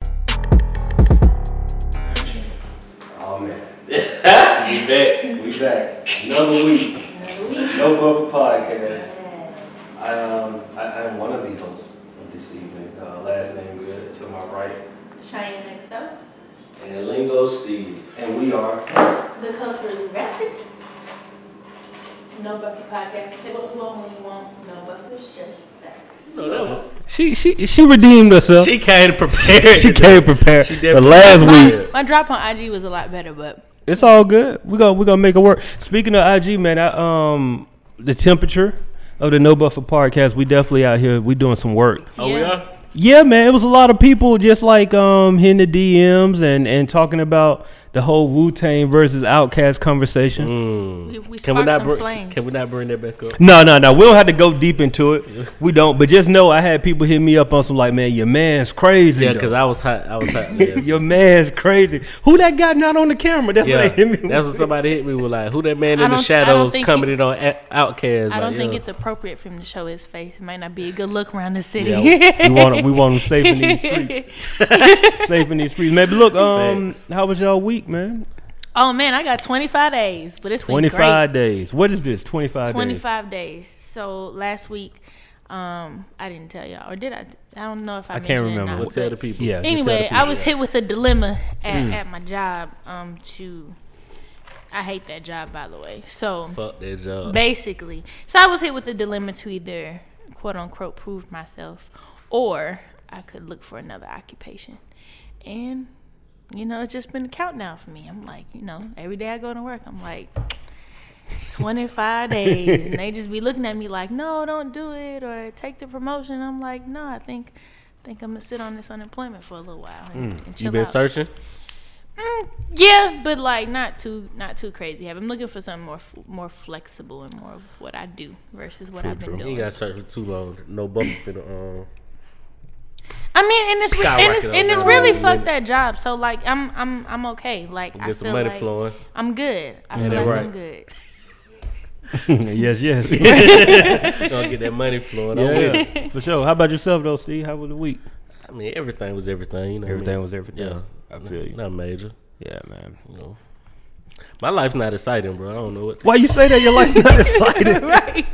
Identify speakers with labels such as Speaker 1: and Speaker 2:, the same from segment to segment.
Speaker 1: back. We back. Another week. No Buffer Podcast. I, um, I, I'm one of the hosts of this evening. Uh, last name good to my right.
Speaker 2: Cheyenne next up.
Speaker 1: And Lingo Steve. And we are.
Speaker 2: The culturally ratchet. No buffer podcast. You say what you want when you want. No buffers, just facts.
Speaker 3: She she she redeemed herself. She,
Speaker 4: She came prepared.
Speaker 3: came prepared.
Speaker 4: She
Speaker 3: the
Speaker 4: definitely
Speaker 3: last
Speaker 4: prepared.
Speaker 3: week,
Speaker 2: My drop on IG was a lot better, but
Speaker 3: it's all good. We gonna we gonna make it work. Speaking of IG, man, I um the temperature of the No Buffer podcast, we definitely out here. We doing some work.
Speaker 4: Oh, we
Speaker 2: Yeah.
Speaker 4: are?
Speaker 3: Yeah, man, it was a lot of people just like um hitting the DMs and and talking about the whole Wu Tang versus Outcast conversation.
Speaker 4: Mm.
Speaker 2: we, we
Speaker 4: Can we
Speaker 2: sparked
Speaker 4: not
Speaker 2: some
Speaker 4: bring?
Speaker 2: flames.
Speaker 4: Can we not bring that back up?
Speaker 3: No, no, no. We don't have to go deep into it. We don't. But just know, I had people hit me up on some like, man, your man's crazy.
Speaker 4: Yeah,
Speaker 3: though.
Speaker 4: because I was hot. I was hot. Yeah,
Speaker 3: Your man's crazy. Who that guy not on the camera? That's
Speaker 4: yeah.
Speaker 3: what they hit me.
Speaker 4: that's what somebody hit me with. Like, who that man
Speaker 2: I
Speaker 4: in the
Speaker 2: don't- I don't
Speaker 4: shadows
Speaker 2: think
Speaker 4: coming
Speaker 2: he-
Speaker 4: in on Outcast?
Speaker 2: I don't think it's appropriate for him to show his face. It might not be a good look around the city.
Speaker 3: with. we want him. We want him safe in these streets. safe in these streets, man. But look, um,
Speaker 4: Thanks.
Speaker 3: how was y'all week, man?
Speaker 2: oh man, I got 25 days, but it's been
Speaker 3: Twenty
Speaker 2: great.
Speaker 3: five days. What is this? Twenty five days.
Speaker 2: 25 days. So last week, um, I didn't tell y'all, or did I? I don't know if I, mentioned It
Speaker 3: can't
Speaker 2: or
Speaker 3: remember.
Speaker 2: not,
Speaker 4: We'll tell
Speaker 2: but
Speaker 4: the people.
Speaker 3: Yeah. just
Speaker 2: Anyway,
Speaker 3: gotta
Speaker 2: I was hit with a dilemma at,
Speaker 3: Mm.
Speaker 2: at my job. Um, to I hate that job, by the way. So
Speaker 4: Fuck that job.
Speaker 2: basically, so I was hit with a dilemma to either quote unquote prove myself, or I could look for another occupation, and you know it's just been a countdown for me. I'm like, you know, every day I go to work, I'm like. 25 days and they just be looking at me like no don't do it or take the promotion i'm like no i think think i'm gonna sit on this unemployment for a little while and, and chill
Speaker 4: Hmm. You been
Speaker 2: out.
Speaker 4: searching?
Speaker 2: Mm, yeah but like not too not too crazy i'm looking for something more f- more flexible and more of what i do versus what i've been
Speaker 4: You
Speaker 2: doing
Speaker 4: got searched for too long. No bump for the um.
Speaker 2: i mean and it's re- and it's, and
Speaker 4: Skyrocket over
Speaker 2: it's
Speaker 4: there.
Speaker 2: really fucked that job so like i'm i'm i'm okay like i
Speaker 4: Get some
Speaker 2: feel
Speaker 4: money
Speaker 2: like
Speaker 4: flowing.
Speaker 2: i'm good i feel
Speaker 4: that
Speaker 2: like i'm
Speaker 4: right?
Speaker 2: good
Speaker 3: yes, yes,
Speaker 4: Gonna get that money flowing. I'm with it.
Speaker 3: yeah, for sure. How about yourself though, Steve? How was the week?
Speaker 4: I mean, everything was everything. You know, what I mean?
Speaker 3: Everything was everything.
Speaker 4: Yeah,
Speaker 3: I feel you.
Speaker 4: Not major.
Speaker 3: Yeah, man.
Speaker 4: You know, my life's not exciting, bro. I don't know what. To
Speaker 3: Why you say that? Your life not exciting.
Speaker 2: right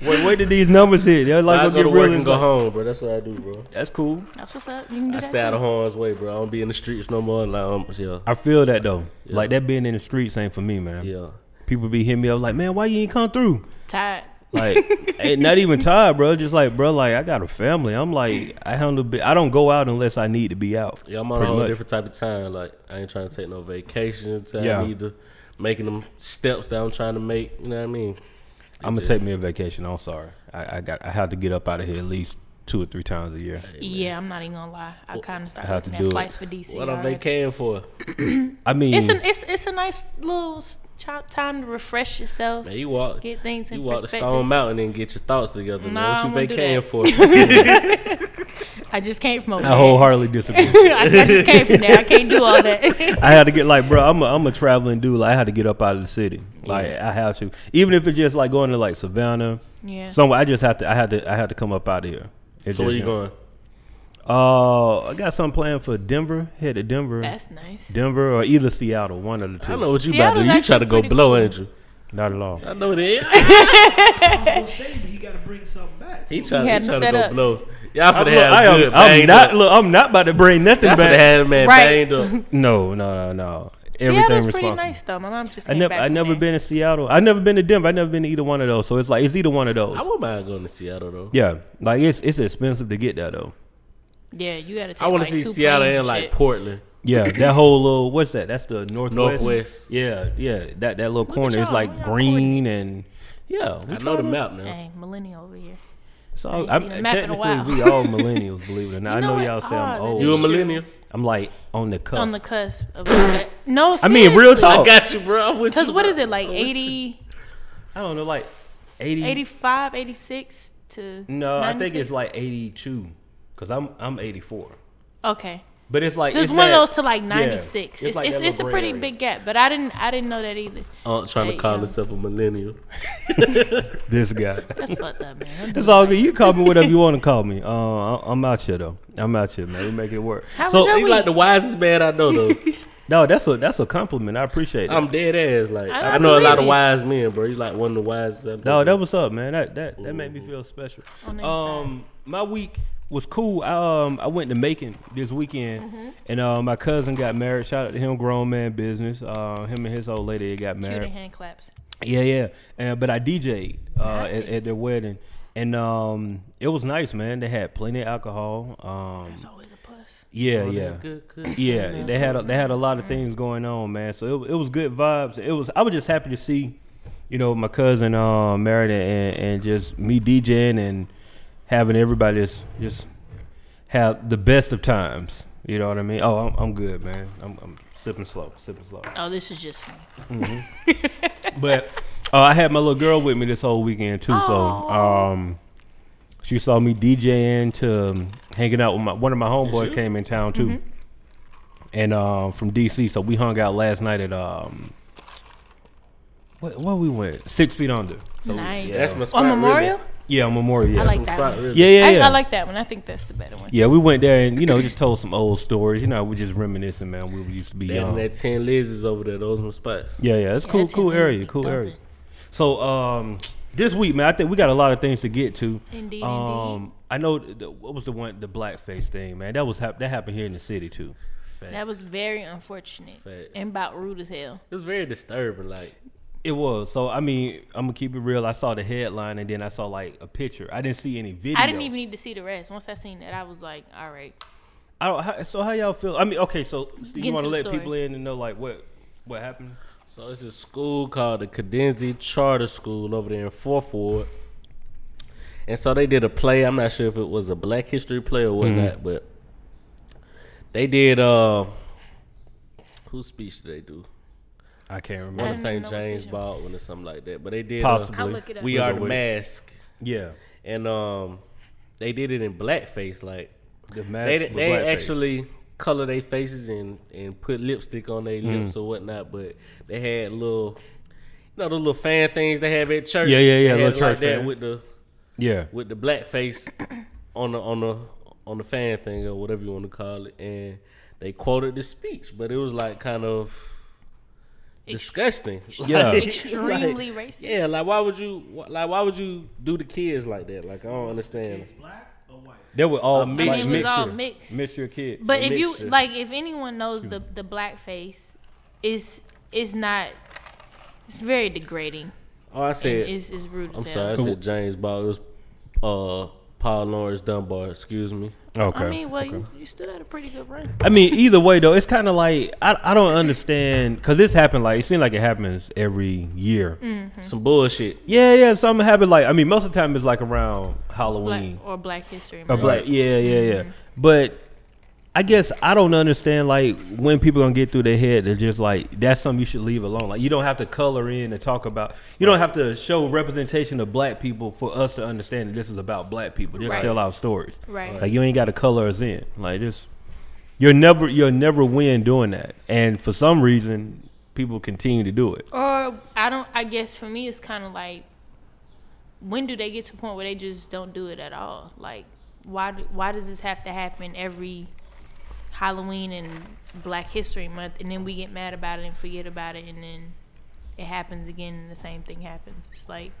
Speaker 3: wait, wait till these numbers hit. Your
Speaker 4: I
Speaker 3: life
Speaker 4: go
Speaker 3: will
Speaker 4: to
Speaker 3: get
Speaker 4: work
Speaker 3: real.
Speaker 4: and
Speaker 3: and-
Speaker 4: go home, bro. That's what I do, bro.
Speaker 3: That's cool.
Speaker 2: that's what's up you can do
Speaker 4: I
Speaker 2: that
Speaker 4: stay out
Speaker 2: too.
Speaker 4: of harm's way, bro. I don't be in the streets no more. Like, um, yeah,
Speaker 3: I feel that though. Like that being in the streets ain't for me, man.
Speaker 4: yeah.
Speaker 3: People be hitting me up like, man, why you ain't come through?
Speaker 2: tired
Speaker 3: Like, ain't not even tired, bro. Just like, bro, like I got a family. I'm like, I handle. bi- I don't go out unless I need to be out.
Speaker 4: Yeah, I'm on a
Speaker 3: Pretty
Speaker 4: whole
Speaker 3: much.
Speaker 4: different type of time. Like, I ain't trying to take no vacation time.
Speaker 3: Yeah.
Speaker 4: I need to making them steps that I'm trying to make. You know what I mean?
Speaker 3: I'm gonna
Speaker 4: just-
Speaker 3: take me a vacation. I'm sorry. I, I got. I have to get up out of here at least two or three times a year.
Speaker 2: yeah i'm not even gonna lie i kind of
Speaker 3: I
Speaker 2: started
Speaker 3: have to
Speaker 2: looking
Speaker 3: do
Speaker 2: at
Speaker 3: it.
Speaker 2: flights for dc
Speaker 4: What I'm
Speaker 2: already.
Speaker 4: vacating for?
Speaker 3: I mean,
Speaker 2: It's a it's it's a nice little s- chop time to refresh yourself.
Speaker 4: Man, you walk,
Speaker 2: Get things in
Speaker 4: you walk the
Speaker 2: perspective.
Speaker 4: Stone Mountain and get your thoughts together.
Speaker 2: Nah,
Speaker 4: man.
Speaker 2: I'm
Speaker 4: What you
Speaker 2: gonna do
Speaker 4: vacating
Speaker 2: that.
Speaker 4: for? Yeah.
Speaker 2: I just came from over
Speaker 3: I
Speaker 2: there.
Speaker 3: wholeheartedly disagree.
Speaker 2: I, I just came from there. I can't do all that.
Speaker 3: I had to get like, bro. I'm a, I'm a traveling dude. Like, I had to get up out of the city. Like, I have to, even if it's just like going to like Savannah,
Speaker 2: yeah.
Speaker 3: somewhere. I just have to. I had to. I had to come up out of here. It's
Speaker 4: so where
Speaker 3: just
Speaker 4: you
Speaker 3: him.
Speaker 4: going?
Speaker 3: Uh, I got something planned for Denver. Head to Denver,
Speaker 2: That's nice.
Speaker 3: Denver, or either Seattle. One of the two.
Speaker 4: I know what you
Speaker 2: Seattle's
Speaker 4: about to do. You try to
Speaker 2: actually
Speaker 4: go
Speaker 2: pretty
Speaker 4: blow,
Speaker 2: cool.
Speaker 4: ain't you?
Speaker 3: Not at all.
Speaker 4: I know that.
Speaker 5: gonna say, but he gotta bring something back.
Speaker 4: He trying,
Speaker 2: He had
Speaker 4: he
Speaker 2: him
Speaker 4: trying to
Speaker 2: set
Speaker 4: go
Speaker 2: up.
Speaker 4: blow. Y'all
Speaker 3: I'm,
Speaker 4: for the have
Speaker 3: I am- I'm
Speaker 4: good banged
Speaker 3: not.
Speaker 4: up.
Speaker 3: Look, I'm not about to bring nothing
Speaker 4: Y'all for the
Speaker 3: back.
Speaker 4: have man
Speaker 2: Right.
Speaker 4: banged up.
Speaker 3: No, no, no, no.
Speaker 2: Seattle's
Speaker 3: Everything
Speaker 2: pretty
Speaker 3: responsible.
Speaker 2: nice though. My mom just
Speaker 3: I
Speaker 2: came
Speaker 3: never,
Speaker 2: back.
Speaker 3: I
Speaker 2: from
Speaker 3: never
Speaker 2: there.
Speaker 3: been to Seattle. I never been to Denver. I never been to either one of those. So it's like it's either one of those.
Speaker 4: I wouldn't mind going to Seattle though.
Speaker 3: yeah, like it's it's expensive to get there though.
Speaker 2: Yeah, you gotta. Take,
Speaker 4: I want
Speaker 2: like,
Speaker 4: to see
Speaker 2: two
Speaker 4: Seattle
Speaker 2: planes
Speaker 4: and like
Speaker 2: shit.
Speaker 4: Portland.
Speaker 3: Yeah, that whole little what's that? That's the northwest.
Speaker 4: Northwest.
Speaker 3: Yeah, yeah. That that
Speaker 2: at
Speaker 3: little corner is
Speaker 2: y'all,
Speaker 3: like
Speaker 2: we got
Speaker 3: green and yeah. we
Speaker 4: I know the
Speaker 3: tryna-
Speaker 4: map now.
Speaker 2: Hey, millennial over here.
Speaker 3: So
Speaker 2: ain't
Speaker 3: I'm,
Speaker 2: seen a map in a
Speaker 3: technically,
Speaker 2: while.
Speaker 3: we all millennials, believe it or not.
Speaker 2: You know
Speaker 3: I know
Speaker 2: what?
Speaker 3: y'all say
Speaker 2: Oh, that
Speaker 3: I'm old.
Speaker 2: is-
Speaker 4: You a millennial?
Speaker 3: I'm like on the cusp.
Speaker 2: On the cusp of that. No,
Speaker 3: I mean, real talk.
Speaker 4: I got you, bro. I'm with
Speaker 2: Because
Speaker 4: you,
Speaker 2: Oh. what
Speaker 4: bro.
Speaker 2: is it like
Speaker 4: I'm with you.
Speaker 2: 80,
Speaker 3: I don't know, like 80.
Speaker 2: 85, 86 to?
Speaker 3: no, I think
Speaker 2: 96?
Speaker 3: it's like 82 because I'm I'm 84.
Speaker 2: Okay.
Speaker 3: But it's like
Speaker 2: There's
Speaker 3: it's
Speaker 2: one
Speaker 3: that-
Speaker 2: of those to like
Speaker 3: yeah,
Speaker 2: 96. It's it's,
Speaker 3: like
Speaker 2: it's, a
Speaker 3: that little
Speaker 2: pretty
Speaker 3: gray
Speaker 2: big gap, but I didn't I didn't know that either.
Speaker 4: Aunt trying
Speaker 2: Hey,
Speaker 4: to call
Speaker 2: um,
Speaker 4: herself a millennial.
Speaker 3: area. This guy.
Speaker 2: That's fucked up, man.
Speaker 3: It's all good. You call me whatever you want to call me. Uh, I- I'm out here though. I'm out here, man. We make it work.
Speaker 2: How was
Speaker 3: so
Speaker 2: your-
Speaker 4: He's like the wisest man I know, though.
Speaker 3: No, that's a that's a compliment. I appreciate it.
Speaker 4: I'm dead ass. Like
Speaker 2: I don't
Speaker 4: I, know a lot
Speaker 2: believe
Speaker 4: of
Speaker 2: it.
Speaker 4: wise men, bro. He's like one of the wisest. I've
Speaker 3: No,
Speaker 4: known.
Speaker 3: that was up, man. That that that made me feel special.
Speaker 2: On the
Speaker 3: Um, my week was cool. I, um, I went to Macon this weekend,
Speaker 2: Mm-hmm.
Speaker 3: and uh, my cousin got married. Shout out to him, grown man business. Uh, him and his old lady they got
Speaker 2: Cue the
Speaker 3: married.
Speaker 2: hand claps.
Speaker 3: Yeah, yeah. And, but I DJ'd uh, at,
Speaker 2: Nice.
Speaker 3: at their wedding, and um, it was nice, man. They had plenty of alcohol. Um,
Speaker 2: It's always a plus.
Speaker 3: yeah, yeah.
Speaker 4: Good, good.
Speaker 3: Yeah, they had a, they had a lot
Speaker 2: Mm.
Speaker 3: of things going on, man. So it, it was good vibes. It was I was just happy to see, you know, my cousin uh, married and, and just me DJing and having everybody just just have the best of times. You know what I mean? Oh, I'm, I'm good, man. I'm, I'm sipping slow, sipping slow.
Speaker 2: Oh, this is just me.
Speaker 3: But uh, I had my little girl with me this whole weekend too, so
Speaker 2: Aw.
Speaker 3: um, she saw me DJing to um, hanging out with my one of my homeboys came in town too,
Speaker 2: Mm-hmm.
Speaker 3: and uh, from DC. So we hung out last night at um, what what we went six feet under.
Speaker 2: nice.
Speaker 4: That's my spot.
Speaker 2: On Memorial?
Speaker 4: Really.
Speaker 3: Yeah, Memorial. Yeah,
Speaker 2: I like
Speaker 4: That's my
Speaker 2: that
Speaker 4: spot.
Speaker 2: one.
Speaker 4: Really.
Speaker 3: yeah, yeah,
Speaker 2: I,
Speaker 3: yeah.
Speaker 2: I like that one. I think that's the better one.
Speaker 3: yeah, we went there and you know just told some old stories. You know, we just reminiscing, man. We used to be
Speaker 4: That,
Speaker 3: young.
Speaker 4: and that ten Lizzies over there. Those my spots.
Speaker 3: Yeah, yeah, it's
Speaker 2: Yeah,
Speaker 3: cool,
Speaker 2: that
Speaker 3: cool
Speaker 2: shit
Speaker 3: area,
Speaker 2: be
Speaker 3: cool
Speaker 2: dumping.
Speaker 3: area. So um, this week, man, I think we got a lot of things to get to.
Speaker 2: Indeed, indeed.
Speaker 3: Um, I know th- th- what was the one, the blackface thing, man. That was hap- that happened here in the city too.
Speaker 2: That was very unfortunate
Speaker 4: Facts.
Speaker 2: and about rude as hell.
Speaker 4: It was very disturbing. Like
Speaker 3: It was. So I mean, I'm gonna keep it real. I saw the headline and then I saw like a picture. I didn't see any video.
Speaker 2: I didn't even need to see the rest. Once I seen that, I was like, all right.
Speaker 3: I don't. How, so how y'all feel? I mean, okay. So Steve,
Speaker 2: Get
Speaker 3: you want
Speaker 2: into
Speaker 3: to
Speaker 2: the
Speaker 3: let
Speaker 2: story.
Speaker 3: people in and know like what what happened?
Speaker 4: So it's a school called the Cadenzi Charter School over there in Fourth Ward. And so they did a play. I'm not sure if it was a Black History play or whatnot,
Speaker 3: Mm-hmm.
Speaker 4: but they did. uh Whose speech did they do?
Speaker 3: I can't
Speaker 4: One
Speaker 3: remember.
Speaker 4: of
Speaker 2: don't even
Speaker 4: St.
Speaker 2: know what
Speaker 4: James
Speaker 2: speech it was.
Speaker 4: Baldwin or something like that. But they did. uh,
Speaker 3: Possibly.
Speaker 2: I'll look it up.
Speaker 4: we are the
Speaker 3: Wait.
Speaker 4: mask,
Speaker 3: Yeah,
Speaker 4: and um, they did it in blackface. Like
Speaker 3: the mask.
Speaker 4: they
Speaker 3: with
Speaker 4: they
Speaker 3: blackface.
Speaker 4: actually color their faces and and put lipstick on their
Speaker 3: Mm.
Speaker 4: lips or whatnot, but they had little, you know, the little fan things they have at church.
Speaker 3: Yeah, yeah, yeah,
Speaker 4: They had
Speaker 3: little
Speaker 4: it like
Speaker 3: church
Speaker 4: that
Speaker 3: fan.
Speaker 4: with the
Speaker 3: Yeah.
Speaker 4: with the blackface on the on the on the fan thing or whatever you want to call it, and they quoted the speech, but it was like kind of. Disgusting.
Speaker 3: Yeah.
Speaker 4: Like-
Speaker 2: Extremely racist.
Speaker 4: Yeah, like why would you? wh- Like why would you do the kids like that? Like I don't understand.
Speaker 5: It's black or white?
Speaker 3: They were all
Speaker 2: mean,
Speaker 3: mixed.
Speaker 2: it was all mixed.
Speaker 3: Mixture kid.
Speaker 2: But if you
Speaker 4: mixture.
Speaker 2: like, if anyone knows the the blackface, is is not. It's very degrading.
Speaker 4: Oh, I said
Speaker 2: Is is rude as
Speaker 4: I'm
Speaker 2: hell.
Speaker 4: sorry. I said James Ball. It was uh, Paul Lawrence Dunbar. Excuse me.
Speaker 3: okay.
Speaker 2: I mean, well, you, you still had a pretty good run.
Speaker 3: I mean, either way though, it's kind of like I, I don't understand because this happened like it seems like it happens every year.
Speaker 2: Mm-hmm.
Speaker 4: Some bullshit.
Speaker 3: Yeah, yeah, something happened like I mean, most of the time it's like around Halloween
Speaker 2: Black Mm-hmm. or Black History
Speaker 3: or
Speaker 2: Month.
Speaker 3: black. Yeah, yeah, yeah. But I guess I don't understand like when people gonna get through their head. They're just like that's something you should leave alone. Like you don't have to color in and talk about. You don't have to show representation of black people for us to understand that this is about black people. Just
Speaker 2: Right.
Speaker 3: tell our stories.
Speaker 2: Right.
Speaker 3: Like you ain't got to color us in. Like just you're never you'll never win doing that. And for some reason, people continue to do it.
Speaker 2: Or I don't. I guess for me, it's kind of like, when do they get to a point where they just don't do it at all? Like, why? do- Why does this have to happen every Halloween and Black History Month, and then we get mad about it and forget about it, and then it happens again, and the same thing happens? It's like,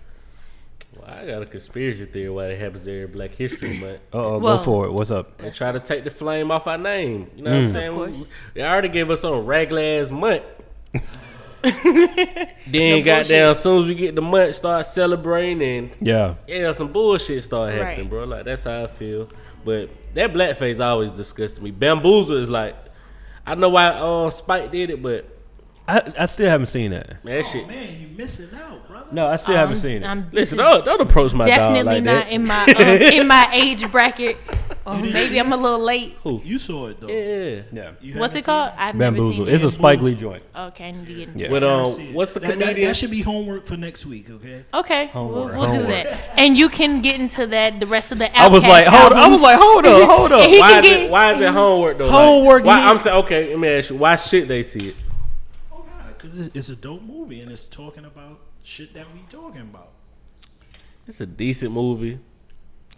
Speaker 4: Well, I got a conspiracy theory why it happens every Black History Month.
Speaker 3: Uh oh, go
Speaker 2: Well-
Speaker 3: for it. What's up?
Speaker 4: They try to take the flame off our name. You know what I'm saying?
Speaker 2: Mm. Of course.
Speaker 4: We- They already gave us a regular ass month. then goddamn, as soon as we get the month, start celebrating and
Speaker 3: Yeah.
Speaker 4: yeah, some bullshit start happening,
Speaker 2: Right.
Speaker 4: bro. Like that's how I feel. But that blackface always disgusted me. Bamboozle is like, I know why uh, Spike did it, but
Speaker 3: I, I still haven't seen that.
Speaker 4: man,
Speaker 2: Oh,
Speaker 4: that shit.
Speaker 5: Man, you missing out, brother.
Speaker 3: No, I still haven't seen it.
Speaker 2: um, I'm, this
Speaker 4: Listen,
Speaker 2: is
Speaker 4: don't, don't approach my
Speaker 2: definitely
Speaker 4: dog like
Speaker 2: not
Speaker 4: that.
Speaker 2: in my um, in my age bracket. Or maybe I'm a little late.
Speaker 5: You saw it though.
Speaker 4: yeah.
Speaker 3: Yeah.
Speaker 5: You
Speaker 2: What's it
Speaker 5: haven't seen
Speaker 2: called? I've
Speaker 3: Bamboozle.
Speaker 2: never seen
Speaker 3: It's a
Speaker 2: it.
Speaker 3: Spike Lee joint.
Speaker 2: okay, I need to get into
Speaker 3: Yeah.
Speaker 2: it.
Speaker 4: With
Speaker 5: I
Speaker 4: um,
Speaker 5: see it.
Speaker 4: what's the
Speaker 5: That- that-
Speaker 4: comedian?
Speaker 5: That, should be homework for next week, okay?
Speaker 2: Okay,
Speaker 3: Homework,
Speaker 2: we'll, we'll do
Speaker 3: homework.
Speaker 2: that, and you can get into that the rest of the.
Speaker 3: I was
Speaker 2: Outkast
Speaker 3: like, hold. I
Speaker 2: albums.
Speaker 3: was like, hold up, hold up.
Speaker 2: He
Speaker 4: why,
Speaker 2: can
Speaker 4: is it,
Speaker 2: get-
Speaker 4: why is it homework though? Like,
Speaker 3: Homework,
Speaker 4: why,
Speaker 3: you-
Speaker 4: I'm saying okay. Let me ask you. Why should they see it?
Speaker 5: Oh God, because it's, it's a dope movie and it's talking about shit that we talking about.
Speaker 4: It's a decent movie.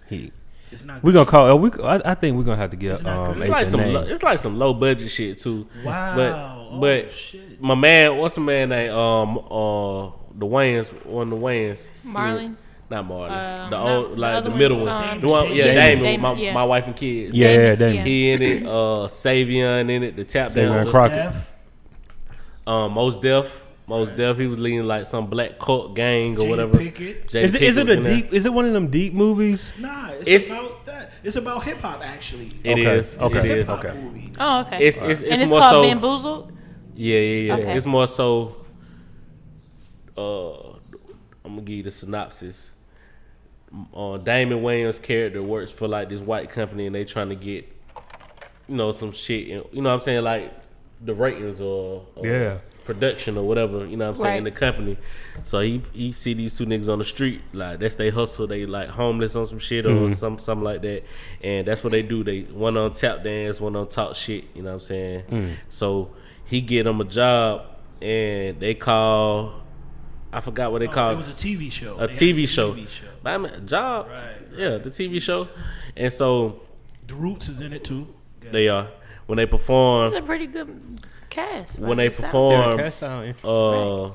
Speaker 3: He-
Speaker 5: It's not.
Speaker 3: We gonna call. uh, We, I, I think we're gonna have to get
Speaker 5: not
Speaker 3: um,
Speaker 5: good.
Speaker 4: It's like
Speaker 3: H a
Speaker 4: some.
Speaker 3: name.
Speaker 4: Low, it's like some low budget shit too.
Speaker 5: wow.
Speaker 4: But
Speaker 5: Oh
Speaker 4: But
Speaker 5: shit.
Speaker 4: my man, what's the man name? Um, uh, the Wayans, one of the Wayans.
Speaker 2: Marlon?
Speaker 4: Not Marlon.
Speaker 2: Uh,
Speaker 4: the
Speaker 2: not-
Speaker 4: old,
Speaker 2: the
Speaker 4: like
Speaker 2: other
Speaker 4: the
Speaker 2: one,
Speaker 4: middle one.
Speaker 2: um,
Speaker 4: the one, yeah,
Speaker 3: Damon.
Speaker 4: Damon.
Speaker 2: Damon,
Speaker 4: my,
Speaker 2: yeah.
Speaker 4: my wife and kids.
Speaker 3: Yeah,
Speaker 2: Damon,
Speaker 3: Damon.
Speaker 4: He in it. Uh, Savion in it. The tap
Speaker 3: Savion
Speaker 4: dancer.
Speaker 3: Crockett.
Speaker 5: Death,
Speaker 4: Um, Most Def. Most Def. He was leading like some black cult gang or
Speaker 5: Jada
Speaker 4: whatever.
Speaker 5: Pinkett.
Speaker 4: Jada
Speaker 3: Is it, is it
Speaker 4: Pinkett was
Speaker 3: a
Speaker 4: in there.
Speaker 3: deep? Is it one of them deep movies?
Speaker 5: Nah, it's,
Speaker 4: It's-
Speaker 5: about that. It's about hip hop actually.
Speaker 4: It
Speaker 3: Okay,
Speaker 4: is.
Speaker 3: okay,
Speaker 4: It
Speaker 5: It's a
Speaker 4: is.
Speaker 5: hip-hop
Speaker 3: okay.
Speaker 5: movie. Um,
Speaker 2: Oh, okay.
Speaker 4: It's it's, it's,
Speaker 2: and it's
Speaker 4: more
Speaker 2: called
Speaker 4: so.
Speaker 2: Bamboozled.
Speaker 4: Yeah, yeah, yeah.
Speaker 2: Okay.
Speaker 4: It's more so. Uh, I'm gonna give you the synopsis. Uh, Damon Wayans' character works for like this white company, and they trying to get, you know, some shit. and- You know what I'm saying? Like the ratings or, or
Speaker 3: Yeah.
Speaker 4: production or whatever. You know what I'm saying? In the
Speaker 2: Right.
Speaker 4: company. So he he see these two niggas on the street. Like that's they hustle. They like homeless on some shit or some something like that. And that's what they do. They one on tap dance, one on talk shit. You know what I'm saying? So he get them a job, and they call. I forgot what they
Speaker 5: Oh,
Speaker 4: call
Speaker 5: it was a TV show. They
Speaker 4: a
Speaker 5: had
Speaker 4: TV show.
Speaker 5: TV show.
Speaker 4: But I mean, job,
Speaker 5: Right,
Speaker 4: yeah, the TV show, and so
Speaker 5: The Roots is in it too.
Speaker 4: they are when they perform,
Speaker 2: It's a pretty good cast.
Speaker 4: When
Speaker 2: by
Speaker 4: they
Speaker 2: the sound.
Speaker 4: perform-
Speaker 3: Yeah,
Speaker 4: Or-
Speaker 3: that sound interesting.
Speaker 4: uh,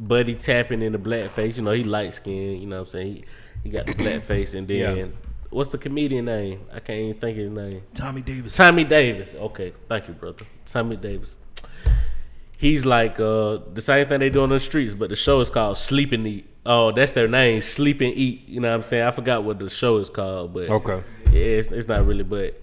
Speaker 4: Buddy tapping in the black face. You know, he light skinned You know what I'm saying? He, he got the black face, and then
Speaker 3: Yeah.
Speaker 4: what's the comedian name? I can't even think of his name.
Speaker 5: Tommy Davis.
Speaker 4: Tommy Davis. Okay, thank you, brother. Tommy Davis. He's like uh, the same thing they do on the streets, but the show is called Sleep and Eat. Oh, that's their name, Sleep and Eat. You know what I'm saying? I forgot what the show is called, but
Speaker 3: Okay.
Speaker 4: yeah, it's, it's not really. But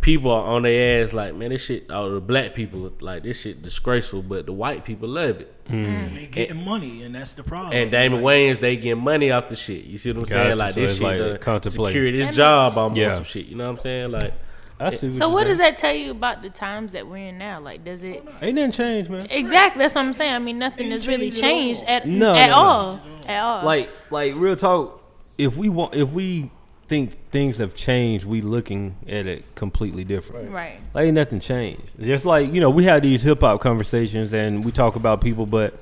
Speaker 4: people are on their ass like, man, this shit. Oh, the black people like this shit disgraceful, but the white people love it.
Speaker 5: They getting money, and that's the problem.
Speaker 4: And Damon Wayans, they get money off the shit. You see what I'm
Speaker 3: Gotcha,
Speaker 4: saying? Like
Speaker 3: so
Speaker 4: this
Speaker 3: it's
Speaker 4: shit,
Speaker 3: like
Speaker 4: done
Speaker 3: contemplate.
Speaker 4: secured
Speaker 2: That
Speaker 4: his
Speaker 2: makes
Speaker 4: job
Speaker 2: sense.
Speaker 4: almost
Speaker 3: Yeah.
Speaker 4: some shit. You know what I'm saying? Like.
Speaker 3: I see
Speaker 2: So
Speaker 3: you're
Speaker 2: what does
Speaker 3: saying.
Speaker 2: that tell you about the times that we're in now? Like, does it
Speaker 3: Ain't nothing changed, man.
Speaker 2: exactly? That's what I'm saying. I mean, nothing
Speaker 5: Ain't
Speaker 2: has really
Speaker 5: changed
Speaker 2: changed
Speaker 5: at
Speaker 2: at
Speaker 3: No,
Speaker 2: at
Speaker 3: no, no.
Speaker 2: all. At all.
Speaker 3: like like real talk if we want if we think things have changed we looking at it completely different
Speaker 2: right.
Speaker 3: like ain't nothing changed just like you know we had these hip-hop conversations and we talk about people but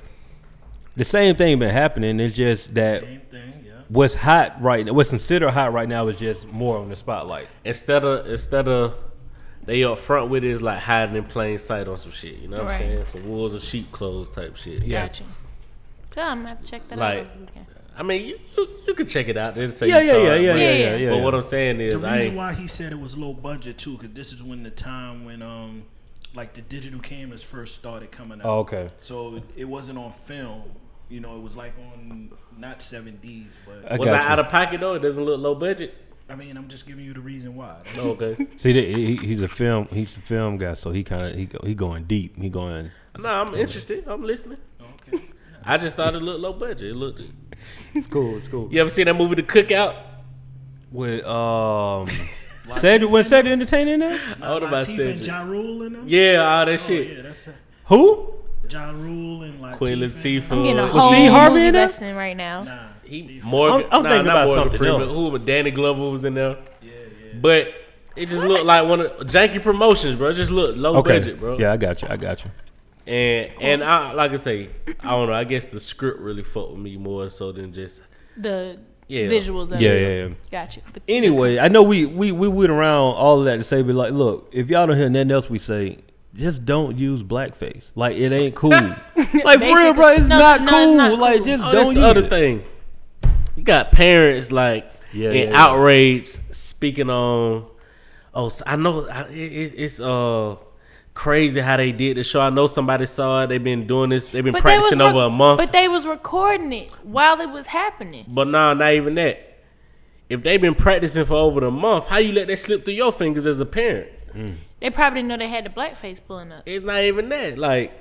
Speaker 3: the same thing been happening it's just that
Speaker 5: Same thing, yeah.
Speaker 3: what's hot right now what's considered hot right now is just more on the spotlight
Speaker 4: instead of instead of they up front with it is like hiding in plain sight on some shit. You know what
Speaker 2: Right.
Speaker 4: I'm saying? Some wolves and sheep clothes type shit.
Speaker 3: Yeah.
Speaker 2: Gotcha. Yeah, I'm gonna have to check that
Speaker 4: Like-
Speaker 2: out. over the weekend.
Speaker 4: I mean, you you, you could check it out and say
Speaker 3: yeah
Speaker 4: you
Speaker 3: yeah
Speaker 4: saw
Speaker 3: yeah
Speaker 4: it,
Speaker 3: yeah
Speaker 4: but-
Speaker 2: Yeah,
Speaker 3: yeah yeah
Speaker 2: yeah.
Speaker 3: yeah
Speaker 4: But what I'm saying is,
Speaker 5: The
Speaker 4: I
Speaker 5: reason
Speaker 4: ain't,
Speaker 5: why he said it was low budget too, because this is when the time when um, like the digital cameras first started coming out.
Speaker 3: oh, okay
Speaker 5: So it, it wasn't on film. You know, it was like on not 7Ds, but
Speaker 3: I
Speaker 4: was I
Speaker 3: got you.
Speaker 4: out of pocket though? It doesn't look low budget.
Speaker 5: I mean, I'm just giving you the reason why.
Speaker 4: No, okay.
Speaker 3: see that he, he's a film he's a film guy so he kind of he, go, he going deep he going
Speaker 4: no, I'm interested. I'm listening.
Speaker 5: Okay.
Speaker 4: I just thought it looked low budget. It looked.
Speaker 3: it's cool it's cool
Speaker 4: You ever seen that movie The Cookout?
Speaker 3: with um Cedric was Cedric entertaining there?
Speaker 4: I don't know about
Speaker 5: Lateef and
Speaker 4: Cedric.
Speaker 5: Ja Rule in them?
Speaker 4: Yeah, all that
Speaker 5: Oh,
Speaker 4: shit.
Speaker 5: yeah, that's a,
Speaker 3: Who?
Speaker 5: Ja Rule and like
Speaker 4: Queen Latifah.
Speaker 2: I'm getting a
Speaker 3: Was
Speaker 2: whole
Speaker 3: Steve Harvey
Speaker 2: movie
Speaker 3: in there?
Speaker 2: lesson right now.
Speaker 5: Nah,
Speaker 4: He,
Speaker 5: Steve-
Speaker 4: Morgan.
Speaker 3: I'm- I'm
Speaker 4: nah,
Speaker 3: thinking
Speaker 4: not
Speaker 3: about
Speaker 4: Morgan
Speaker 3: something
Speaker 4: Freeman.
Speaker 3: else.
Speaker 4: Who? But Danny Glover was in there.
Speaker 5: yeah, yeah.
Speaker 4: But it just looked like one of janky promotions, bro. It just looked low
Speaker 3: Okay.
Speaker 4: budget, bro.
Speaker 3: Yeah, I got you. I got you.
Speaker 4: And and I like I say, I don't know. I guess the script really fucked with me more so than just
Speaker 2: The
Speaker 4: Yeah.
Speaker 2: visuals of
Speaker 3: Yeah,
Speaker 2: it.
Speaker 3: yeah, yeah.
Speaker 2: Gotcha. The-
Speaker 3: Anyway, I know we we we went around all of that to say, but like, look, if y'all don't hear nothing else we say, just don't use blackface. Like, it ain't cool. like for real, bro, it's
Speaker 2: Basically. No,
Speaker 3: not
Speaker 2: no, it's
Speaker 3: cool.
Speaker 2: not
Speaker 3: Like,
Speaker 2: cool.
Speaker 3: just
Speaker 4: oh, that's
Speaker 3: don't
Speaker 4: the
Speaker 3: use
Speaker 4: other
Speaker 3: it.
Speaker 4: thing. You got parents like
Speaker 3: Yeah,
Speaker 4: in
Speaker 3: yeah, yeah.
Speaker 4: outrage speaking on. Oh, so I know I, it, it- it's uh crazy how they did the show. I know somebody saw it. They've been doing this. They've been
Speaker 2: But they was
Speaker 4: practicing
Speaker 2: rec-
Speaker 4: over a month.
Speaker 2: But they was recording it while it was happening.
Speaker 4: But nah, not even that. If they've been practicing for over a month, how you let that slip through your fingers as a parent?
Speaker 2: They probably didn't know they had the blackface pulling up.
Speaker 4: It's not even that. Like,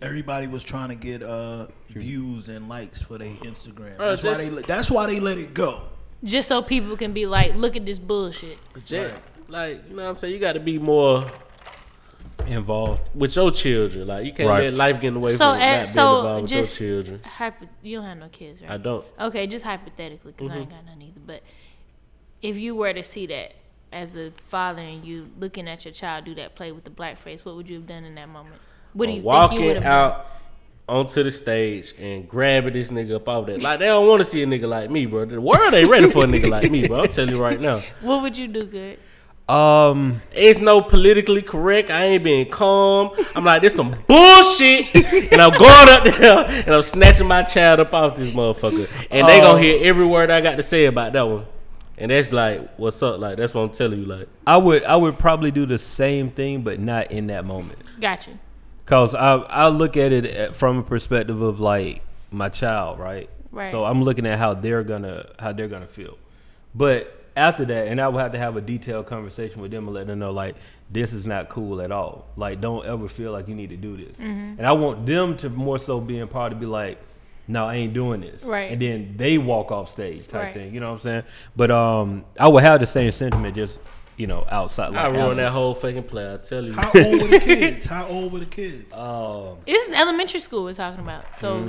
Speaker 5: Everybody was trying to get uh, views and likes for their Instagram.
Speaker 4: Bro,
Speaker 5: That's
Speaker 4: just-
Speaker 5: why they. let- That's why they let it go.
Speaker 2: Just so people can be like, look at this bullshit.
Speaker 4: Jack, like you know what I'm saying? You got to be more
Speaker 3: Involved.
Speaker 4: with your children. Like you can't
Speaker 3: Right.
Speaker 4: let life get in the way
Speaker 2: So,
Speaker 4: from not
Speaker 2: at-
Speaker 4: being
Speaker 2: so
Speaker 4: involved with
Speaker 2: just-
Speaker 4: your children.
Speaker 2: Hypo- you don't have no kids, right?
Speaker 4: I don't. Mm-hmm.
Speaker 2: Okay, just hypothetically, because I ain't got none either. But if you were to see that as a father and you looking at your child do that play with the blackface, what would you have done in that moment? What do you
Speaker 4: Walking
Speaker 2: think you would have done?
Speaker 4: out onto the stage and grabbing this nigga up off that. Like they don't want to see a nigga like me, bro. The world ain't ready for a nigga like me, bro. I'm telling you right now.
Speaker 2: What would you do, good?
Speaker 3: Um,
Speaker 4: It's no politically correct. I ain't being calm. I'm like, this some bullshit. and I'm going up there and I'm snatching my child up off this motherfucker. And they
Speaker 6: Oh.
Speaker 4: gonna hear every word I got to say about that one. And that's like, what's up? Like, that's what I'm telling you. Like,
Speaker 3: I would I would probably do the same thing, but not in that moment.
Speaker 2: Gotcha.
Speaker 3: Cause I I look at it at- from a perspective of like my child, right?
Speaker 2: Right.
Speaker 3: So I'm looking at how they're gonna how they're gonna feel, but after that, and I would have to have a detailed conversation with them and let them know like this is not cool at all. Like don't ever feel like you need to do this.
Speaker 2: Mm-hmm.
Speaker 3: And I want them to more so be empowered to be like, no, I ain't doing this.
Speaker 2: Right.
Speaker 3: And then they walk off stage type
Speaker 2: Right.
Speaker 3: thing. You know what I'm saying? But um, I would have the same sentiment just you know outside.
Speaker 4: I
Speaker 3: like,
Speaker 4: ruined
Speaker 3: out-
Speaker 4: that whole fucking play. I tell you.
Speaker 5: How old were the kids? How old were the kids?
Speaker 2: This is elementary school we're talking about. So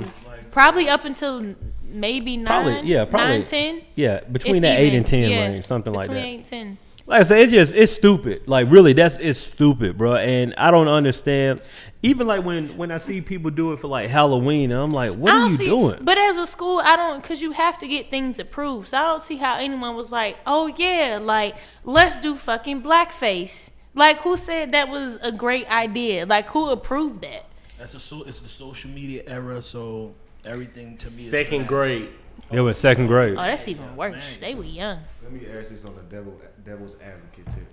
Speaker 2: probably up until n- maybe nine,
Speaker 3: Mm-hmm. Probably, yeah, probably
Speaker 2: nine, ten.
Speaker 3: Yeah,
Speaker 2: if
Speaker 3: between that eight
Speaker 2: even.
Speaker 3: and ten
Speaker 2: Yeah,
Speaker 3: range, something like that.
Speaker 2: Between eight and ten.
Speaker 3: Like I said, it just it's stupid. Like really, that's it's stupid, bro. And I don't understand. Even like when when I see people do it for like Halloween, I'm like, what
Speaker 2: I
Speaker 3: are
Speaker 2: don't
Speaker 3: you
Speaker 2: see,
Speaker 3: doing?
Speaker 2: But as a school, I don't, because you have to get things approved. So I don't see how anyone was like, oh, yeah, like, let's do fucking blackface. Like, who said that was a great idea? Like, who approved that?
Speaker 5: That's a so. It's the social media era, so everything to me. Is
Speaker 4: Second
Speaker 5: fat.
Speaker 4: grade.
Speaker 3: It was second grade.
Speaker 2: Oh, that's even worse. They were young.
Speaker 6: Let me ask this on the devil devil's advocate tip.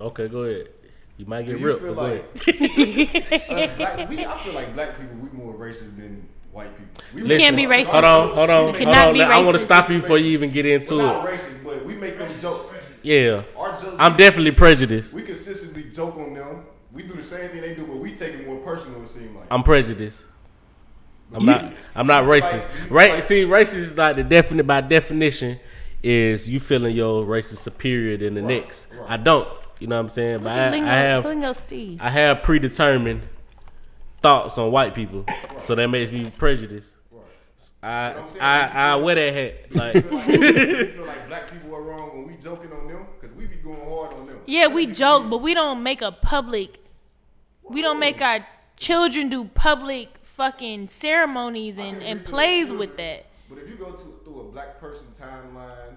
Speaker 4: Okay, go ahead. You might
Speaker 6: Do
Speaker 4: get
Speaker 6: you
Speaker 4: ripped.
Speaker 6: feel
Speaker 4: but go ahead.
Speaker 6: like us black, we, I feel like black people we more racist than white people. We
Speaker 2: You can't be racist.
Speaker 4: Hold on, hold on,
Speaker 2: You
Speaker 4: hold
Speaker 2: cannot
Speaker 4: on.
Speaker 2: be
Speaker 4: I want to
Speaker 2: racist.
Speaker 4: stop you before you even get
Speaker 6: We're
Speaker 4: into
Speaker 6: not
Speaker 4: it.
Speaker 6: racist, but we make them jokes.
Speaker 4: Yeah,
Speaker 6: Our jokes.
Speaker 4: I'm definitely prejudiced.
Speaker 6: We consistently joke on them. We do the same thing they do, but we take it more personal. It seems like.
Speaker 4: I'm prejudiced. I'm
Speaker 3: You-
Speaker 4: not. I'm not racist.
Speaker 6: fight- you
Speaker 4: Right?
Speaker 6: fight-
Speaker 4: See, racist is like the definite by definition is you feeling your race is superior than the next. I don't. You know what I'm saying? But I, I
Speaker 2: Lingo,
Speaker 4: have.
Speaker 2: Lingo Steve.
Speaker 4: I have predetermined thoughts on white people, so that makes me prejudiced. I
Speaker 6: I'm saying
Speaker 4: I,
Speaker 6: you
Speaker 4: I
Speaker 6: feel-
Speaker 4: wear that hat.
Speaker 6: You
Speaker 4: Like
Speaker 6: feel like- you feel like black people are wrong when we joking on them because we be going hard on them.
Speaker 2: Yeah, we joke, but we don't make a public. We don't make our children do public fucking ceremonies and, and plays with that.
Speaker 6: But if you go to through a black person timeline,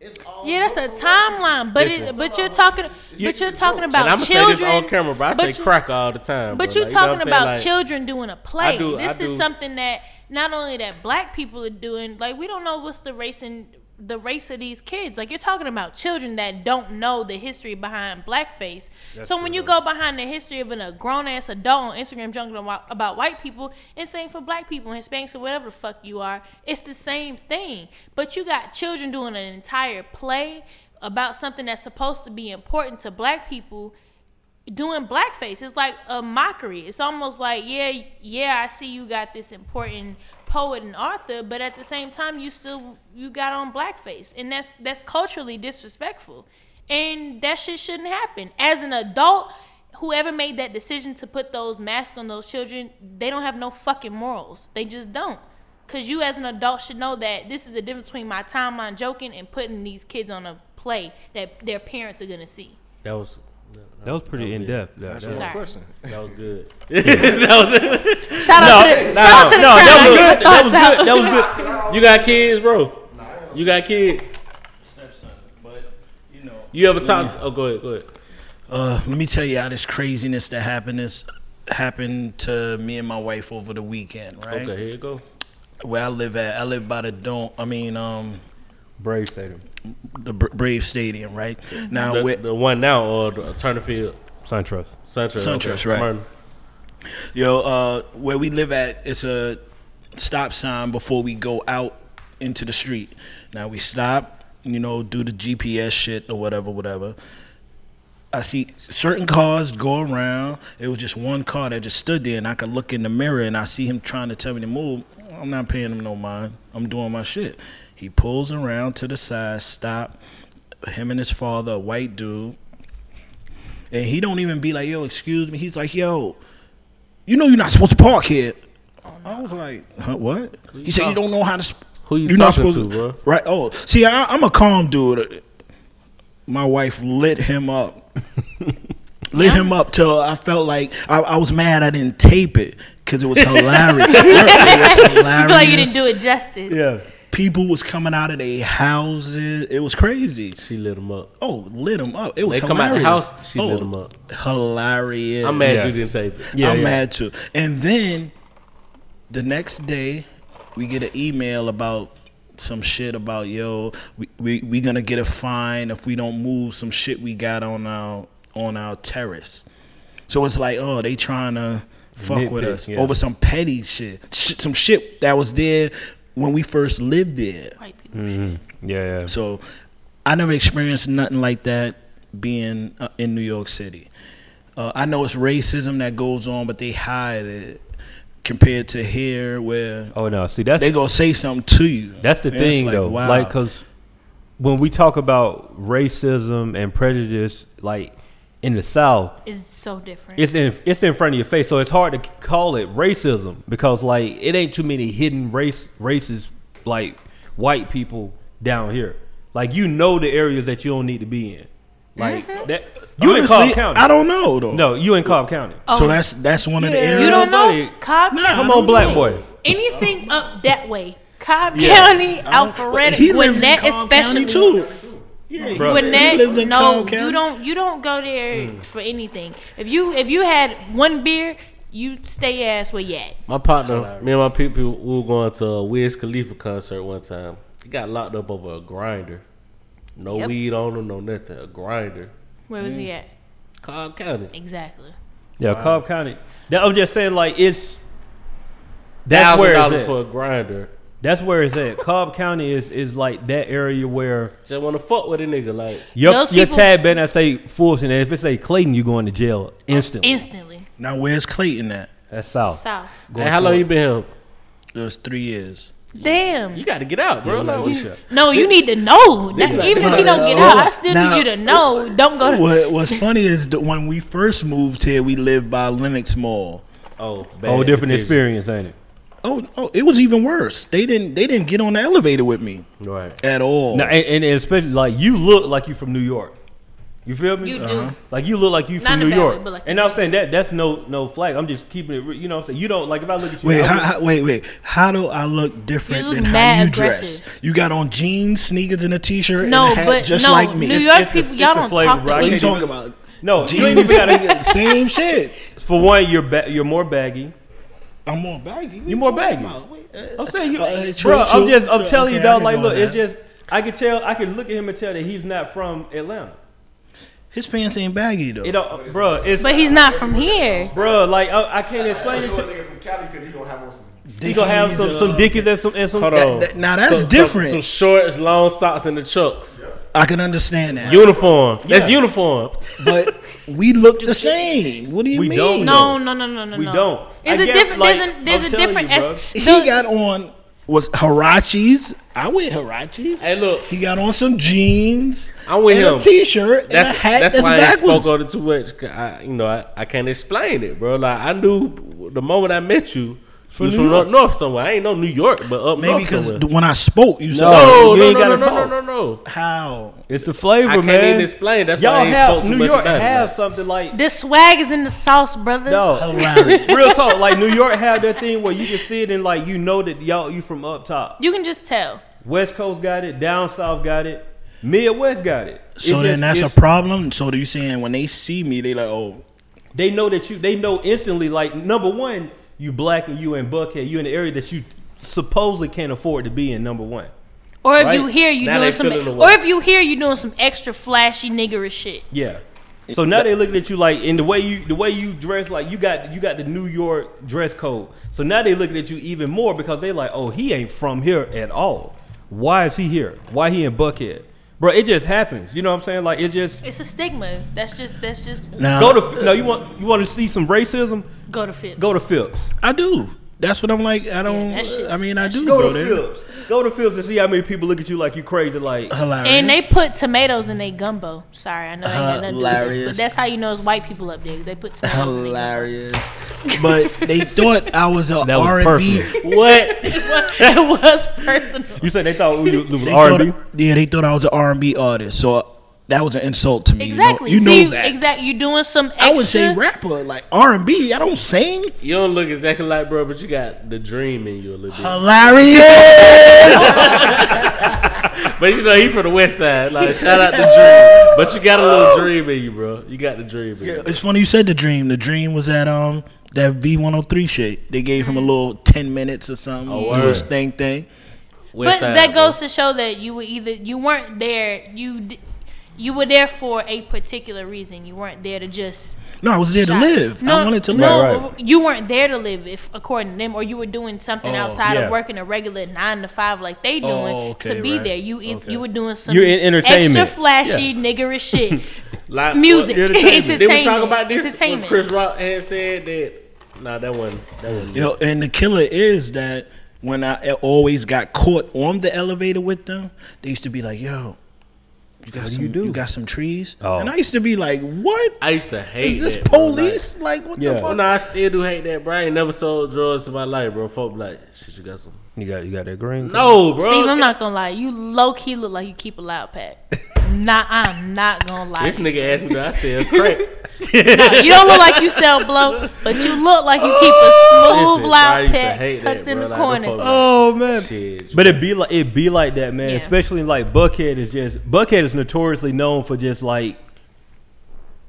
Speaker 6: it's all
Speaker 2: Yeah, that's a
Speaker 6: jokes on white
Speaker 2: timeline, but it,
Speaker 4: Listen.
Speaker 2: but you're talking, but you're talking about
Speaker 4: And I'm gonna say
Speaker 2: children.
Speaker 4: this on camera, bro. I
Speaker 2: but
Speaker 4: say
Speaker 2: you-
Speaker 4: crack all the time.
Speaker 2: But
Speaker 4: bro.
Speaker 2: you're
Speaker 4: Like, know what
Speaker 2: talking
Speaker 4: I'm saying?
Speaker 2: about
Speaker 4: Like,
Speaker 2: children doing a play.
Speaker 4: do- I
Speaker 2: this is
Speaker 4: do.
Speaker 2: something that not only that black people are doing. Like we don't know what's the race and the race of these kids. Like you're talking about children that don't know the history behind blackface. so when you go behind the history of an, a grown ass adult on Instagram joking about, about white people, and same for black people, Hispanics, or whatever the fuck you are, it's the same thing. But you got children doing an entire play about something that's supposed to be important to black people doing blackface. It's like a mockery. It's almost like, yeah, yeah, I see you got this important poet and author, but at the same time, you still you got on blackface, and that's that's culturally disrespectful, and that shit shouldn't happen. As an adult, whoever made that decision to put those masks on those children, they don't have no fucking morals. They just don't. Cause you as an adult should know that this is the difference between my timeline joking and putting these kids on a play that their parents are gonna see.
Speaker 4: that was
Speaker 3: That was pretty in depth. That, that-
Speaker 2: Sorry.
Speaker 6: question.
Speaker 4: that was good.
Speaker 2: Shout out to the, shout out to the
Speaker 4: no,
Speaker 2: crowd.
Speaker 4: that
Speaker 2: Get
Speaker 4: was
Speaker 2: your
Speaker 4: good. That was
Speaker 2: thoughts out.
Speaker 4: good. That was good. You got kids, bro. You got kids.
Speaker 5: Stepson, but you know.
Speaker 4: You ever talk? To, oh, go ahead. Go ahead.
Speaker 5: Uh, let me tell you all this craziness that happened. This happened to me and my wife over the weekend, right?
Speaker 4: Okay, here you go.
Speaker 5: Where I live at, I live by the dome. I mean, um,
Speaker 3: Brave Stadium,
Speaker 5: the Bra- Brave Stadium, right? Now,
Speaker 4: The,
Speaker 5: where-
Speaker 4: the one now or the Turner Field,
Speaker 3: SunTrust.
Speaker 4: Suntrust.
Speaker 5: SunTrust, right. Yo, uh, where we live at, it's a stop sign before we go out into the street. Now we stop, you know, do the GPS shit or whatever, whatever. I see certain cars go around. It was just one car that just stood there, and I could look in the mirror and I see him trying to tell me to move. I'm not paying him no mind. I'm doing my shit. He pulls around to the side, stop. Him and his father, a white dude, and he don't even be like, "Yo, excuse me." He's like, "Yo, you know you're not supposed to park here. I was like, huh, what? He said, you don't know how to. Sp-
Speaker 4: Who you
Speaker 5: you're not
Speaker 4: talking
Speaker 5: supposed
Speaker 4: to, bro?
Speaker 5: Right. Oh, see, I, I'm a calm dude. My wife lit him up. lit him up till I felt like I, I was mad I didn't tape it because it was hilarious. it was
Speaker 2: I
Speaker 5: hilarious.
Speaker 2: feel like you didn't do it justice.
Speaker 3: Yeah,
Speaker 5: People was coming out of their houses. It was crazy.
Speaker 4: She lit him up.
Speaker 5: Oh, lit them up. It was
Speaker 4: They come out the
Speaker 5: hilarious.
Speaker 4: house, she
Speaker 5: oh,
Speaker 4: lit 'em up.
Speaker 5: Hilarious.
Speaker 4: I'm mad
Speaker 3: Yes.
Speaker 4: you didn't tape it.
Speaker 5: I'm
Speaker 3: yeah.
Speaker 5: mad too. And then the next day, we get an email about some shit about yo, we we, we gonna get a fine if we don't move some shit we got on our on our terrace. So it's like, oh, they trying to fuck with
Speaker 3: Nitpick,
Speaker 5: us
Speaker 3: yeah.
Speaker 5: over some petty shit. shit, some shit that was there when we first lived there.
Speaker 2: White people.
Speaker 3: Yeah, yeah.
Speaker 5: So I never experienced nothing like that being uh, in New York City. Uh, I know it's racism that goes on, but they hide it compared to here where
Speaker 3: Oh no, see that's
Speaker 5: they gonna say something to you.
Speaker 3: That's the
Speaker 5: And it's
Speaker 3: thing,
Speaker 5: like,
Speaker 3: though.
Speaker 5: wow.
Speaker 3: Like 'cause Like, because when we talk about racism and prejudice, like in the South,
Speaker 2: It's so different.
Speaker 3: it's in it's in front of your face, so it's hard to call it racism because like it ain't too many hidden race races like white people down here. Like you know the areas that you don't need to be in. Like
Speaker 2: Mm-hmm.
Speaker 3: that you in Cobb
Speaker 5: Honestly,
Speaker 3: Oh, County.
Speaker 5: I don't know though.
Speaker 3: No, you in Cobb County.
Speaker 5: So that's that's one of the
Speaker 3: Yeah.
Speaker 5: areas.
Speaker 2: you don't know
Speaker 3: Everybody-
Speaker 2: Cobb
Speaker 5: Nah,
Speaker 2: County.
Speaker 3: Come on, black boy.
Speaker 2: Anything up that way, Cobb
Speaker 3: Yeah.
Speaker 2: County,
Speaker 5: Well,
Speaker 2: Alpharetta,
Speaker 5: he lives in
Speaker 2: Gwinnett,
Speaker 5: Cobb County
Speaker 2: especially.
Speaker 5: too.
Speaker 3: Bro.
Speaker 5: He
Speaker 2: Gwinnett,
Speaker 5: lives in
Speaker 2: no,
Speaker 5: Cobb
Speaker 2: you
Speaker 5: County.
Speaker 2: don't. You don't go there for anything. If you if you had one beer, you stay your ass where you at.
Speaker 4: My partner, me and my people, we were going to a Wiz Khalifa concert one time. He got locked up over a grinder. No
Speaker 2: Yep.
Speaker 4: weed on him, no nothing. A grinder.
Speaker 2: Where was he at?
Speaker 4: Cobb County.
Speaker 2: Exactly.
Speaker 3: Yeah, Cobb County. That, I'm just saying, like it's that's
Speaker 4: Thousand
Speaker 3: where
Speaker 4: dollars
Speaker 3: it's at.
Speaker 4: for a grinder.
Speaker 3: That's where it's at. Cobb County is is like that area where
Speaker 4: Just want to fuck with a nigga. Like,
Speaker 3: your,
Speaker 2: Those
Speaker 3: your
Speaker 2: people-
Speaker 3: tab better not say Fulton. And if it say Clayton, you going to jail instantly.
Speaker 2: Instantly,
Speaker 5: Now where's Clayton at?
Speaker 3: That's south.
Speaker 2: south.
Speaker 3: Going
Speaker 4: Hey, how long
Speaker 3: for
Speaker 4: you been here?
Speaker 5: It was three years.
Speaker 2: Damn.
Speaker 4: You got to get out, bro. Like, what you-
Speaker 2: No, you need to know.
Speaker 4: this
Speaker 2: That-
Speaker 4: like-
Speaker 2: even
Speaker 4: this
Speaker 2: if you
Speaker 4: like-
Speaker 2: don't get out, I
Speaker 5: Now-
Speaker 2: still need you to know. Don't go to.
Speaker 5: What, what's funny is that when we first moved here, we lived by Lenox Mall.
Speaker 4: Oh, bad
Speaker 3: Whole different
Speaker 4: decision.
Speaker 3: experience, ain't it?
Speaker 5: Oh, oh, it was even worse. They didn't they didn't get on the elevator with me
Speaker 4: Right.
Speaker 5: at all.
Speaker 3: Now, and, and especially like you look like you from New York. You feel me? Uh,
Speaker 2: You do. Uh-huh.
Speaker 3: Like you look like you
Speaker 2: Not in
Speaker 3: from
Speaker 2: a
Speaker 3: New
Speaker 2: bad way,
Speaker 3: York.
Speaker 2: but like-
Speaker 3: and I'm saying that that's no no flag. I'm just keeping it. re- You know what I'm saying? You don't like if I look at you.
Speaker 5: wait,
Speaker 3: I
Speaker 5: how,
Speaker 3: would-
Speaker 5: how, wait, wait. How do I look different
Speaker 2: You look
Speaker 5: than how
Speaker 2: mad
Speaker 5: you
Speaker 2: aggressive.
Speaker 5: dress? You got on jeans, sneakers, and a t-shirt
Speaker 2: No,
Speaker 5: and a hat
Speaker 2: but
Speaker 5: just
Speaker 2: no,
Speaker 5: like me.
Speaker 2: New York
Speaker 3: it's the-
Speaker 2: people,
Speaker 3: it's
Speaker 2: y'all
Speaker 3: the
Speaker 2: don't
Speaker 3: flavor,
Speaker 2: talk
Speaker 3: bro.
Speaker 2: the
Speaker 3: I
Speaker 5: what
Speaker 2: way
Speaker 5: are you
Speaker 3: can't
Speaker 5: talking
Speaker 3: even-
Speaker 5: about?
Speaker 3: no, you ain't
Speaker 5: Jeans,
Speaker 3: even gotta-
Speaker 5: nigga, same shit.
Speaker 3: for one, you're ba- you're more baggy.
Speaker 5: I'm more baggy.
Speaker 3: You more baggy.
Speaker 5: uh,
Speaker 3: I'm saying you, bro.
Speaker 5: true,
Speaker 3: I'm just, I'm
Speaker 5: true.
Speaker 3: telling you,
Speaker 5: Okay, I
Speaker 3: dog.
Speaker 5: can
Speaker 3: Like,
Speaker 5: go
Speaker 3: look,
Speaker 5: with
Speaker 3: it's
Speaker 5: that.
Speaker 3: just, I could tell, I could look at him and tell that he's not from Atlanta.
Speaker 5: His pants ain't baggy though.
Speaker 3: It, don't, bro, it's,
Speaker 2: But he's not from here.
Speaker 3: bro, like, I, I can't explain it.
Speaker 6: know
Speaker 3: to
Speaker 6: a nigga from Cali because he don't have on some.
Speaker 3: You gonna have some, some dickies and some, and some.
Speaker 4: Hold
Speaker 5: That-
Speaker 4: on.
Speaker 5: that- uh, now that's different.
Speaker 4: Some, shorts, long socks, and the chucks.
Speaker 5: I can understand that,
Speaker 4: Uniform. That's uniform.
Speaker 5: but we look the same. What do you
Speaker 3: We
Speaker 5: mean?
Speaker 3: don't
Speaker 2: No, no, no, no, no.
Speaker 3: We
Speaker 2: no.
Speaker 3: don't.
Speaker 2: It's
Speaker 3: I
Speaker 2: a
Speaker 3: get-
Speaker 2: different.
Speaker 3: like,
Speaker 2: there's a, there's
Speaker 3: I'm
Speaker 2: a
Speaker 3: telling
Speaker 2: different.
Speaker 3: you,
Speaker 2: es-
Speaker 3: bro.
Speaker 5: He
Speaker 2: the-
Speaker 5: got on was Harachis. I wear Harachis.
Speaker 4: Hey, look.
Speaker 5: He got on some jeans.
Speaker 4: I'm with
Speaker 5: and
Speaker 4: him.
Speaker 5: a t-shirt
Speaker 4: That's
Speaker 5: and a hat that's,
Speaker 4: that's why I ain't
Speaker 5: backwards.
Speaker 4: spoke on it too much. 'cause I, you know, I, I can't explain it, bro. Like I knew the moment I met you, you was
Speaker 3: New
Speaker 4: from
Speaker 3: York.
Speaker 4: up north somewhere. I ain't know New York, but uh, up
Speaker 5: Maybe
Speaker 4: north
Speaker 5: because
Speaker 4: somewhere.
Speaker 5: when I spoke, you said,
Speaker 3: No.
Speaker 5: oh,
Speaker 4: no,
Speaker 3: You
Speaker 4: no,
Speaker 3: ain't
Speaker 4: no, no,
Speaker 3: gotta
Speaker 4: no, no, no,
Speaker 3: talk.
Speaker 4: no.
Speaker 5: how?
Speaker 3: It's the flavor,
Speaker 4: I can't
Speaker 3: man.
Speaker 4: even explain. That's
Speaker 3: Y'all
Speaker 4: why I ain't spoke
Speaker 3: have
Speaker 4: too
Speaker 3: New
Speaker 4: much
Speaker 3: York
Speaker 4: about
Speaker 3: have
Speaker 4: it.
Speaker 3: something like,
Speaker 2: The swag is in the sauce, brother.
Speaker 3: dog.
Speaker 5: Hilarious.
Speaker 3: Real talk, like New York have that thing where you can see it and like you know that y'all you from up top.
Speaker 2: You can just tell.
Speaker 3: West Coast got it, down south got it, Midwest got it. It
Speaker 5: so
Speaker 3: just-
Speaker 5: then that's a
Speaker 3: it's-
Speaker 5: problem. So you saying when they see me, they like, oh,
Speaker 3: they know that you they know instantly like number one you black and you in buckhead you in the area that you supposedly can't afford to be in number one
Speaker 2: Or if
Speaker 3: Right.
Speaker 2: you hear you
Speaker 4: Now they
Speaker 2: doing some,
Speaker 4: feeling the
Speaker 2: or
Speaker 4: way.
Speaker 2: if you hear you doing some extra flashy niggerish shit.
Speaker 3: yeah so now they looking at you like in the way you the way you dress like you got you got the new york dress code so now they looking at you even more because they like oh he ain't from here at all why is he here why he in buckhead bro it just happens you know what i'm saying like it just
Speaker 2: It's a stigma. That's just that's just
Speaker 5: now
Speaker 3: go to no you want you want to see some racism
Speaker 2: go to fit.
Speaker 3: go to phillips
Speaker 5: I do. That's what I'm like. I don't.
Speaker 2: that shit's-
Speaker 5: I mean, I
Speaker 2: that
Speaker 5: do
Speaker 2: shit's-
Speaker 5: go,
Speaker 3: go to
Speaker 5: there.
Speaker 3: phillips go to phillips and see how many people look at you like you crazy like
Speaker 5: Hilarious.
Speaker 2: and they put tomatoes in their gumbo. Sorry, I know that ain't got nothing to do with this,
Speaker 5: Hilarious.
Speaker 2: but that's how you know it's white people up there. They put tomatoes
Speaker 5: hilarious. but they thought I was a
Speaker 3: That was
Speaker 5: R and B.
Speaker 3: personal.
Speaker 4: What?
Speaker 2: in their gumbo. it was personal.
Speaker 3: You said they thought we was
Speaker 5: They
Speaker 3: R and B.
Speaker 5: thought- Yeah, they thought I was an R and B artist. So uh, That was an insult to me. You know-
Speaker 2: Exactly.
Speaker 5: You know,
Speaker 2: See,
Speaker 5: that.
Speaker 2: Exactly. You doing some extra.
Speaker 5: I would say rapper, like R and B. I don't sing.
Speaker 4: You don't look exactly like bro, but you got the dream in you a little bit.
Speaker 5: Hilarious.
Speaker 4: But you know he from the west side. Like shout out the dream, but you got a little
Speaker 5: Oh.
Speaker 4: dream in you, bro. You got the dream in you.
Speaker 5: it's funny you said the dream. The dream was that um that V one hundred three shit. They gave him
Speaker 2: Mm-hmm.
Speaker 5: a little ten minutes or something.
Speaker 4: Oh,
Speaker 5: do his
Speaker 4: word.
Speaker 5: thing thing.
Speaker 4: West
Speaker 2: But
Speaker 4: side,
Speaker 2: that
Speaker 4: bro.
Speaker 2: goes to show that you were either you weren't there. You d- you were there for a particular reason. You weren't there to just.
Speaker 5: No, I was there to
Speaker 2: shop.
Speaker 5: live. I wanted to
Speaker 2: No,
Speaker 5: live.
Speaker 3: Right,
Speaker 2: but you weren't there to live, if according to them, or you were doing something outside
Speaker 3: yeah.
Speaker 2: of working a regular nine to five like they doing
Speaker 5: Oh, okay,
Speaker 2: to be
Speaker 5: right.
Speaker 2: there. You eith- you were doing some
Speaker 3: You're in
Speaker 2: extra
Speaker 3: entertainment.
Speaker 2: flashy niggerish shit.
Speaker 4: Like,
Speaker 2: Music.
Speaker 4: well, entertainment. Did we talk
Speaker 2: Entertainment.
Speaker 4: about this? When
Speaker 2: Entertainment.
Speaker 4: Chris Rock had said that. Nah, that wasn't. That wasn't.
Speaker 5: You know, and the killer is that when I always got caught on the elevator with them, they used to be like, "Yo, you got some, you, got some trees,"
Speaker 3: Oh.
Speaker 5: and I used to be like, "What?
Speaker 4: I used to hate
Speaker 5: Is this
Speaker 4: that, bro. Like,
Speaker 5: police? Like, what
Speaker 3: Yeah.
Speaker 5: the
Speaker 4: Oh
Speaker 5: fuck?"
Speaker 4: no, I still do hate that, bro. I ain't never sold drugs in my life, bro. Folk be like, shit, you got some.
Speaker 3: You got you got that green.
Speaker 4: No, Oh, bro.
Speaker 2: Steve, I'm not gonna lie. You low key look like you keep a loud pack. nah, I'm not gonna lie.
Speaker 4: This nigga asked me, do I sell crack?
Speaker 2: you don't look like you sell blow, but you look like you keep a smooth
Speaker 4: Listen, bro, I
Speaker 2: loud
Speaker 4: used to
Speaker 2: pack
Speaker 4: hate
Speaker 2: tucked
Speaker 4: that,
Speaker 2: in the
Speaker 4: bro. Like,
Speaker 2: corner.
Speaker 4: folk be like,
Speaker 3: Oh man.
Speaker 4: shit.
Speaker 3: But it be like it be like that, man.
Speaker 2: Yeah.
Speaker 3: Especially like Buckhead is just Buckhead is notoriously known for just like,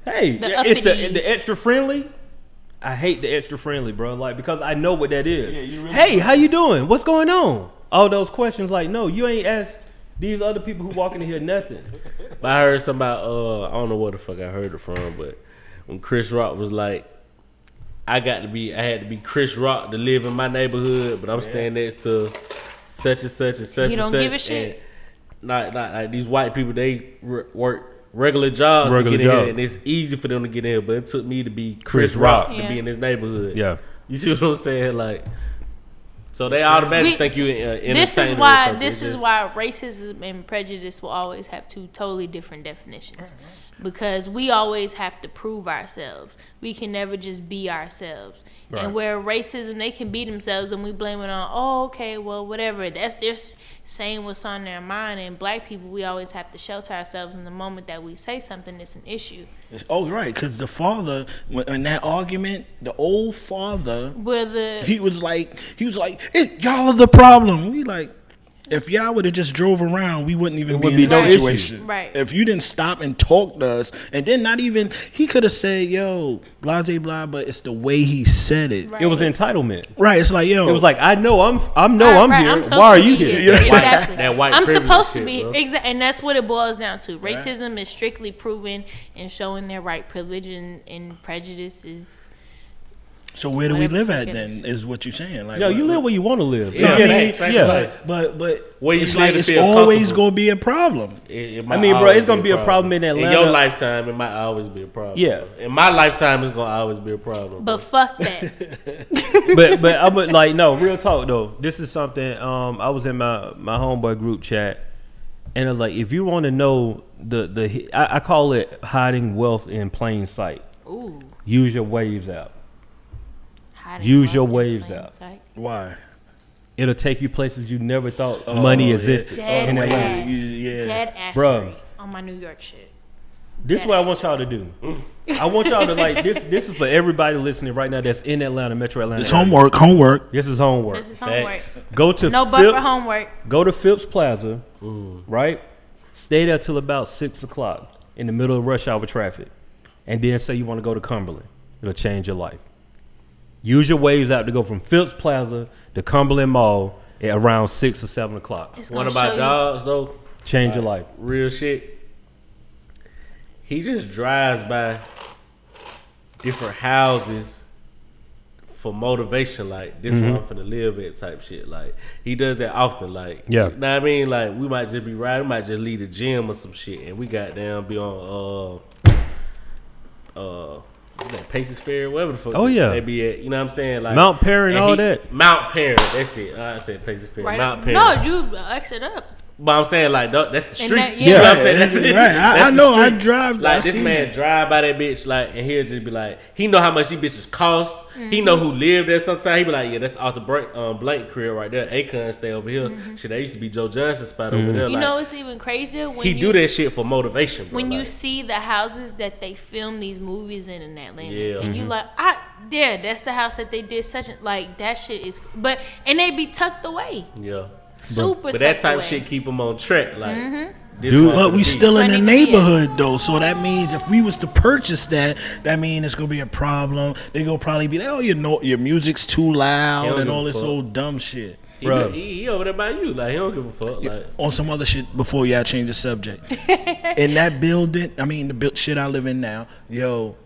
Speaker 3: hey,
Speaker 2: The
Speaker 3: yeah, it's the
Speaker 2: uppity.
Speaker 3: the extra friendly. I hate the extra friendly, bro. Like because I know what that is.
Speaker 6: you really-
Speaker 3: hey, how you doing? What's going on? All those questions, like, no, you ain't asked these other people who walk in here nothing.
Speaker 4: But I heard somebody, uh, I don't know where the fuck I heard it from, but when Chris Rock was like, I got to be, I had to be Chris Rock to live in my neighborhood, but I'm staying next to such and such and such
Speaker 2: You
Speaker 4: and
Speaker 2: don't
Speaker 4: such.
Speaker 2: give a shit?
Speaker 4: And not, not like these white people, they re- work regular jobs
Speaker 3: Regular
Speaker 4: to get in
Speaker 3: jobs.
Speaker 4: here, and it's easy for them to get in here, but it took me to be Chris,
Speaker 3: Chris
Speaker 4: Rock,
Speaker 3: Rock.
Speaker 4: to be
Speaker 2: Yeah.
Speaker 4: in this neighborhood.
Speaker 3: Yeah.
Speaker 4: You see what I'm saying? Like, so they automatically
Speaker 2: We-
Speaker 4: think you uh,
Speaker 2: This is
Speaker 4: entertainer or
Speaker 2: why
Speaker 4: something.
Speaker 2: this
Speaker 4: It's
Speaker 2: is
Speaker 4: just-
Speaker 2: why racism and prejudice will always have two totally different definitions. Because we always have to prove ourselves. We can never just be ourselves.
Speaker 3: Right.
Speaker 2: And where racism, they can be themselves, and we blame it on, oh, okay, well, whatever. That's they're s- saying what's on their mind. And black people, we always have to shelter ourselves. And the moment that we say something, it's an issue.
Speaker 5: Oh, right, because the father, when, in that argument, the old father,
Speaker 2: Where the
Speaker 5: he was like, he was like, "It- "Y'all are the problem." We like. If y'all would have just drove around, we wouldn't even be in
Speaker 3: wouldn't
Speaker 5: this
Speaker 3: be no issue.
Speaker 5: situation.
Speaker 2: Right.
Speaker 5: If you didn't stop and talk to us, and then not even he could have said, "Yo, blase blah," but it's the way he said it. Right.
Speaker 3: It was entitlement.
Speaker 5: it's like yo,
Speaker 3: It was like I know I'm I know I'm
Speaker 2: Right,
Speaker 3: here.
Speaker 2: supposed
Speaker 3: Why are
Speaker 2: to
Speaker 3: you
Speaker 2: be
Speaker 3: here?
Speaker 2: Exactly.
Speaker 4: That white
Speaker 2: I'm
Speaker 4: privilege
Speaker 2: supposed
Speaker 4: shit,
Speaker 2: to be
Speaker 4: bro.
Speaker 2: exactly, and that's what it boils down to. Racism is strictly proven and showing their right privilege, and, and prejudice is
Speaker 5: so where do we
Speaker 2: whatever
Speaker 5: live
Speaker 2: the
Speaker 5: at
Speaker 2: fuck it
Speaker 5: then? Is what you're saying? Like,
Speaker 3: No, you
Speaker 5: what-
Speaker 3: live where you want to live. Yeah,
Speaker 4: Yeah, I mean,
Speaker 3: yeah,
Speaker 4: it's-
Speaker 3: yeah.
Speaker 4: like-
Speaker 5: But but
Speaker 4: Where you
Speaker 5: it's
Speaker 4: live
Speaker 5: like
Speaker 4: to
Speaker 5: it's
Speaker 4: feel
Speaker 5: always
Speaker 4: comfortable.
Speaker 5: gonna be a problem.
Speaker 4: It, it
Speaker 3: I
Speaker 4: might
Speaker 3: mean, bro,
Speaker 4: always
Speaker 3: it's gonna be a problem in
Speaker 4: In your
Speaker 3: Atlanta.
Speaker 4: lifetime, it might always be a problem.
Speaker 3: Yeah.
Speaker 4: In my lifetime, it's gonna always be a problem.
Speaker 2: but fuck that.
Speaker 3: but but I'm like no real talk though. This is something. Um, I was in my my homeboy group chat, and I was like, if you want to know the the hi- I, I call it hiding wealth in plain sight.
Speaker 2: Ooh,
Speaker 3: Use your waves out.
Speaker 2: hiding
Speaker 3: Use
Speaker 2: wealth
Speaker 3: your
Speaker 2: in
Speaker 3: waves
Speaker 2: plain
Speaker 3: out.
Speaker 2: sight.
Speaker 5: Why?
Speaker 3: It'll take you places you never thought money
Speaker 5: Oh, yeah.
Speaker 3: existed.
Speaker 2: Dead
Speaker 3: In Atlanta.
Speaker 2: ass,
Speaker 5: you- yeah.
Speaker 2: dead ass,
Speaker 3: Bruh.
Speaker 2: on my New York shit.
Speaker 3: This is what I want y'all to do. I want y'all to like this. This is for everybody listening right now that's in Atlanta, Metro Atlanta.
Speaker 5: It's
Speaker 3: area.
Speaker 5: homework, homework.
Speaker 3: This is homework.
Speaker 2: This is homework.
Speaker 4: Facts.
Speaker 3: Go to
Speaker 2: No
Speaker 3: Phil-
Speaker 2: buffer homework.
Speaker 3: go to Phipps Plaza, right? Stay there till about six o'clock in the middle of rush hour traffic, and then say you want to go to Cumberland. It'll change your life. Use your waves out to go from Phipps Plaza to Cumberland Mall at around six or seven o'clock.
Speaker 2: It's
Speaker 4: one
Speaker 2: gonna
Speaker 4: of my
Speaker 2: show you.
Speaker 4: dogs though,
Speaker 3: Change your life.
Speaker 4: real shit. He just drives by different houses for motivation, like this one I'm
Speaker 3: Mm-hmm.
Speaker 4: finna live at type shit. Like he does that often. Like
Speaker 3: Yeah.
Speaker 4: you know what I mean. Like we might just be riding, might just leave the gym or some shit, and we got down be on uh uh. what's That Paces Fair, whatever the fuck.
Speaker 3: Oh,
Speaker 4: they-
Speaker 3: yeah.
Speaker 4: they be at. You know what I'm saying? Like
Speaker 3: Mount Perry and all that.
Speaker 4: Mount Perry, that's it. I said Paces Fair.
Speaker 2: Right
Speaker 4: Mount
Speaker 2: up-
Speaker 4: Perry.
Speaker 2: No, you uh, X it up.
Speaker 4: But I'm saying like that- that's the
Speaker 2: And
Speaker 4: street.
Speaker 2: that-
Speaker 4: You know
Speaker 2: yeah.
Speaker 4: what I'm saying? That's it.
Speaker 5: Right, I-
Speaker 4: That's
Speaker 5: I
Speaker 4: the
Speaker 5: know, I
Speaker 4: street.
Speaker 5: drive-
Speaker 4: Like
Speaker 5: I
Speaker 4: this
Speaker 5: see
Speaker 4: man drive by that bitch, like, and he'll just be like, he know how much these bitches cost. He know
Speaker 2: Mm-hmm.
Speaker 4: who lived there. Sometimes he be like, yeah, that's off the break, um, blank crib right there. Akon stay over here. Shit, that used to be Joe Johnson's spot
Speaker 5: Mm-hmm.
Speaker 4: over there.
Speaker 2: Mm-hmm. You
Speaker 4: like,
Speaker 2: know, it's even crazier when
Speaker 4: he
Speaker 2: you,
Speaker 4: do that shit for motivation. Bro.
Speaker 2: when you
Speaker 4: like,
Speaker 2: see the houses that they film these movies in in Atlanta,
Speaker 4: Yeah.
Speaker 2: and
Speaker 3: Mm-hmm.
Speaker 2: you like, I yeah, that's the house that they did such a, like that shit is, but and they be tucked away,
Speaker 4: yeah,
Speaker 2: super.
Speaker 4: but that
Speaker 2: tucked
Speaker 4: type
Speaker 2: away. Mm-hmm.
Speaker 4: shit keep him on track. Like, this
Speaker 3: Dude,
Speaker 4: one
Speaker 5: But
Speaker 4: for
Speaker 5: we
Speaker 4: the
Speaker 5: still in the
Speaker 2: Twenty million.
Speaker 5: neighborhood though, so that means if we was to purchase that, that means it's gonna be a problem. They gonna probably be like, oh, you know, your music's too
Speaker 4: Hell
Speaker 5: loud and
Speaker 4: no
Speaker 5: all this
Speaker 4: fuck.
Speaker 5: old dumb shit.
Speaker 4: beat. He,
Speaker 3: Bruh.
Speaker 4: he, he over there by you. Like, he don't give a fuck. Like,
Speaker 5: On some other shit before y'all change the subject. in that building, I mean the build, shit I live in now, yo,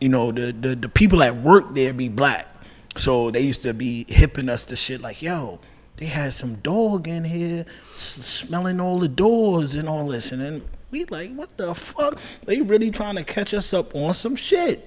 Speaker 5: you know the the, the people at work there be black, so they used to be hipping us to shit like yo. They had some dog in here s- smelling all the doors and all this, and then we like, what the fuck? They really trying to catch us up on some shit,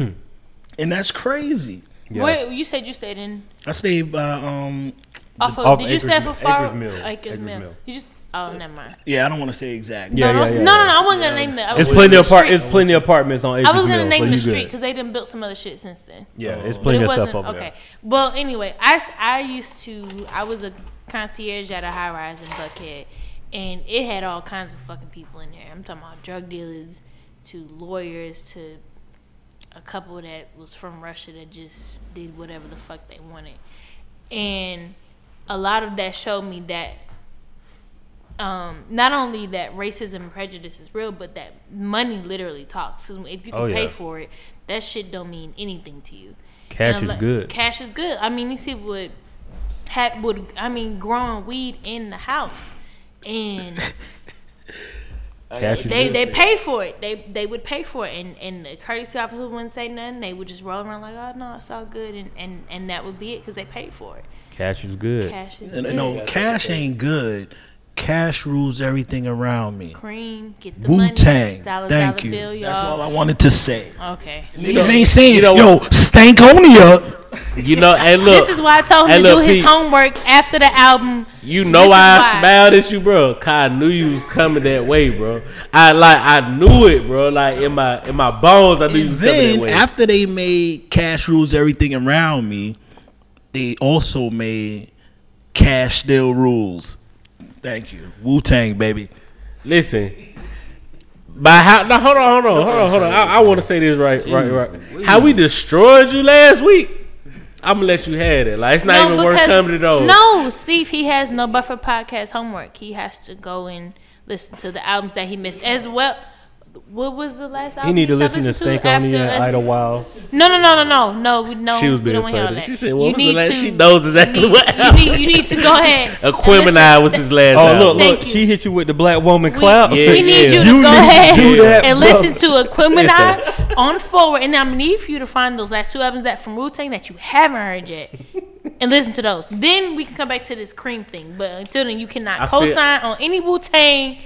Speaker 5: and that's crazy.
Speaker 2: Wait, you said you stayed in
Speaker 5: I stayed by, um,
Speaker 2: off of?
Speaker 3: off
Speaker 2: did you stay
Speaker 3: Acres-
Speaker 2: for far?
Speaker 3: Acres Mill.
Speaker 2: Acres
Speaker 3: Acres
Speaker 2: Mill.
Speaker 3: Mill.
Speaker 2: You just oh, never mind.
Speaker 5: yeah, I don't want to say exact.
Speaker 3: Yeah,
Speaker 2: no, no,
Speaker 3: yeah, yeah,
Speaker 2: no, no,
Speaker 3: yeah.
Speaker 2: no, I wasn't gonna name that. I was
Speaker 3: It's
Speaker 2: gonna
Speaker 3: plenty
Speaker 2: name
Speaker 3: of apart.
Speaker 2: the
Speaker 3: It's
Speaker 2: street.
Speaker 3: plenty of apartments on.
Speaker 2: I was
Speaker 3: Acres
Speaker 2: gonna
Speaker 3: Mill, so
Speaker 2: name
Speaker 3: you
Speaker 2: the street
Speaker 3: good.
Speaker 2: because they done built some other shit since then.
Speaker 3: Yeah, it's
Speaker 2: But
Speaker 3: plenty
Speaker 2: it
Speaker 3: of stuff
Speaker 2: wasn't
Speaker 3: over
Speaker 2: okay. Well, anyway, I, s- I used to I was a concierge at a high rise in Buckhead, and it had all kinds of fucking people in there. I'm talking about drug dealers, to lawyers, to a couple that was from Russia that just did whatever the fuck they wanted, and a lot of that showed me that um, not only that racism and prejudice is real, but that money literally talks. 'Cause If you can
Speaker 3: Oh,
Speaker 2: pay
Speaker 3: yeah.
Speaker 2: for it, that shit don't mean anything to you.
Speaker 3: Cash
Speaker 2: And
Speaker 3: is
Speaker 2: like-
Speaker 3: good.
Speaker 2: Cash is good. I mean, these people would had would I mean growing weed in the house, and
Speaker 3: Cash is
Speaker 2: they
Speaker 3: good.
Speaker 2: they pay for it. They they would pay for it, and and the courtesy officer wouldn't say nothing. They would just roll around like, oh no, it's all good, and and and that would be it because they paid for it.
Speaker 3: Cash is good.
Speaker 2: Cash is
Speaker 5: And,
Speaker 2: good.
Speaker 5: no, cash ain't good. Cash rules everything around me.
Speaker 2: Cream, get the
Speaker 5: Wu
Speaker 2: money.
Speaker 5: Tang.
Speaker 2: Dollar,
Speaker 5: Thank
Speaker 2: dollar
Speaker 5: you.
Speaker 2: bill,
Speaker 5: That's all
Speaker 2: y'all.
Speaker 5: I wanted to say.
Speaker 2: okay.
Speaker 5: Niggas ain't saying,
Speaker 4: you know
Speaker 5: yo, Stankonia.
Speaker 4: you know, hey, look,
Speaker 2: This is why I told
Speaker 4: Hey,
Speaker 2: him to
Speaker 4: look,
Speaker 2: do his
Speaker 4: Pete.
Speaker 2: homework after the album.
Speaker 4: You
Speaker 2: This
Speaker 4: know
Speaker 2: is
Speaker 4: why
Speaker 2: why.
Speaker 4: I smiled at you, bro. Cause I knew you was coming that way, bro. I like I knew it, bro. Like in my in my bones, I knew you
Speaker 5: And
Speaker 4: was coming that
Speaker 5: then
Speaker 4: way.
Speaker 5: after they made cash rules everything around me, they also made cash still rules. Thank you. Wu Tang, baby.
Speaker 4: Listen. By how no hold on, hold on, hold on, hold on. I, I wanna say this right, right, right. How we destroyed you last week, I'ma let you have it. Like it's not even worth
Speaker 2: because-
Speaker 4: coming to those.
Speaker 2: No, Steve, he has no buffer podcast homework. He has to go and listen to the albums that he missed as well. What was the last album?
Speaker 3: He need to
Speaker 2: stopped
Speaker 3: listen to
Speaker 2: listening
Speaker 3: Stankonia
Speaker 2: after
Speaker 3: and
Speaker 2: us?
Speaker 3: Idlewild.
Speaker 2: No, no, no, no, no, no. We no.
Speaker 4: uh, She was
Speaker 2: we
Speaker 4: being
Speaker 2: don't wanna hear all
Speaker 4: funny.
Speaker 2: that.
Speaker 4: She said, "What
Speaker 2: You
Speaker 4: was the
Speaker 2: need
Speaker 4: last-"
Speaker 2: to-
Speaker 4: she knows exactly
Speaker 2: you need,
Speaker 4: what
Speaker 2: you need, you need to go ahead. and
Speaker 4: Aquemini
Speaker 2: listen.
Speaker 4: was his last
Speaker 3: Oh,
Speaker 4: album.
Speaker 3: look,
Speaker 2: Thank
Speaker 3: look.
Speaker 2: you.
Speaker 3: She hit you with the black woman
Speaker 2: We,
Speaker 3: clap.
Speaker 2: we
Speaker 4: Yeah,
Speaker 2: need
Speaker 4: yeah.
Speaker 2: you to
Speaker 3: You
Speaker 2: go
Speaker 3: need to
Speaker 2: ahead
Speaker 3: do that,
Speaker 2: and
Speaker 3: brother.
Speaker 2: listen to
Speaker 4: Listen.
Speaker 2: Aquemini on forward. And I'm gonna need for you to find those last two albums that from Wu Tang that you haven't heard yet, and listen to those. Then we can come back to this cream thing. But until then, you
Speaker 4: I
Speaker 2: cannot
Speaker 4: feel-
Speaker 2: co-sign on any Wu Tang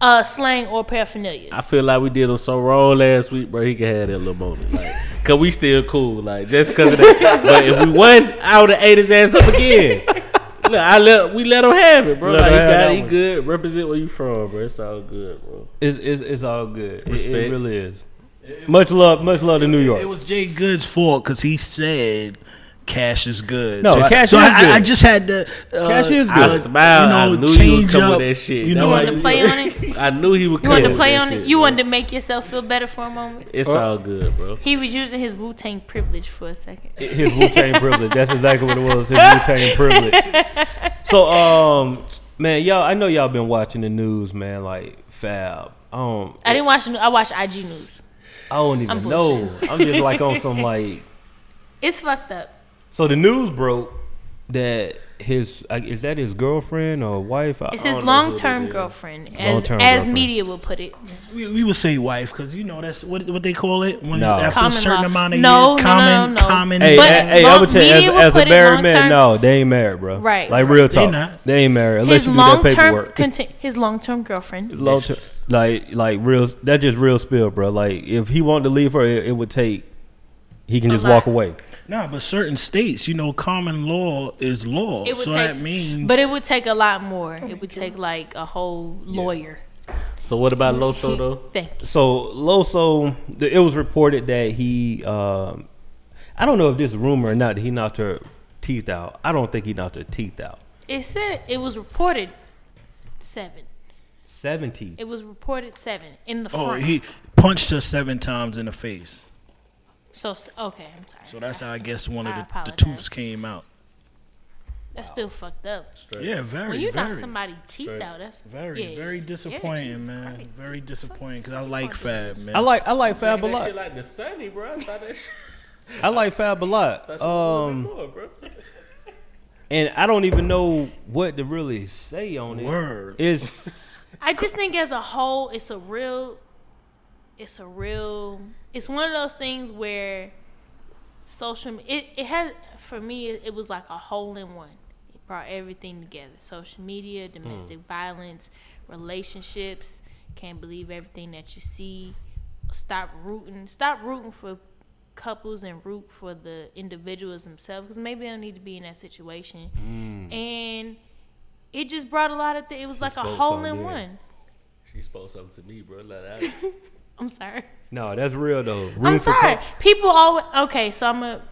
Speaker 2: uh, slang or paraphernalia.
Speaker 4: I feel like we did him so wrong last week, bro. He could have that little moment, like, cause we still cool, like just cause of that. but if we won, I would have ate his ass up again. Look, I let we let him have it, bro.
Speaker 3: Let
Speaker 4: like,
Speaker 3: him
Speaker 4: he
Speaker 3: have
Speaker 4: got
Speaker 3: that
Speaker 4: he
Speaker 3: one.
Speaker 4: good. Represent where you from, bro. It's all good, bro.
Speaker 3: It's, it's, it's all good. It- It,
Speaker 4: Respect.
Speaker 3: really is. Much love, much love to New York.
Speaker 5: It was Jay Good's fault because he said cash is good.
Speaker 3: No,
Speaker 5: so
Speaker 3: cash
Speaker 5: so
Speaker 3: is
Speaker 5: I, I-
Speaker 3: good.
Speaker 5: I just had to. Uh,
Speaker 3: Cash is
Speaker 5: I-
Speaker 3: good.
Speaker 4: I smiled. I knew you was coming with that shit.
Speaker 5: You
Speaker 4: That
Speaker 5: know,
Speaker 2: You
Speaker 4: why
Speaker 2: want
Speaker 5: like,
Speaker 2: to play on it?
Speaker 4: I knew he would.
Speaker 2: You
Speaker 4: want
Speaker 2: want to play on it? You want to make yourself feel better for a moment?
Speaker 4: It's all good, bro.
Speaker 2: He was using his Wu Tang privilege for a second.
Speaker 3: his Wu Tang privilege. That's exactly what it was. His Wu Tang privilege. So, um, man, y'all, I know y'all been watching the news, man. Like Fab. Um,
Speaker 2: I didn't watch. the new- I watched IG news.
Speaker 3: I don't even
Speaker 2: I'm
Speaker 3: know.
Speaker 2: bullshitting.
Speaker 3: I'm just like on some like.
Speaker 2: It's fucked up.
Speaker 3: So the news broke that his like, is that his girlfriend or wife? I
Speaker 2: It's
Speaker 3: don't
Speaker 2: his
Speaker 3: know.
Speaker 2: long term girlfriend, as
Speaker 3: Long-term
Speaker 2: as
Speaker 3: girlfriend.
Speaker 2: media will put it.
Speaker 5: we, we would say wife because you know that's what what they call it when
Speaker 3: No.
Speaker 5: after
Speaker 2: Common
Speaker 5: a certain
Speaker 2: law.
Speaker 5: amount of
Speaker 2: No,
Speaker 5: years.
Speaker 2: no,
Speaker 5: Common,
Speaker 2: no, no.
Speaker 5: common.
Speaker 3: Hey,
Speaker 2: But
Speaker 3: hey, hey, I
Speaker 2: long-
Speaker 3: would tell you, as,
Speaker 2: media will
Speaker 3: as a
Speaker 2: put it
Speaker 3: married man,
Speaker 2: long-term-
Speaker 3: no, they ain't married, bro.
Speaker 2: Right,
Speaker 3: Like
Speaker 2: right.
Speaker 3: real talk,
Speaker 5: not.
Speaker 3: they ain't married unless
Speaker 2: His
Speaker 3: you do that
Speaker 2: long term
Speaker 3: paperwork.
Speaker 2: conti- his long term girlfriend.
Speaker 3: Long term, like like real. That's just real spill, bro. Like if he wanted to leave her, it, it would take He can
Speaker 2: A
Speaker 3: just walk
Speaker 2: lot.
Speaker 3: away.
Speaker 5: Nah, but certain states, you know, common law is law.
Speaker 2: It would
Speaker 5: so
Speaker 2: take,
Speaker 5: that means
Speaker 2: but it would take a lot more. It would take like a whole lawyer.
Speaker 4: So what about Loso though?
Speaker 2: Thank you.
Speaker 3: So Loso, th- it was reported that he, um, I don't know if this is rumor or not, that he knocked her teeth out. I don't think he knocked her teeth out.
Speaker 2: It said it was reported seven.
Speaker 3: Seven teeth.
Speaker 2: It was reported seven in the
Speaker 5: oh,
Speaker 2: front.
Speaker 5: he punched her seven times in the face.
Speaker 2: so s- okay, I'm sorry.
Speaker 5: So that's how I guess one of
Speaker 2: I
Speaker 5: the, the
Speaker 2: apologize.
Speaker 5: tooths came out.
Speaker 2: That's still fucked up.
Speaker 5: Yeah, very,
Speaker 2: When you
Speaker 5: very,
Speaker 2: knock somebody teeth out, that's
Speaker 5: very,
Speaker 2: yeah, yeah,
Speaker 5: very
Speaker 2: yeah,
Speaker 5: disappointing,
Speaker 2: Jesus
Speaker 5: man.
Speaker 2: Christ.
Speaker 5: Very disappointing because I like Fab, man.
Speaker 3: I like I like Fab a
Speaker 4: That shit
Speaker 3: lot.
Speaker 4: like the sunny, bro. I thought that shit.
Speaker 3: I like Fab a lot. Um, and I don't even know what to really say on it.
Speaker 5: Word.
Speaker 3: It's
Speaker 2: I just think as a whole, it's a real, it's a real, it's one of those things where social, me- it, it has, for me, it, it was like a hole in one. It brought everything together social media,
Speaker 3: Hmm.
Speaker 2: domestic violence, relationships. Can't believe everything that you see. Stop rooting. Stop rooting for couples and root for the individuals themselves because maybe they don't need to be in that situation.
Speaker 3: Hmm.
Speaker 2: And it just brought a lot of things. It was like a
Speaker 3: spoke
Speaker 2: hole
Speaker 3: something,
Speaker 2: in
Speaker 3: yeah.
Speaker 2: one.
Speaker 4: She spoke something to me, bro. Like that.
Speaker 2: I'm sorry.
Speaker 3: no, that's real though.
Speaker 2: I'm
Speaker 3: Room for
Speaker 2: sorry.
Speaker 3: co-
Speaker 2: People always okay. So I'm a.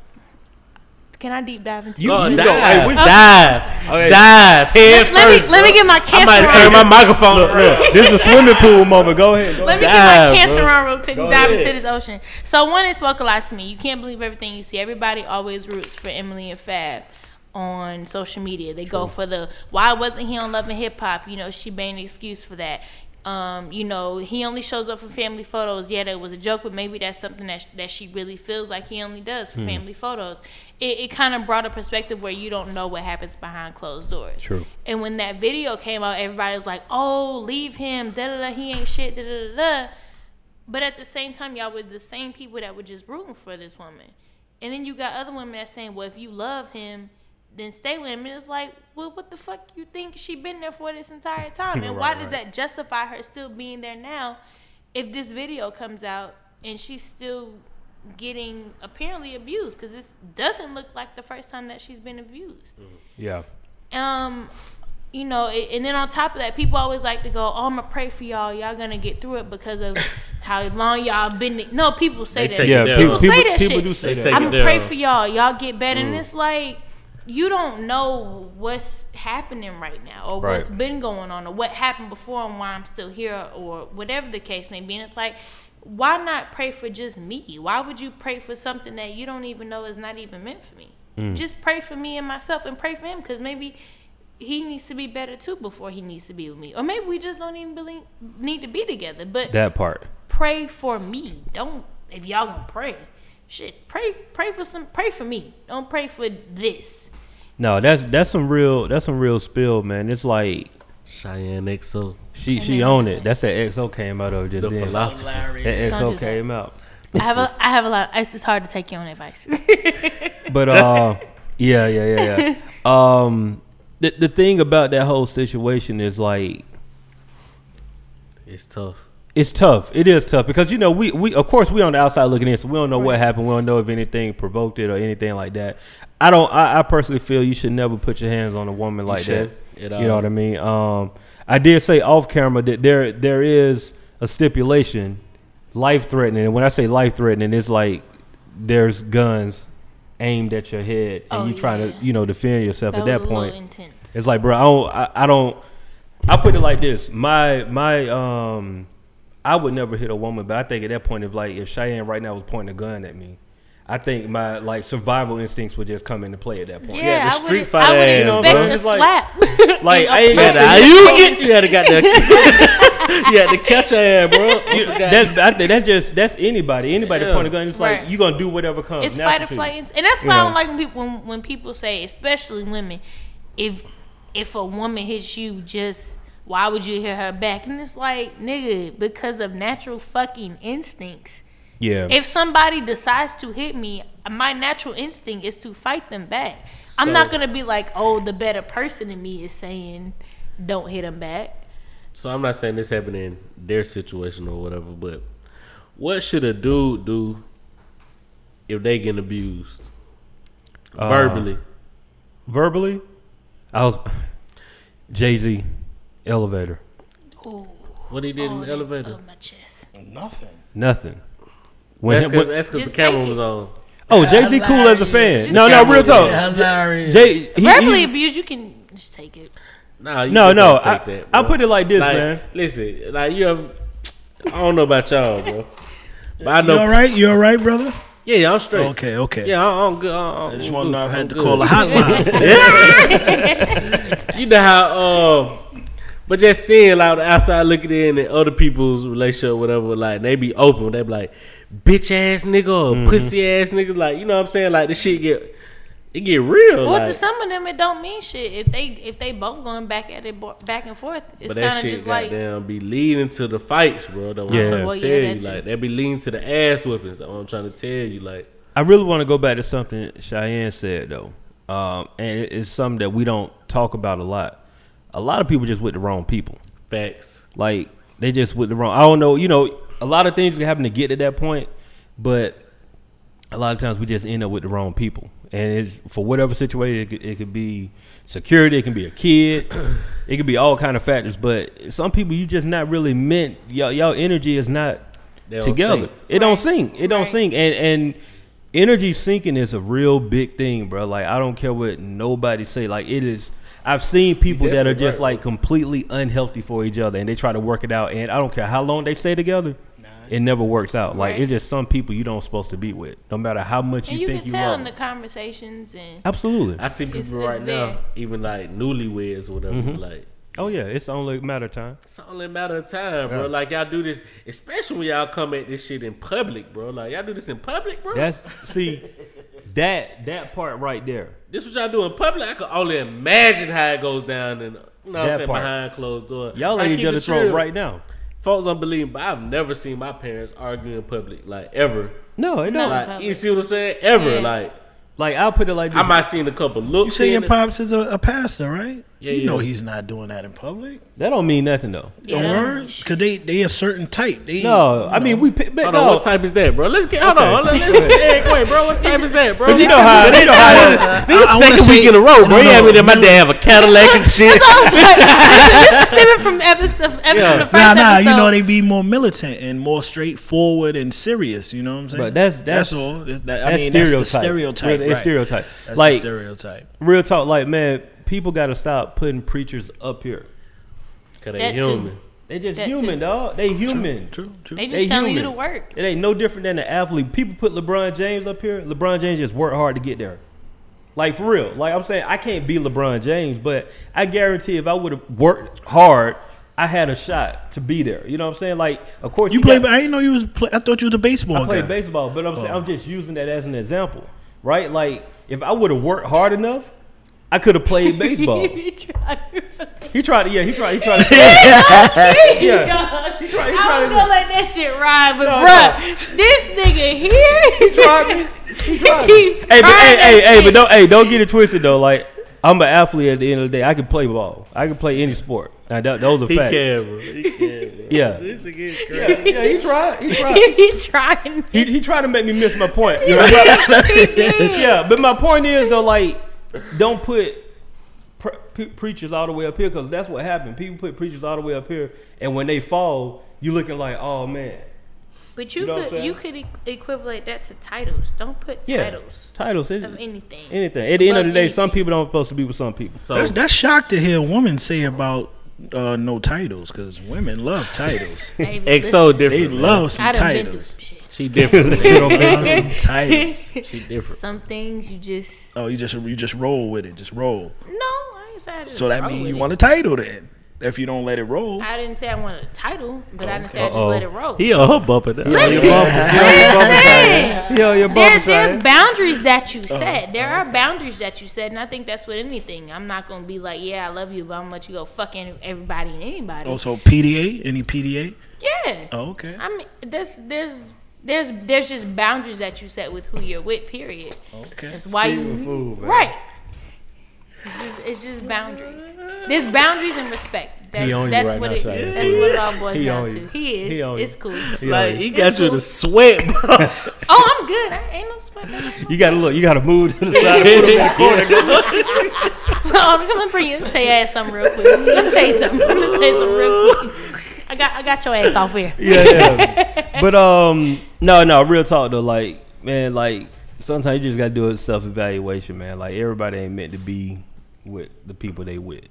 Speaker 2: Can I deep dive into?
Speaker 3: You,
Speaker 4: Oh,
Speaker 3: you
Speaker 4: dive,
Speaker 3: go, hey, we-
Speaker 4: dive,
Speaker 3: Okay.
Speaker 4: dive,
Speaker 2: Let,
Speaker 4: head
Speaker 2: let
Speaker 4: first.
Speaker 2: me let me get my
Speaker 4: I
Speaker 2: cancer
Speaker 4: might turn
Speaker 2: on.
Speaker 4: my microphone.
Speaker 3: Look, look, this is a swimming pool moment. Go ahead. Go
Speaker 2: let me get
Speaker 4: dive,
Speaker 2: my cancer
Speaker 4: bro.
Speaker 2: on real quick.
Speaker 3: Go
Speaker 2: and dive
Speaker 3: ahead.
Speaker 2: into this ocean. So one, it spoke a lot to me. You can't believe everything you see. Everybody always roots for Emily and Fab on social media. They go for the why wasn't he on Love and Hip Hop? You know, she made an excuse for that. Um, you know, he only shows up for family photos. Yeah, that was a joke, but maybe that's something that sh- that she really feels like he only does for
Speaker 3: Hmm.
Speaker 2: family photos. It, it kind of brought a perspective where you don't know what happens behind closed doors.
Speaker 3: True.
Speaker 2: And when that video came out, everybody was like, "Oh, leave him! Da da da! He ain't shit! Da da da da!" But at the same time, y'all were the same people that were just rooting for this woman. And then you got other women that's saying, well, if you love him, then stay with him. And it's like, well, what the fuck you think she been there for this entire time? And why does that justify her still being there now if this video comes out and she's still getting apparently abused? Because this doesn't look like the first time that she's been abused
Speaker 3: Yeah.
Speaker 2: um you know a- and then on top of that people always like to go oh i'm gonna pray for y'all y'all gonna get through it because of how long y'all been no people say that
Speaker 4: They take
Speaker 3: Yeah.
Speaker 4: it down.
Speaker 3: People,
Speaker 4: People
Speaker 2: say
Speaker 3: people,
Speaker 2: that
Speaker 3: people
Speaker 2: shit.
Speaker 3: do say
Speaker 4: They
Speaker 3: that.
Speaker 4: take-
Speaker 2: i'm
Speaker 4: it
Speaker 2: gonna pray
Speaker 4: down. Mm.
Speaker 2: for y'all y'all get better and it's like you don't know what's happening right now or what's
Speaker 3: Right.
Speaker 2: been going on or what happened before and why i'm still here or whatever the case may be and it's like why not pray for just me why would you pray for something that you don't even know is not even meant for me
Speaker 3: Hmm.
Speaker 2: just pray for me and myself and pray for him because maybe he needs to be better too before he needs to be with me or maybe we just don't even believe, need to be together but
Speaker 3: that part.
Speaker 2: pray for me. Don't if y'all gonna pray, shit, pray pray for some pray for me. Don't pray for this.
Speaker 3: No, that's that's some real that's some real spill, man. It's like
Speaker 4: Cheyenne XO,
Speaker 3: she she owned it. That's that XO came out of just
Speaker 4: the
Speaker 3: then.
Speaker 4: philosopher.
Speaker 3: That XO
Speaker 2: Conscious.
Speaker 3: came out.
Speaker 2: I have a I have a lot. It's just hard to take your own advice.
Speaker 3: But uh, yeah, yeah, yeah, yeah. Um, the the thing about that whole situation is like
Speaker 4: It's tough.
Speaker 3: it's tough. It is tough because you know we we of course we on the outside looking in, so we don't know what happened. We don't know if anything provoked it or anything like that. I don't. I, I personally feel you should never put your hands on a woman like that.
Speaker 4: shouldn't
Speaker 3: You
Speaker 4: at
Speaker 3: know
Speaker 4: all.
Speaker 3: what I mean? Um, I did say off camera that there there is a stipulation, life threatening. And when I say life threatening, it's like there's guns aimed at your head, and
Speaker 2: Oh,
Speaker 3: you trying
Speaker 2: yeah.
Speaker 3: to you know defend yourself
Speaker 2: that was
Speaker 3: at that
Speaker 2: a
Speaker 3: point.
Speaker 2: little intense.
Speaker 3: It's like, bro, I don't, I, I don't. I put it like this: my, my, um, I would never hit a woman, but I think at that point, if like if Cheyenne right now was pointing a gun at me, I think my like survival instincts would just come into play at that point.
Speaker 2: yeah,
Speaker 4: yeah, the
Speaker 2: I
Speaker 4: Street
Speaker 2: would,
Speaker 4: Fighter
Speaker 2: I would
Speaker 4: ass,
Speaker 2: expect
Speaker 3: bro.
Speaker 2: a
Speaker 3: It's like-
Speaker 2: slap.
Speaker 3: Like, I ain't
Speaker 4: Yeah,
Speaker 3: Yeah,
Speaker 4: the
Speaker 3: the
Speaker 4: get you had to got you had to catch your ass, bro.
Speaker 3: You- that's I think that's just that's anybody anybody
Speaker 4: Yeah.
Speaker 3: point a gun. It's
Speaker 2: Right.
Speaker 3: like you gonna do whatever comes.
Speaker 2: it's
Speaker 3: natural
Speaker 2: fight or
Speaker 3: to you.
Speaker 2: flight, ins- and that's why
Speaker 3: You
Speaker 2: I
Speaker 3: know.
Speaker 2: don't like when people when, when people say, especially women, if if a woman hits you, just why would you hit her back? And it's like, nigga, because of natural fucking instincts.
Speaker 3: Yeah,
Speaker 2: If somebody decides to hit me, my natural instinct is to fight them back. I'm not
Speaker 4: So-
Speaker 2: gonna be like, oh, the better person in me is saying, don't hit them back.
Speaker 4: So I'm not saying this happened in their situation or whatever, but what should a dude do if they getting abused
Speaker 3: Uh,
Speaker 4: verbally?
Speaker 3: Verbally, I was Jay Z elevator.
Speaker 2: Ooh,
Speaker 4: What he did in
Speaker 2: all
Speaker 4: the
Speaker 2: that
Speaker 4: elevator?
Speaker 2: up my chest.
Speaker 5: Nothing.
Speaker 3: Nothing. When,
Speaker 4: That's
Speaker 3: him, when-
Speaker 4: because the
Speaker 2: Just
Speaker 4: camera
Speaker 2: take
Speaker 4: was
Speaker 2: it.
Speaker 4: on.
Speaker 3: oh, Jay Z cool as a fan.
Speaker 2: Just
Speaker 3: No, no,
Speaker 4: camera
Speaker 3: real
Speaker 4: was
Speaker 3: talk.
Speaker 4: on.
Speaker 5: Hilarious.
Speaker 3: Jay, he- he-
Speaker 2: Verbally abused, you can just take it.
Speaker 4: Nah, you
Speaker 3: no,
Speaker 4: just
Speaker 3: no.
Speaker 4: don't
Speaker 3: I,
Speaker 4: take that,
Speaker 3: I
Speaker 4: bro.
Speaker 3: put it like this,
Speaker 4: like,
Speaker 3: man.
Speaker 4: Listen, like you have, I don't know about y'all, bro. But I
Speaker 5: You
Speaker 4: know.
Speaker 5: all right? You all right, brother?
Speaker 4: Yeah, yeah, I'm straight.
Speaker 5: Okay, okay.
Speaker 4: Yeah, I- I'm good. I'm,
Speaker 5: I just
Speaker 4: I'm
Speaker 5: want to
Speaker 4: good.
Speaker 5: know if I
Speaker 4: I'm
Speaker 5: had to
Speaker 4: good.
Speaker 5: call a hotline.
Speaker 4: You know how, um, but just seeing like the outside looking in and other people's relationship, whatever, like they be open, they be like, bitch ass nigga, or pussy ass niggas, like you know what I'm saying, like this shit get, it get real.
Speaker 2: Well,
Speaker 4: like,
Speaker 2: to some of them, it don't mean shit. If they if they both going back at it, bo- back and forth, it's
Speaker 4: but
Speaker 2: kind
Speaker 4: that
Speaker 2: of
Speaker 4: shit
Speaker 2: just like
Speaker 4: goddamn be leading to the fights, bro. That's what
Speaker 3: Yeah.
Speaker 4: I'm trying
Speaker 2: Well,
Speaker 4: to
Speaker 2: yeah,
Speaker 4: tell
Speaker 2: that
Speaker 4: you.
Speaker 2: too.
Speaker 4: Like they be leading to the ass whippings. That's what I'm trying to tell you. Like
Speaker 3: I really want to go back to something Cheyenne said though, um, and it- it's something that we don't talk about a lot. A lot of people just with the wrong people.
Speaker 4: facts.
Speaker 3: Like they just with the wrong. I don't know. You know, a lot of things can happen to get to that point, but a lot of times we just end up with the wrong people. And it's for whatever situation, it could, it could be security, it can be a kid, it could be all kind of factors. But some people you just not really meant. Y'all, y'all energy is not
Speaker 4: They don't
Speaker 3: together.
Speaker 4: sync.
Speaker 3: It don't
Speaker 2: Right.
Speaker 3: sink. It don't
Speaker 2: Right.
Speaker 3: sink. And and energy sinking is a real big thing, bro. Like I don't care what nobody say. Like it is. I've seen people that are
Speaker 4: definitely
Speaker 3: just
Speaker 4: right.
Speaker 3: like completely unhealthy for each other, and they try to work it out. And I don't care how long they stay together, it never works out. Like
Speaker 2: Right.
Speaker 3: it's just some people you don't supposed to be with, no matter how much you,
Speaker 2: and you,
Speaker 3: think
Speaker 2: can
Speaker 3: you
Speaker 2: tell
Speaker 3: are.
Speaker 2: in the conversations and
Speaker 3: Absolutely.
Speaker 4: I see people
Speaker 2: It's- it's
Speaker 4: right now,
Speaker 2: there. Mm-hmm.
Speaker 4: even like newlyweds, or whatever. Like
Speaker 3: oh yeah, it's only a matter of time.
Speaker 4: It's only a matter of time, bro.
Speaker 3: Yeah.
Speaker 4: Like y'all do this, especially when y'all come at this shit in public, bro. Like y'all do this in public, bro.
Speaker 3: That's see that that part right there.
Speaker 4: this what y'all do in public. I could only imagine how it goes down and you know what
Speaker 3: That
Speaker 4: I'm saying
Speaker 3: part.
Speaker 4: behind closed doors.
Speaker 3: Y'all
Speaker 4: I
Speaker 3: at
Speaker 4: keep
Speaker 3: each
Speaker 4: it
Speaker 3: other's throat
Speaker 4: real.
Speaker 3: right now.
Speaker 4: Folks unbelievable. but I've never seen my parents argue in public, like ever.
Speaker 3: No, it
Speaker 2: No.
Speaker 3: don't.
Speaker 4: Like
Speaker 2: public.
Speaker 4: you see what I'm saying? Ever.
Speaker 2: Yeah.
Speaker 4: Like
Speaker 3: Like I'll put it like this.
Speaker 4: I might seen a couple looks.
Speaker 5: You say your
Speaker 4: in it.
Speaker 5: pops is a, a pastor, right?
Speaker 4: Yeah,
Speaker 5: You know
Speaker 4: yeah.
Speaker 5: he's not doing that in public.
Speaker 3: that don't mean nothing though.
Speaker 2: yeah,
Speaker 5: Don't
Speaker 2: that don't
Speaker 5: worry,
Speaker 2: mean shit.
Speaker 5: cause they they a certain type. They
Speaker 3: No, I mean we. But
Speaker 4: Hold
Speaker 3: no,
Speaker 4: on, what type is that, bro? Let's get hold
Speaker 3: Okay.
Speaker 4: on. Let's, let's segue, bro. What type is that, bro?
Speaker 3: But you know how you know how
Speaker 4: This is
Speaker 5: I- I wanna
Speaker 4: second week
Speaker 5: say-
Speaker 4: in a row, bro.
Speaker 5: no,
Speaker 4: You had
Speaker 5: no,
Speaker 4: me that my dad have a Cadillac and shit.
Speaker 2: this is stemming from episode, episode the first
Speaker 5: Nah, nah.
Speaker 2: episode.
Speaker 5: You know they be more militant and more straightforward and serious. You know what I'm saying?
Speaker 3: But that's- that's-
Speaker 5: all. That's, that, I
Speaker 3: that's
Speaker 5: mean,
Speaker 3: stereotype.
Speaker 5: that's the stereotype.
Speaker 3: It's
Speaker 5: right.
Speaker 3: stereotype.
Speaker 5: That's the
Speaker 3: like
Speaker 5: stereotype.
Speaker 3: real talk. Like man, people got to stop putting preachers up here.
Speaker 4: Cause
Speaker 2: That
Speaker 4: they
Speaker 2: too.
Speaker 4: human.
Speaker 3: They just
Speaker 2: That
Speaker 3: human,
Speaker 2: too.
Speaker 3: dog. They human.
Speaker 5: True, true.
Speaker 2: they just
Speaker 3: They
Speaker 2: telling you to
Speaker 3: human.
Speaker 2: work.
Speaker 3: It ain't no different than an athlete. People put LeBron James up here. LeBron James just worked hard to get there. Like for real. Like I'm saying, I can't be LeBron James, but I guarantee if I would have worked hard, I had a shot to be there. You know what I'm saying? Like, of course,
Speaker 5: You
Speaker 3: got-
Speaker 5: play. I didn't know you was. Play, I thought you was a baseball
Speaker 3: I play
Speaker 5: guy.
Speaker 3: baseball, but I'm saying I'm just using that as an example, right? Like if I would have worked hard enough, I could have played baseball.
Speaker 2: You tried to-
Speaker 3: he tried to, yeah, he tried, he tried to. yeah, he
Speaker 2: I
Speaker 3: tried
Speaker 2: don't
Speaker 3: to-
Speaker 2: know like that shit ride, but
Speaker 3: No,
Speaker 2: bruh, this nigga here, he
Speaker 3: tried to-
Speaker 2: he
Speaker 3: tried to.
Speaker 2: keep
Speaker 3: hey, but hey,
Speaker 2: trying
Speaker 3: hey,
Speaker 2: that
Speaker 3: hey,
Speaker 2: shit.
Speaker 3: but don't, hey, don't get it twisted though. Like I'm an athlete at the end of the day. I can play ball. I can play any sport. Now, that, those are
Speaker 4: He
Speaker 3: facts.
Speaker 4: can, bro. He can, bro.
Speaker 3: Yeah.
Speaker 4: This nigga is
Speaker 3: yeah,
Speaker 4: crazy.
Speaker 3: yeah, he tried, he tried.
Speaker 2: he, he trying.
Speaker 3: He, he tried to make me miss my point. You know what I'm saying? yeah, but my point is though, like, don't put pre- pre- preachers all the way up here because that's what happened. People put preachers all the way up here, and when they fall, you looking like, oh man,
Speaker 2: But you,
Speaker 3: You know what I'm
Speaker 2: could
Speaker 3: saying?
Speaker 2: you could e- equivalate that to titles. Don't put
Speaker 3: yeah,
Speaker 2: titles
Speaker 3: titles, is
Speaker 2: of anything.
Speaker 3: anything. At the end of
Speaker 2: Above
Speaker 3: the day, some
Speaker 2: anything.
Speaker 3: people don't supposed to be with some people.
Speaker 4: So
Speaker 5: That's, that's shocked to hear a woman say about uh, no titles because women love titles.
Speaker 2: Baby,
Speaker 4: X
Speaker 2: listen,
Speaker 4: so
Speaker 5: they
Speaker 4: different.
Speaker 5: love some
Speaker 2: I done been through
Speaker 5: titles.
Speaker 2: some shit.
Speaker 4: She different.
Speaker 5: They love some titles.
Speaker 4: She different.
Speaker 2: Some things you just
Speaker 5: Oh, you just you just roll with it. Just roll.
Speaker 2: no. I ain't say I just
Speaker 5: So that
Speaker 2: roll
Speaker 5: means
Speaker 2: with
Speaker 5: you
Speaker 2: it.
Speaker 5: want a title then. If you don't let it roll,
Speaker 2: I didn't say I wanted a title, but I didn't say I just let it roll.
Speaker 4: He on her bumper now.
Speaker 2: Listen, listen.
Speaker 3: Yo,
Speaker 2: There,
Speaker 3: your bumper
Speaker 2: there's boundaries that you set. There are boundaries that you set, and I think that's with anything. I'm not gonna be like, yeah, I love you, but I'm gonna let you go fucking everybody and anybody.
Speaker 5: also PDA. Any PDA?
Speaker 2: yeah.
Speaker 5: Oh, okay.
Speaker 2: I mean, there's there's there's there's just boundaries that you set with who you're with. Period.
Speaker 3: Oh.
Speaker 5: Okay.
Speaker 2: That's why you right. It's just it's just boundaries. There's boundaries and respect. That's,
Speaker 3: on you
Speaker 2: that's
Speaker 3: right
Speaker 2: what
Speaker 3: now,
Speaker 2: it,
Speaker 3: Shia.
Speaker 2: That's what it all boils
Speaker 3: He
Speaker 2: down
Speaker 3: on
Speaker 2: to.
Speaker 3: you.
Speaker 2: He is.
Speaker 3: He on you.
Speaker 2: it's cool.
Speaker 3: You know,
Speaker 4: Like he
Speaker 2: It's
Speaker 4: got you
Speaker 2: cool.
Speaker 4: to sweat, bro.
Speaker 2: Oh, I'm good. I ain't no sweat. nothing.
Speaker 3: you gotta look. You gotta move to the side. and put him in the corner.
Speaker 2: I'm gonna bring you. Let me tell your ass something real quick. Let me tell you something. Let me tell you something real quick. I got I got your ass off here.
Speaker 3: yeah, yeah. But um, no, no, real talk though. Like, man, like sometimes you just gotta do a self evaluation, man. Like everybody ain't meant to be with the people they with.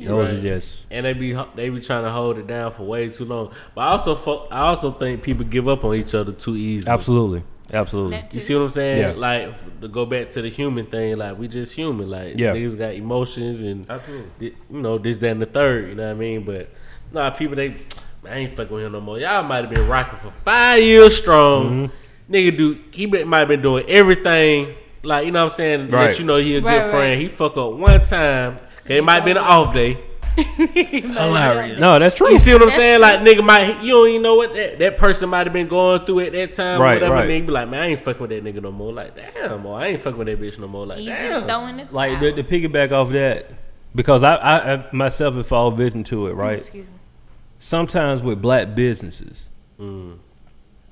Speaker 3: Those are
Speaker 4: right.
Speaker 3: just
Speaker 4: and they be they be trying to hold it down for way too long. But I also fu- I also think people give up on each other too easily.
Speaker 3: absolutely, absolutely.
Speaker 2: That
Speaker 4: You
Speaker 2: too.
Speaker 4: see what I'm saying?
Speaker 3: Yeah.
Speaker 4: Like f- to go back to the human thing, like we just human. Like
Speaker 3: Yeah.
Speaker 4: niggas got emotions and
Speaker 3: Absolutely.
Speaker 4: thi- you know this, that, and the third. You know what I mean? But nah, people they I ain't fucking with him no more. Y'all might have been rocking for five years strong.
Speaker 3: Mm-hmm.
Speaker 4: Nigga, do he be- might have been doing everything. Like you know what I'm saying?
Speaker 3: Right.
Speaker 4: Let you know he a good
Speaker 2: Right, right.
Speaker 4: friend. He fuck up one time. 'cause it might have been an off day.
Speaker 5: Hilarious.
Speaker 3: No, that's true.
Speaker 4: You see what I'm saying? Like nigga might you don't even know what that, that person might have been going through at that time
Speaker 3: Right,
Speaker 4: or whatever.
Speaker 3: right.
Speaker 4: And they be like, man, I ain't fucking with that nigga no more. Like, damn, or I ain't fucking with that bitch no more. Like,
Speaker 2: Easy
Speaker 4: damn.
Speaker 2: throwing it.
Speaker 3: Like the, the piggyback off that because I, I, I myself have fallen victim to it, right?
Speaker 2: Excuse me.
Speaker 3: sometimes with black businesses,
Speaker 4: Mm.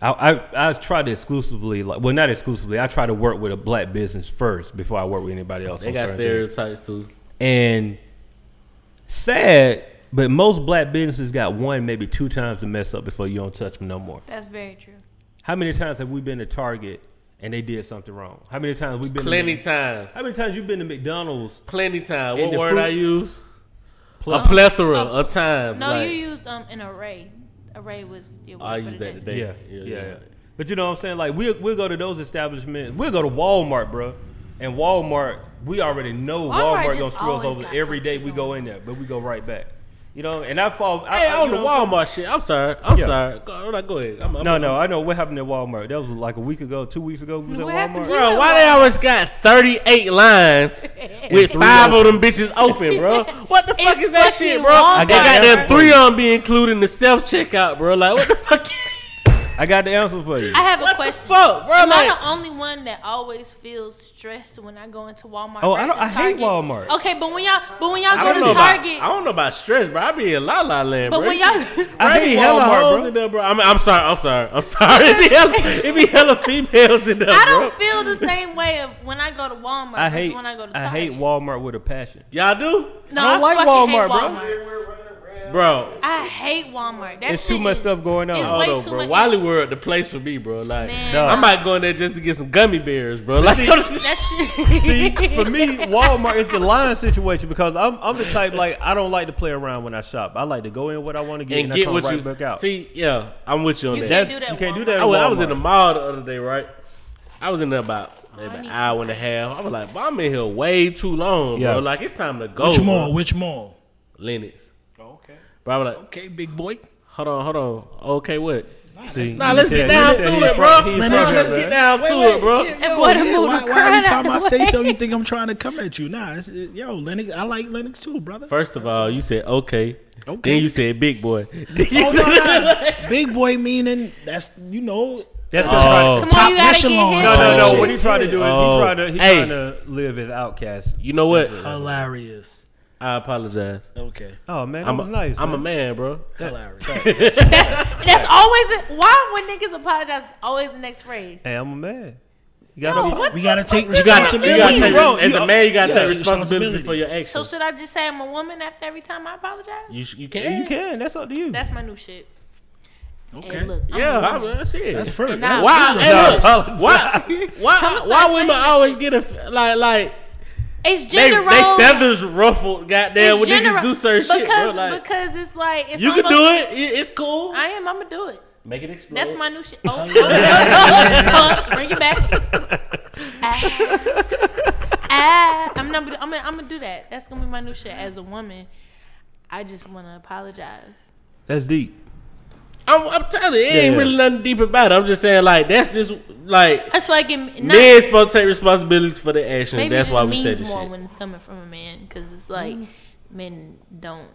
Speaker 3: I, I I try to exclusively like well not exclusively I try to work with a black business first before I work with anybody else.
Speaker 4: They
Speaker 3: on
Speaker 4: got
Speaker 3: certain things.
Speaker 4: stereotypes too.
Speaker 3: and sad, but most black businesses got one maybe two times to mess up before you don't touch them no more.
Speaker 2: That's very true.
Speaker 3: How many times have we been to Target and they did something wrong? How many times we been
Speaker 4: Plenty
Speaker 3: To,
Speaker 4: times.
Speaker 3: how many times you been to McDonald's?
Speaker 4: Plenty time.
Speaker 3: In
Speaker 4: What
Speaker 3: the
Speaker 4: word
Speaker 3: fruit-
Speaker 4: I use?
Speaker 3: Ple-
Speaker 4: a plethora of time.
Speaker 2: No,
Speaker 4: like,
Speaker 2: you used um an array. Array was your.
Speaker 4: I
Speaker 2: word for
Speaker 4: use
Speaker 2: the
Speaker 4: that
Speaker 2: day.
Speaker 4: today.
Speaker 3: Yeah,
Speaker 4: Yeah,
Speaker 3: yeah,
Speaker 4: yeah.
Speaker 3: yeah. But you know what I'm saying? Like we'll we'll go to those establishments. We'll go to Walmart, bro. And Walmart, we already know
Speaker 2: Walmart
Speaker 3: Walmart,
Speaker 2: just
Speaker 3: gonna screw
Speaker 2: always
Speaker 3: us over
Speaker 2: got
Speaker 3: every
Speaker 2: some
Speaker 3: day
Speaker 2: shit
Speaker 3: we
Speaker 2: going
Speaker 3: go in there, but we go right back. You know, and I fall. I,
Speaker 4: Hey,
Speaker 3: I,
Speaker 4: on
Speaker 3: you
Speaker 4: the
Speaker 3: know what I'm saying?
Speaker 4: Walmart shit. I'm sorry. I'm
Speaker 3: Yeah.
Speaker 4: sorry. Go, no, go ahead. I'm, I'm,
Speaker 3: No, no, I know what happened at Walmart. That was like a week ago, two weeks ago. We was
Speaker 2: What
Speaker 3: at
Speaker 2: happened
Speaker 3: Walmart.
Speaker 2: here?
Speaker 4: Bro, why they always got 38 lines with five of them bitches open, bro? What the fuck
Speaker 2: It's
Speaker 4: is that
Speaker 2: fucking
Speaker 4: shit, bro?
Speaker 2: Walmart.
Speaker 4: They got
Speaker 3: Yeah.
Speaker 4: them three of them be included in the self checkout, bro. Like, what the fuck?
Speaker 3: I got the answer for you.
Speaker 2: I have
Speaker 4: What
Speaker 2: a
Speaker 4: the
Speaker 2: question.
Speaker 4: fuck, bro?
Speaker 2: Am I
Speaker 4: Like-
Speaker 2: the only one that always feels stressed when I go into Walmart?
Speaker 3: Oh, I don't-
Speaker 2: versus
Speaker 3: I hate
Speaker 2: Target?
Speaker 3: Walmart.
Speaker 2: Okay, but when y'all, but when y'all
Speaker 4: I
Speaker 2: go
Speaker 4: don't know
Speaker 2: to Target,
Speaker 4: About, I don't know about stress, bro. I be in La La Land,
Speaker 2: But
Speaker 4: bro.
Speaker 2: when
Speaker 4: It's-
Speaker 2: y'all-
Speaker 4: bro,
Speaker 3: I
Speaker 4: it be
Speaker 3: hate
Speaker 4: hella
Speaker 3: Walmart,
Speaker 4: hoes
Speaker 3: bro.
Speaker 4: in there, bro. I mean, I'm sorry, I'm sorry, I'm sorry. It be hella, it be hella females in there,
Speaker 2: I
Speaker 4: bro.
Speaker 2: don't feel the same way of when I go to Walmart
Speaker 3: I
Speaker 2: versus
Speaker 3: hate.
Speaker 2: when I go to
Speaker 3: I
Speaker 2: Target.
Speaker 3: hate Walmart with a passion.
Speaker 4: Y'all do,
Speaker 2: No,
Speaker 3: I don't like
Speaker 2: fucking hate
Speaker 3: Walmart, bro.
Speaker 2: Walmart.
Speaker 4: bro.
Speaker 2: I hate Walmart. That
Speaker 3: It's too
Speaker 2: shit
Speaker 3: much
Speaker 2: is-
Speaker 3: stuff going on.
Speaker 2: It's
Speaker 4: I
Speaker 2: way
Speaker 4: don't know,
Speaker 2: too
Speaker 4: bro.
Speaker 2: much.
Speaker 4: Wally World, the place for me, bro. Like,
Speaker 2: Man.
Speaker 3: Dog.
Speaker 4: I might go in there just to get some gummy bears, bro. Like,
Speaker 2: that shit.
Speaker 3: See, for me, Walmart is the line situation because I'm I'm the type like I don't like to play around when I shop. I like to go in what I want to get and,
Speaker 4: and
Speaker 3: I
Speaker 4: get
Speaker 3: come
Speaker 4: what
Speaker 3: right
Speaker 4: you
Speaker 3: back out.
Speaker 4: see. Yeah, I'm with you on
Speaker 2: You
Speaker 4: that.
Speaker 2: can't
Speaker 3: That's-
Speaker 2: do that.
Speaker 3: you can't do
Speaker 2: Walmart.
Speaker 3: that
Speaker 4: I was, I Oh, was in the
Speaker 3: Walmart.
Speaker 4: mall the other day, right? I was in there about maybe
Speaker 2: I
Speaker 4: an
Speaker 2: need
Speaker 4: hour and a half. I was like, bro, I'm in here way too long,
Speaker 3: Yeah.
Speaker 4: bro. Like, it's time to go.
Speaker 5: Which
Speaker 4: bro.
Speaker 5: mall? Which mall?
Speaker 4: Lennox.
Speaker 5: Oh, uh, Okay.
Speaker 4: Bro, I was like,
Speaker 5: Okay, big boy.
Speaker 4: hold on, hold on. Okay, what?
Speaker 3: See,
Speaker 4: Nah, let's get down to it, bro. Nah,
Speaker 5: Lennox
Speaker 4: let's
Speaker 5: is-
Speaker 4: get down to it, bro.
Speaker 2: That boy done moved
Speaker 5: why,
Speaker 2: the
Speaker 5: why
Speaker 2: crowd
Speaker 5: every
Speaker 2: out
Speaker 5: time
Speaker 2: the
Speaker 5: I say
Speaker 2: way.
Speaker 5: so, you think I'm trying to come at you? Nah, it's, it, yo, Lennox, I like Lennox too, brother.
Speaker 4: First of all, you said okay.
Speaker 5: Okay.
Speaker 4: Then you said big boy.
Speaker 5: Oh, my God. big boy meaning that's you know
Speaker 3: That's
Speaker 4: Oh.
Speaker 3: just trying
Speaker 2: Come
Speaker 3: to,
Speaker 5: Top
Speaker 2: on, you gotta
Speaker 5: echelon.
Speaker 2: get him.
Speaker 3: no, no, no.
Speaker 5: Oh,
Speaker 3: What he's
Speaker 5: shit.
Speaker 3: trying to do is
Speaker 4: Oh.
Speaker 3: he's trying to he's
Speaker 4: Hey.
Speaker 3: trying to live as outcast.
Speaker 4: You know what?
Speaker 5: hilarious.
Speaker 4: I apologize.
Speaker 5: Okay,
Speaker 3: Oh man, that
Speaker 4: I'm
Speaker 3: was
Speaker 4: a,
Speaker 3: nice.
Speaker 4: am a
Speaker 3: man.
Speaker 4: man, bro.
Speaker 5: hilarious.
Speaker 2: That's, that's always it. Why when niggas apologize, it's always the next phrase.
Speaker 3: Hey, I'm a man. You
Speaker 2: No,
Speaker 3: gotta be-
Speaker 2: what
Speaker 5: we
Speaker 2: the
Speaker 5: gotta
Speaker 2: fuck
Speaker 5: take
Speaker 2: is that?
Speaker 5: you gotta take
Speaker 4: You gotta take,
Speaker 3: wrong.
Speaker 4: as
Speaker 3: You-
Speaker 4: a man, you gotta
Speaker 5: yeah,
Speaker 4: take
Speaker 5: it's
Speaker 4: responsibility
Speaker 5: responsibility.
Speaker 4: for your
Speaker 2: So
Speaker 4: actions.
Speaker 2: should I just say I'm a woman after every time I apologize?
Speaker 4: you, sh- you can't.
Speaker 3: You can. That's up to you.
Speaker 2: That's my new shit.
Speaker 5: Okay.
Speaker 2: And look, I'm
Speaker 4: Yeah,
Speaker 2: a
Speaker 4: I,
Speaker 2: woman.
Speaker 4: well, shit.
Speaker 5: That's first.
Speaker 2: Nah,
Speaker 4: Why?
Speaker 2: we-
Speaker 4: hey,
Speaker 3: No,
Speaker 4: look,
Speaker 3: apologize.
Speaker 4: why? Why?
Speaker 2: start
Speaker 4: Why
Speaker 2: saying
Speaker 4: women
Speaker 2: that
Speaker 4: always get a like like
Speaker 2: It's
Speaker 4: they,
Speaker 2: gender
Speaker 4: they
Speaker 2: roles.
Speaker 4: feathers ruffled? Goddamn,
Speaker 2: It's
Speaker 4: when
Speaker 2: gender
Speaker 4: niggas do
Speaker 2: roles.
Speaker 4: certain shit,
Speaker 2: because
Speaker 4: bro. Like
Speaker 2: because it's like it's
Speaker 4: you can
Speaker 2: almost-
Speaker 4: do it. it. It's cool.
Speaker 2: I am. I'm gonna do it.
Speaker 4: Make it explode.
Speaker 2: That's my new shit. Oh, oh, oh, oh, bring it back. Ah, ah, I'm not. I'm gonna, I'm gonna do that. That's gonna be my new shit. As a woman, I just want to apologize.
Speaker 3: That's deep.
Speaker 4: I'm, I'm telling you, it
Speaker 3: Yeah,
Speaker 4: ain't
Speaker 3: yeah.
Speaker 4: really nothing deep about it. I'm just saying, like that's just like
Speaker 2: That's why I get not,
Speaker 4: men supposed to take responsibilities for their actions.
Speaker 2: maybe
Speaker 4: that's
Speaker 2: it just
Speaker 4: why we
Speaker 2: means
Speaker 4: say this
Speaker 2: more
Speaker 4: shit.
Speaker 2: when it's coming from a man because it's like men don't,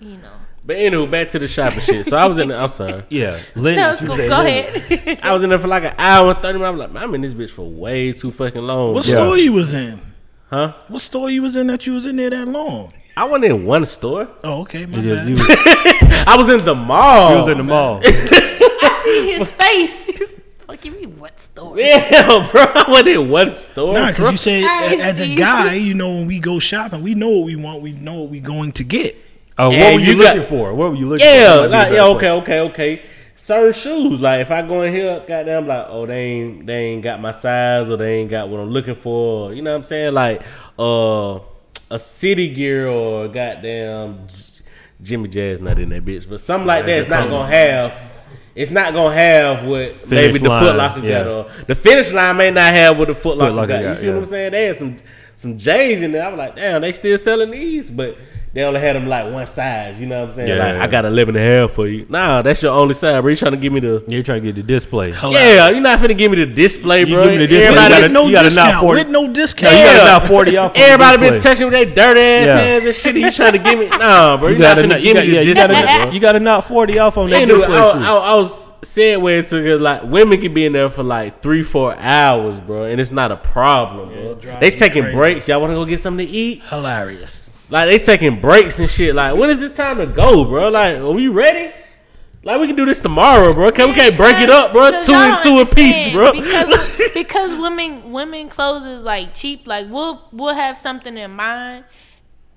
Speaker 2: you know.
Speaker 4: But anywho, back to the shopping shit. So I was in. The, I'm sorry.
Speaker 3: Yeah,
Speaker 2: No, it's
Speaker 3: Lennox. you
Speaker 2: cool.
Speaker 3: said
Speaker 2: Go
Speaker 3: Lennox.
Speaker 2: ahead.
Speaker 4: I was in there for like an hour and thirty minutes. I'm like, man, I'm in this bitch for way too fucking long,
Speaker 5: What
Speaker 3: Yeah.
Speaker 5: store you was in?
Speaker 4: huh?
Speaker 5: What store you was in that you was in there that long?
Speaker 4: I went in one store.
Speaker 5: Oh, okay, my
Speaker 3: It is.
Speaker 5: bad.
Speaker 3: You was, you
Speaker 4: I was in the mall.
Speaker 3: was in the mall.
Speaker 2: I see his face. He was, Fuck you, mean what story?
Speaker 4: Yeah, bro. I went in one store.
Speaker 5: Nah,
Speaker 4: bro.
Speaker 5: because you said
Speaker 2: I
Speaker 5: a- as a
Speaker 2: see.
Speaker 5: guy, you know, when we go shopping, we know what we want. We know what we're going to get.
Speaker 3: Oh, what
Speaker 4: And
Speaker 3: were you,
Speaker 4: you got-
Speaker 3: looking for? What were you looking
Speaker 4: Yeah,
Speaker 3: for? That might be a
Speaker 4: like,
Speaker 3: better
Speaker 4: yeah,
Speaker 3: question.
Speaker 4: okay, okay, okay. Certain shoes, like if I go in here, goddamn, like oh they ain't they ain't got my size or they ain't got what I'm looking for. You know what I'm saying? Like uh, a city gear or goddamn J- Jimmy Jazz not in that bitch, but something like that. It's not gonna have. It's not gonna have what maybe the
Speaker 3: line,
Speaker 4: Foot Locker
Speaker 3: yeah.
Speaker 4: got or the finish line may not have what the Foot Locker,
Speaker 3: Locker
Speaker 4: got. You
Speaker 3: got,
Speaker 4: see
Speaker 3: yeah.
Speaker 4: what I'm saying? They had some some J's in there. I was like, damn, they still selling these, but they only had them like one size. You know what I'm saying?
Speaker 3: Yeah,
Speaker 4: like
Speaker 3: yeah,
Speaker 4: I
Speaker 3: yeah.
Speaker 4: got 11 and a half for you. Nah, that's your only size, bro. You trying to give me the
Speaker 3: You're trying to get the display.
Speaker 5: Hello.
Speaker 4: yeah? You're not finna give me the display,
Speaker 3: You
Speaker 4: bro.
Speaker 3: give me the display,
Speaker 4: Everybody,
Speaker 3: you gotta-
Speaker 5: with no
Speaker 3: you gotta knock
Speaker 5: discount.
Speaker 3: 40
Speaker 5: With no discount.
Speaker 3: You
Speaker 4: Yeah.
Speaker 3: got about forty off. on the
Speaker 4: everybody been
Speaker 3: display.
Speaker 4: touching with their dirty ass
Speaker 3: Yeah.
Speaker 4: hands and shit. and You trying to give me nah, bro?
Speaker 3: You
Speaker 4: You're not
Speaker 3: gotta,
Speaker 4: finna
Speaker 3: knock- you,
Speaker 4: give
Speaker 3: got,
Speaker 4: me
Speaker 3: yeah,
Speaker 4: the
Speaker 3: you, gotta,
Speaker 4: display,
Speaker 3: knock-
Speaker 4: bro.
Speaker 3: you gotta knock forty off on that
Speaker 4: Anyway,
Speaker 3: display.
Speaker 4: I,
Speaker 3: shoot.
Speaker 4: I, I was said where it's a- like women can be in there for like three, four hours, bro, and it's not a problem, bro.
Speaker 5: drives
Speaker 4: they
Speaker 5: me
Speaker 4: taking
Speaker 5: crazy.
Speaker 4: breaks. Y'all want to go get something to eat?
Speaker 5: Hilarious.
Speaker 4: Like they taking breaks and shit. Like when is this time to go, bro? Like are we ready? Like we can do this tomorrow, bro. Can we can't break it up, bro?
Speaker 2: Because
Speaker 4: Two
Speaker 2: y'all
Speaker 4: and
Speaker 2: don't
Speaker 4: two a piece,
Speaker 2: understand,
Speaker 4: bro.
Speaker 2: Because, because women women clothes is like cheap. Like we'll we'll have something in mind,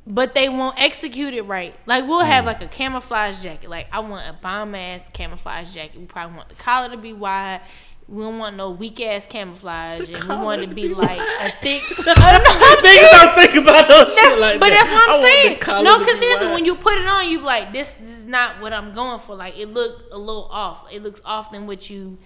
Speaker 2: but they won't execute it right. Like we'll
Speaker 4: Mm.
Speaker 2: have like a camouflage jacket. Like I want a bomb ass camouflage jacket. We probably want the collar to be wide. We don't want no weak ass camouflage, and we want it to be like a thick. Oh, I'm
Speaker 4: Niggas don't think about those shit
Speaker 2: That's-
Speaker 4: like
Speaker 2: but
Speaker 4: that.
Speaker 2: that's what
Speaker 4: I
Speaker 2: I'm
Speaker 4: want the
Speaker 2: saying.
Speaker 4: collar
Speaker 2: No,
Speaker 4: to
Speaker 2: because
Speaker 4: be
Speaker 2: seriously,
Speaker 4: wide.
Speaker 2: when you put it on, you be like, this, this is not what I'm going for. Like, it looked a little off. It looks off than what you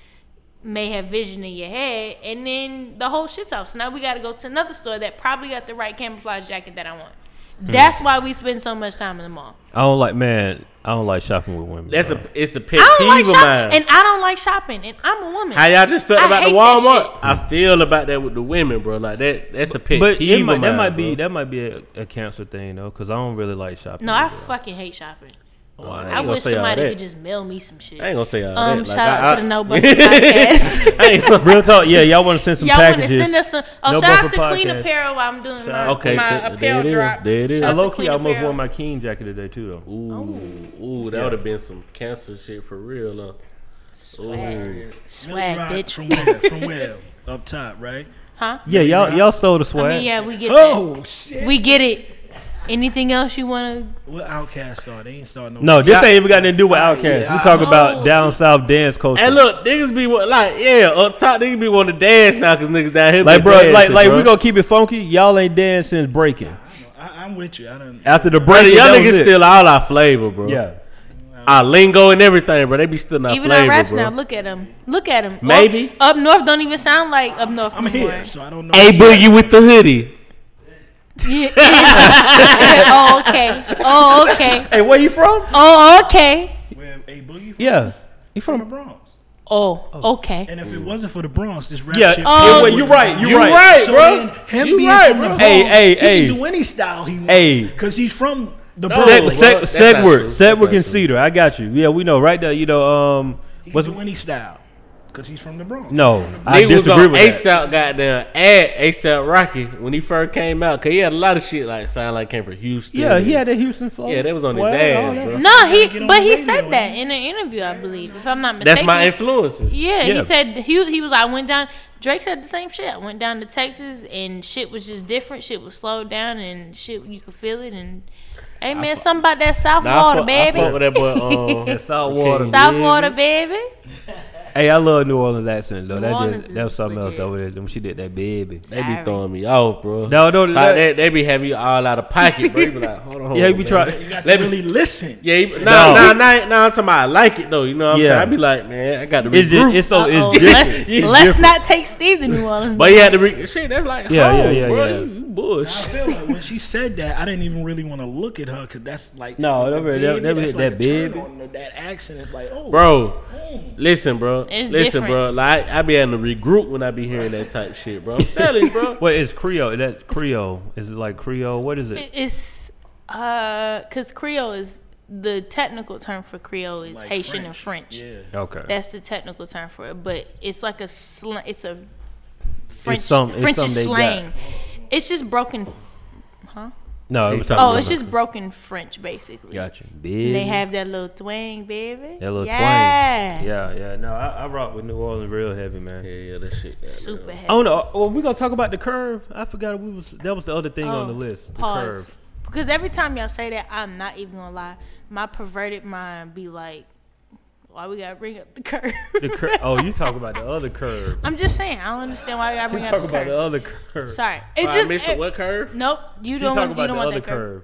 Speaker 2: may have vision in your head. And then the whole shit's off. So now we got to go to another store that probably got the right camouflage jacket that I want.
Speaker 4: Mm.
Speaker 2: That's why we spend so much time in the mall.
Speaker 3: I don't like man. I don't like shopping with women.
Speaker 4: that's
Speaker 3: bro.
Speaker 4: a it's a pet
Speaker 2: I
Speaker 4: peeve
Speaker 2: don't like
Speaker 4: of mine.
Speaker 2: shopping, and I don't like shopping, and I'm a woman.
Speaker 4: How y'all just felt
Speaker 2: I
Speaker 4: about the
Speaker 2: hate that shit.
Speaker 4: Walmart? I feel about that with the women, bro. Like that that's a pet
Speaker 3: but
Speaker 4: peeve
Speaker 3: it might,
Speaker 4: of
Speaker 3: that
Speaker 4: mine,
Speaker 3: might be
Speaker 4: bro.
Speaker 3: that might be a, a cancer thing though, because I don't really like shopping.
Speaker 2: no, I
Speaker 3: with
Speaker 2: fucking hate shopping.
Speaker 4: Well, I, ain't
Speaker 2: I
Speaker 4: gonna
Speaker 2: wish
Speaker 4: say all
Speaker 2: somebody
Speaker 4: that.
Speaker 2: could just mail me some shit.
Speaker 4: I ain't gonna say all
Speaker 2: Um,
Speaker 4: that.
Speaker 2: shout out to the No Budget
Speaker 4: Podcast. I ain't gonna
Speaker 3: women. real talk. Yeah, y'all want to send some
Speaker 2: Y'all want to
Speaker 3: packages.
Speaker 2: send us some? Oh,
Speaker 3: No
Speaker 2: shout out
Speaker 3: Buffer
Speaker 2: to Queen
Speaker 3: Podcast.
Speaker 2: Apparel while I'm doing my,
Speaker 4: Okay,
Speaker 2: my
Speaker 4: so there
Speaker 2: apparel
Speaker 4: it is.
Speaker 2: drop.
Speaker 4: There it is.
Speaker 3: I
Speaker 4: Shout
Speaker 3: low key
Speaker 2: Queen
Speaker 3: almost
Speaker 2: Apparel.
Speaker 3: wore my King jacket today too though.
Speaker 4: Ooh, ooh, that would have been some cancer shit for real, though.
Speaker 2: Swag,
Speaker 5: Millie
Speaker 2: swag,
Speaker 5: Rock From
Speaker 2: bitch.
Speaker 5: where? From where? Up top, right?
Speaker 2: Huh?
Speaker 3: Yeah, y'all y'all stole the swag.
Speaker 2: I mean, yeah, we get
Speaker 5: Oh
Speaker 2: that.
Speaker 5: shit!
Speaker 2: We get it. Anything else you want
Speaker 5: What outcast are they? Ain't starting
Speaker 3: No, this
Speaker 4: Y'all- Oh,
Speaker 3: ain't even got nothing to do with Outkast.
Speaker 5: yeah,
Speaker 3: we
Speaker 5: I-
Speaker 3: talk about
Speaker 2: Oh.
Speaker 3: down south dance culture.
Speaker 4: And look, niggas be wa- like, yeah, up top, niggas be wanting to dance now because niggas down here.
Speaker 3: like
Speaker 4: be
Speaker 3: bro,
Speaker 4: dancing,
Speaker 3: like like
Speaker 4: bro.
Speaker 3: we gonna keep it funky. Y'all ain't danced since breaking.
Speaker 5: I, I'm with you. I don't.
Speaker 3: After the
Speaker 4: Bro,
Speaker 3: break,
Speaker 4: y'all
Speaker 3: that
Speaker 4: niggas
Speaker 3: was it.
Speaker 4: still all our flavor, bro.
Speaker 3: yeah.
Speaker 4: Our lingo and everything, bro. They be still
Speaker 2: to?
Speaker 4: not
Speaker 2: Even
Speaker 4: flavor,
Speaker 2: our raps
Speaker 4: bro.
Speaker 2: now. Look at them. Look at them.
Speaker 4: Maybe.
Speaker 2: up north don't even sound like up north.
Speaker 5: I'm
Speaker 2: no more.
Speaker 5: here, so I don't know.
Speaker 4: A boogie with the hoodie.
Speaker 2: Yeah, yeah. oh okay. Oh okay.
Speaker 3: Hey, where you from?
Speaker 2: Oh okay.
Speaker 5: Where A boogie from
Speaker 3: Yeah, you
Speaker 5: the
Speaker 3: from?
Speaker 5: Bronx.
Speaker 2: Oh okay.
Speaker 5: And if it wasn't for the Bronx, this rap
Speaker 3: Yeah,
Speaker 5: shit.
Speaker 3: yeah,
Speaker 2: Oh.
Speaker 3: well, you right. You
Speaker 4: You
Speaker 3: right,
Speaker 4: right,
Speaker 5: So
Speaker 4: bro.
Speaker 5: then him
Speaker 4: You
Speaker 5: being
Speaker 4: right,
Speaker 5: from
Speaker 4: bro.
Speaker 5: the
Speaker 3: Hey,
Speaker 5: Bronx,
Speaker 3: hey,
Speaker 5: he
Speaker 3: hey.
Speaker 5: can do any style he wants.
Speaker 3: Hey.
Speaker 5: because he's from the
Speaker 4: No,
Speaker 5: Bronx.
Speaker 3: Seg- Seg-
Speaker 4: bro, Oh, that's not true.
Speaker 3: Segward,
Speaker 4: That's not
Speaker 3: Segward
Speaker 4: true.
Speaker 3: and Cedar. I got you. Yeah, we know right there. You know, um,
Speaker 5: he can
Speaker 3: what's
Speaker 5: do any style because he's from the Bronx.
Speaker 3: no? I
Speaker 4: Nigga was
Speaker 3: disagree
Speaker 4: on
Speaker 3: with that.
Speaker 4: ASAP goddamn ad ASAP Rocky when he first came out because he had a lot of shit like sound like came from Houston.
Speaker 3: Yeah, he
Speaker 4: and-
Speaker 3: had a Houston flow.
Speaker 4: Yeah, that was on his
Speaker 3: swag, all
Speaker 4: ass,
Speaker 3: that.
Speaker 4: bro.
Speaker 2: No,
Speaker 5: Get
Speaker 2: he
Speaker 5: on
Speaker 2: but
Speaker 5: the
Speaker 2: he
Speaker 5: radio,
Speaker 2: said that
Speaker 5: man.
Speaker 2: in an interview, I believe, if I'm not mistaken.
Speaker 4: That's my influences.
Speaker 2: Yeah,
Speaker 3: Yeah.
Speaker 2: he said he he was like, I went down. Drake said the same shit. I went down to Texas and shit was just different. Shit was slowed down and shit you could feel it. And hey man, something about that South
Speaker 4: Nah, I
Speaker 2: Water
Speaker 4: fuck, I fuck
Speaker 2: baby,
Speaker 4: with that boy. Um,
Speaker 3: That salt water.
Speaker 2: South Water baby.
Speaker 3: Hey, I love New Orleans accent though.
Speaker 2: New
Speaker 3: that
Speaker 2: Orleans
Speaker 3: just that was
Speaker 2: is
Speaker 3: something
Speaker 2: legit.
Speaker 3: else over there when she did that baby.
Speaker 4: They be
Speaker 2: Sorry.
Speaker 4: throwing me off, bro.
Speaker 3: No, no,
Speaker 4: like,
Speaker 3: that-
Speaker 4: they, they be having you all out of pocket, bro. You be like, hold on, hold
Speaker 3: Yeah, you be
Speaker 4: on, man.
Speaker 3: trying.
Speaker 5: you got
Speaker 4: Let
Speaker 5: to
Speaker 4: me-
Speaker 5: really listen.
Speaker 4: Yeah, you, nah,
Speaker 3: No.
Speaker 4: nah, nah, nah, I'm talking about I like it though. You know what I'm
Speaker 3: Yeah.
Speaker 4: saying? I be like, man, I got to
Speaker 3: It's
Speaker 4: regroup.
Speaker 3: just it's so
Speaker 2: Uh-oh.
Speaker 3: it's different.
Speaker 2: let's
Speaker 3: It's
Speaker 2: let's
Speaker 3: different.
Speaker 2: not take Steve to New Orleans.
Speaker 4: but he had to re- shit. That's like,
Speaker 3: Yeah,
Speaker 4: home,
Speaker 3: yeah, yeah,
Speaker 4: bro.
Speaker 3: yeah.
Speaker 4: You, you
Speaker 5: I
Speaker 4: bush.
Speaker 5: feel like when she said that, I didn't even really want to look at her because that's like
Speaker 3: No,
Speaker 5: the
Speaker 3: that really- that- that
Speaker 5: that's
Speaker 3: really-
Speaker 5: like
Speaker 3: that
Speaker 5: a turn
Speaker 3: baby.
Speaker 5: on, that accent is like oh
Speaker 4: bro.
Speaker 5: mm.
Speaker 4: Listen, bro.
Speaker 2: It's
Speaker 4: Listen,
Speaker 2: different.
Speaker 4: bro. Like I be having to regroup when I be hearing that type shit, bro. I'm telling you, bro.
Speaker 3: What is Creole? That's Creole. Is it like Creole? What is it?
Speaker 2: it's uh, cause Creole is the technical term for Creole is
Speaker 5: Like
Speaker 2: Haitian and
Speaker 5: French.
Speaker 2: French.
Speaker 5: Yeah,
Speaker 3: Okay.
Speaker 2: That's the technical term for it, but it's like a sl- it's a French
Speaker 3: some- it's
Speaker 2: French
Speaker 3: something
Speaker 2: is
Speaker 3: they got.
Speaker 2: slang. It's just broken. Huh?
Speaker 3: No, it was talking
Speaker 2: Oh,
Speaker 3: about-
Speaker 2: it's just broken French, basically.
Speaker 3: Gotcha.
Speaker 2: They
Speaker 3: Big.
Speaker 2: have that little twang, baby.
Speaker 3: that little
Speaker 2: yeah.
Speaker 3: twang. Yeah, yeah. No, I, I rock with New Orleans real heavy, man.
Speaker 4: Yeah, yeah, that shit.
Speaker 2: Super heavy.
Speaker 3: Oh no! Well, we gonna talk about the curve. I forgot we was that was the other thing on the
Speaker 2: Oh,
Speaker 3: list. The
Speaker 2: pause.
Speaker 3: curve.
Speaker 2: Because every time y'all say that, I'm not even gonna lie. My perverted mind be like, "Why we gotta bring up the curve?"
Speaker 3: The cur- Oh, you talk about the other curve.
Speaker 2: I'm just saying. I don't understand why we gotta
Speaker 3: You
Speaker 2: bring
Speaker 3: talk
Speaker 2: up the
Speaker 3: about
Speaker 2: curve.
Speaker 3: the other curve.
Speaker 2: Sorry, it
Speaker 4: I
Speaker 2: just.
Speaker 4: missed
Speaker 2: it-
Speaker 4: the what curve?
Speaker 2: Nope, you
Speaker 3: She
Speaker 2: don't
Speaker 3: talk
Speaker 2: want. You
Speaker 3: about
Speaker 2: don't
Speaker 3: the
Speaker 2: want
Speaker 3: other
Speaker 2: that curve.
Speaker 3: curve.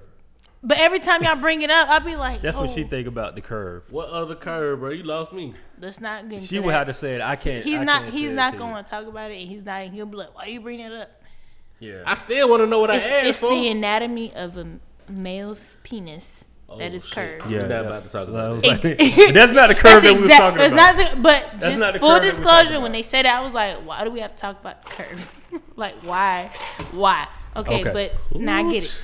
Speaker 2: But every time y'all bring it up, I'll be like,
Speaker 3: That's
Speaker 2: oh,
Speaker 3: what she think about the curve.
Speaker 4: What other curve, bro? You lost me.
Speaker 2: oh, Let's not get.
Speaker 3: She
Speaker 2: into
Speaker 3: would
Speaker 2: that.
Speaker 3: have to say it. I can't.
Speaker 2: He's
Speaker 3: I
Speaker 2: not.
Speaker 3: can't
Speaker 2: He's
Speaker 3: say it
Speaker 2: not
Speaker 3: to
Speaker 2: going to talk about it. and He's not. He'll be like, "Why you bring that up?"
Speaker 3: you. Yeah.
Speaker 4: I still want to know what
Speaker 2: It's,
Speaker 4: I asked
Speaker 2: it's
Speaker 4: for.
Speaker 2: the anatomy of a male's penis that
Speaker 4: Oh,
Speaker 2: is
Speaker 4: shit.
Speaker 2: curved.
Speaker 3: yeah,
Speaker 4: We're not
Speaker 3: yeah.
Speaker 4: about to talk
Speaker 3: I
Speaker 4: about
Speaker 3: was
Speaker 2: that.
Speaker 3: like, that's not the curve that we were
Speaker 2: exact-
Speaker 3: talking
Speaker 2: it's
Speaker 3: about.
Speaker 2: Not the, but just
Speaker 3: not the
Speaker 2: full
Speaker 3: curve that we talking
Speaker 2: disclosure, when
Speaker 3: about.
Speaker 2: they said it, I was like, why do we have to talk about the curve? like, why? Why? Okay,
Speaker 3: Okay.
Speaker 2: but now I get it.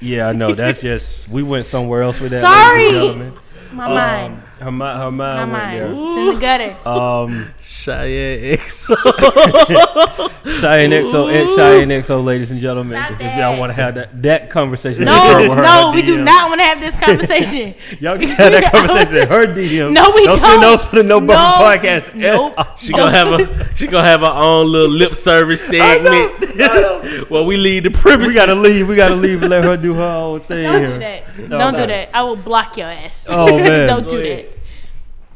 Speaker 3: yeah, I know. That's just we went somewhere else with that.
Speaker 2: Sorry.
Speaker 3: ladies and gentlemen.
Speaker 2: My
Speaker 3: Um,
Speaker 2: mind.
Speaker 3: her mind. Her
Speaker 2: My
Speaker 3: mind
Speaker 2: mind.
Speaker 3: went
Speaker 2: It's in the gutter.
Speaker 3: there. Um,
Speaker 4: Cheyenne XO.
Speaker 3: Cheyenne XO and Cheyenne XO, ladies and gentlemen.
Speaker 2: Stop
Speaker 3: if y'all
Speaker 2: that.
Speaker 3: want to have that, that conversation, with her,
Speaker 2: no,
Speaker 3: with her,
Speaker 2: no,
Speaker 3: her
Speaker 2: we do
Speaker 3: DMs.
Speaker 2: not want to have this conversation.
Speaker 3: Y'all can have that conversation in her DMs.
Speaker 2: No, we
Speaker 3: don't send
Speaker 2: don't.
Speaker 3: those to the No,
Speaker 2: No,
Speaker 3: Bubble Podcast.
Speaker 2: nope.
Speaker 4: She gonna have a she gonna have her own little lip service segment. well, we leave the premise.
Speaker 3: we gotta leave. We gotta leave and let her do her own thing.
Speaker 2: Don't
Speaker 3: here.
Speaker 2: do that.
Speaker 3: No,
Speaker 2: Don't
Speaker 3: no.
Speaker 2: do that. I will block your ass.
Speaker 3: Oh, man.
Speaker 2: Don't
Speaker 3: Go
Speaker 2: do
Speaker 4: ahead.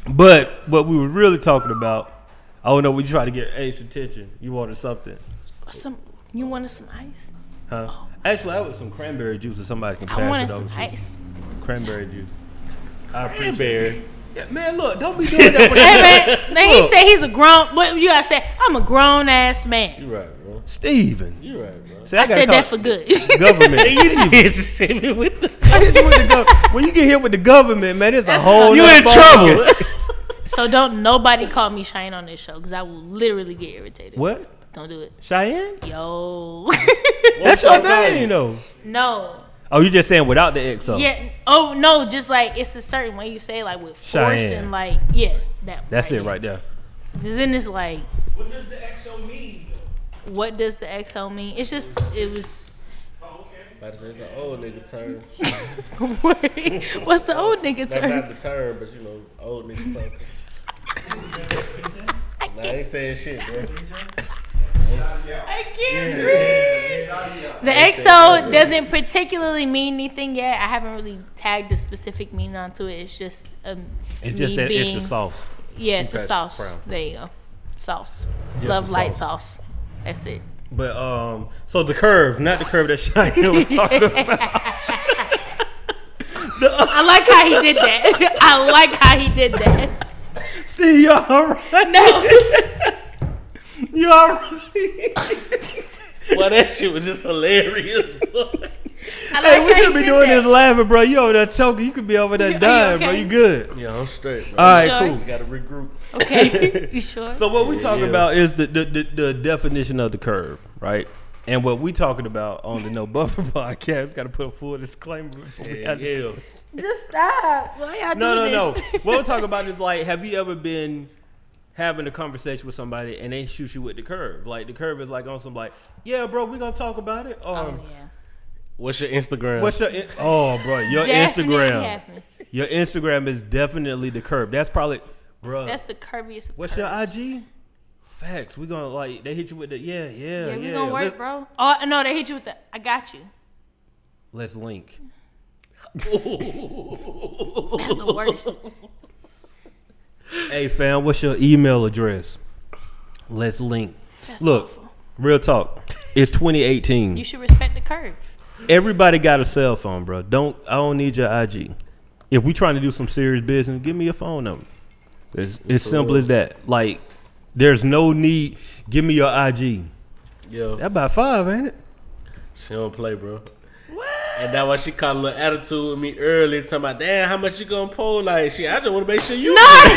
Speaker 3: But what we were really talking about, I don't know. We tried to get Ace attention. You wanted something,
Speaker 2: that. Some, you wanted some ice?
Speaker 3: huh? Actually, I was some cranberry juice, or somebody can pass
Speaker 2: I wanted
Speaker 3: it over.
Speaker 2: some
Speaker 3: to you.
Speaker 2: ice.
Speaker 3: Cranberry juice. I appreciate.
Speaker 4: Cranberry.
Speaker 3: Yeah, man, look, don't be doing that. with-
Speaker 2: Hey man, then he said he's a grown. But you gotta say, I'm a grown ass man.
Speaker 4: You right, bro.
Speaker 3: Steven.
Speaker 4: You right, bro.
Speaker 3: See,
Speaker 2: I,
Speaker 3: gotta
Speaker 2: said
Speaker 3: call
Speaker 2: that for good.
Speaker 3: government.
Speaker 4: You did just hit me with the.
Speaker 3: I hit you with the gov- when you get hit with the government, man, it's a
Speaker 2: That's
Speaker 3: whole.
Speaker 2: fucked
Speaker 4: You
Speaker 3: nother
Speaker 4: in
Speaker 3: ball-
Speaker 4: trouble.
Speaker 2: So don't nobody call me Shane on this show because I will literally get irritated.
Speaker 3: What?
Speaker 2: Don't do it.
Speaker 3: Cheyenne?
Speaker 2: Yo.
Speaker 3: That's your name, though.
Speaker 2: no.
Speaker 3: Oh, you just saying without the XO?
Speaker 2: Yeah. Oh no. Just like it's a certain way you say it, like with force
Speaker 3: Cheyenne.
Speaker 2: and like yes, that.
Speaker 3: That's it right there.
Speaker 2: Because then it's like,
Speaker 7: What does the XO mean?
Speaker 2: what does the XO mean? It's just it was.
Speaker 7: Oh, okay.
Speaker 4: About to say it's an old nigga term.
Speaker 2: What's the old nigga
Speaker 4: Not,
Speaker 2: term?
Speaker 4: not the term, but you know, old nigga talking. Nah, I ain't saying shit, bro.
Speaker 2: I can't read. The EXO doesn't particularly mean anything yet. I haven't really tagged a specific meaning onto it. It's just um,
Speaker 3: It's just
Speaker 2: me
Speaker 3: that
Speaker 2: being,
Speaker 3: extra sauce.
Speaker 2: Yeah, it's a
Speaker 3: Okay,
Speaker 2: sauce.
Speaker 3: brown.
Speaker 2: There you go, sauce.
Speaker 3: Just
Speaker 2: Love
Speaker 3: the
Speaker 2: light sauce. That's it.
Speaker 3: But um, so the curve, not the curve that Cheyenne was talking about.
Speaker 2: I like how he did that. I like how he did that.
Speaker 3: See, you all right?
Speaker 2: No,
Speaker 3: You all right?
Speaker 4: Well, that shit was just hilarious, boy.
Speaker 2: I like
Speaker 3: Hey, we
Speaker 2: how
Speaker 3: should
Speaker 2: he
Speaker 3: be
Speaker 2: did
Speaker 3: doing
Speaker 2: that.
Speaker 3: this laughing, bro. You over there choking. You could be over
Speaker 2: Are
Speaker 3: there
Speaker 2: you
Speaker 3: dying, bro.
Speaker 2: okay?
Speaker 3: You good.
Speaker 4: Yeah, I'm straight, bro.
Speaker 3: All right,
Speaker 2: sure?
Speaker 3: cool.
Speaker 4: Just gotta regroup.
Speaker 2: Okay, you sure?
Speaker 3: So what we talking
Speaker 4: Yeah.
Speaker 3: about is the, the, the, the definition of the curve, right? And what we talking about on the No Buffer podcast, got to put a full disclaimer. before we
Speaker 4: Yeah,
Speaker 3: have this-
Speaker 4: Oh, yeah.
Speaker 2: Just stop. Why y'all
Speaker 3: No, no,
Speaker 2: do
Speaker 3: no.
Speaker 2: this?
Speaker 3: what we're talking about is like, have you ever been having a conversation with somebody and they shoot you with the curve? Like the curve is like on some like, yeah, bro, we gonna talk about it. Or
Speaker 2: Oh yeah.
Speaker 4: What's your Instagram?
Speaker 3: what's your? In- oh, bro, your
Speaker 2: Definitely
Speaker 3: Instagram.
Speaker 2: happened.
Speaker 3: Your Instagram is definitely the curve. That's probably, bro.
Speaker 2: That's the curviest. of
Speaker 3: what's your IG? Facts. We gonna like they hit you with the yeah, yeah,
Speaker 2: Yeah,
Speaker 3: yeah.
Speaker 2: we gonna work,
Speaker 3: Let's-
Speaker 2: bro. Oh no, they hit you with the I got you.
Speaker 3: Let's link.
Speaker 2: That's the worst.
Speaker 3: Hey fam, what's your email address? Let's link.
Speaker 2: That's
Speaker 3: Look,
Speaker 2: awful.
Speaker 3: real talk. It's 2018.
Speaker 2: you should respect the curve.
Speaker 3: Everybody got a cell phone, bro. Don't I don't need your IG. If we trying to do some serious business, give me your phone number. It's as simple as that. Like, there's no need. Give me your IG.
Speaker 4: Yo,
Speaker 3: That about five, ain't it?
Speaker 4: she don't play, bro. And that's why she caught a little attitude with me early, talking about, damn, how much you gonna pull? Like, shit, I just wanna make sure you
Speaker 2: No, I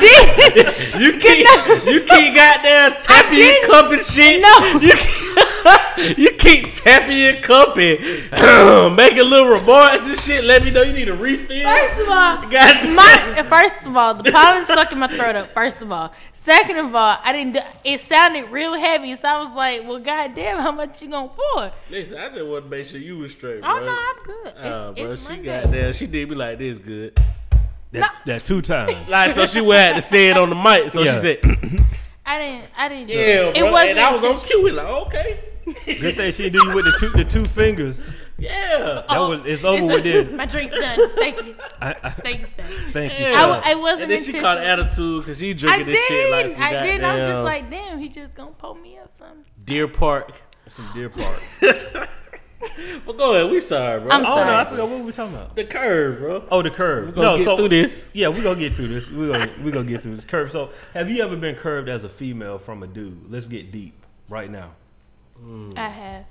Speaker 2: did.
Speaker 4: You keep you keep goddamn tapping your
Speaker 2: didn't-
Speaker 4: cup and shit.
Speaker 2: No.
Speaker 4: you keep, you keep tapping your cup and making little remarks and shit. Let me know you need a refill.
Speaker 2: First of all,
Speaker 4: God,
Speaker 2: my first of all, the pollen sucking my throat up. First of all, Second of all, I didn't. Do, it sounded real heavy, so I was like, "Well, goddamn, how much you gonna pour?"
Speaker 4: Listen, I just want to make sure you was straight,
Speaker 2: Oh
Speaker 4: bro.
Speaker 2: no, I'm good. It's,
Speaker 4: Uh, bro,
Speaker 2: it's
Speaker 4: she
Speaker 2: Monday.
Speaker 4: got there. She did me like this good.
Speaker 3: That's, that's two times.
Speaker 4: Like, so she would have to say it on the mic. So
Speaker 3: Yeah.
Speaker 4: she said,
Speaker 2: I didn't. I didn't.
Speaker 4: yeah, bro.
Speaker 2: It wasn't.
Speaker 4: and I was on
Speaker 2: intentional.
Speaker 4: cue. Like, okay.
Speaker 3: Good thing she did you with the two the two fingers.
Speaker 4: Yeah.
Speaker 3: That
Speaker 2: Oh,
Speaker 3: was it's over
Speaker 2: it's-
Speaker 3: with then.
Speaker 2: My drink's done. Thank you.
Speaker 3: I, I,
Speaker 2: Thank you. Thank you.
Speaker 3: thank you.
Speaker 4: Yeah.
Speaker 2: I, w- I wasn't
Speaker 4: And then she
Speaker 2: intentional.
Speaker 4: caught attitude because she
Speaker 2: I
Speaker 4: drinking
Speaker 2: did.
Speaker 4: this shit like some
Speaker 2: I did. I was just
Speaker 4: goddamn
Speaker 2: like, damn, he just gonna pull me up something.
Speaker 4: Deer Park.
Speaker 3: Some deer park.
Speaker 4: But go ahead, we sorry, bro.
Speaker 2: I'm
Speaker 3: Oh no, I
Speaker 2: sorry.
Speaker 3: forgot what we were talking about.
Speaker 4: The curve, bro.
Speaker 3: Oh, the curve.
Speaker 4: Gonna
Speaker 3: No,
Speaker 4: get
Speaker 3: so
Speaker 4: through this.
Speaker 3: yeah, we gonna get through this. We gonna we gonna get through this curve. So, have you ever been curved as a female from a dude? Let's get deep right now.
Speaker 2: I have.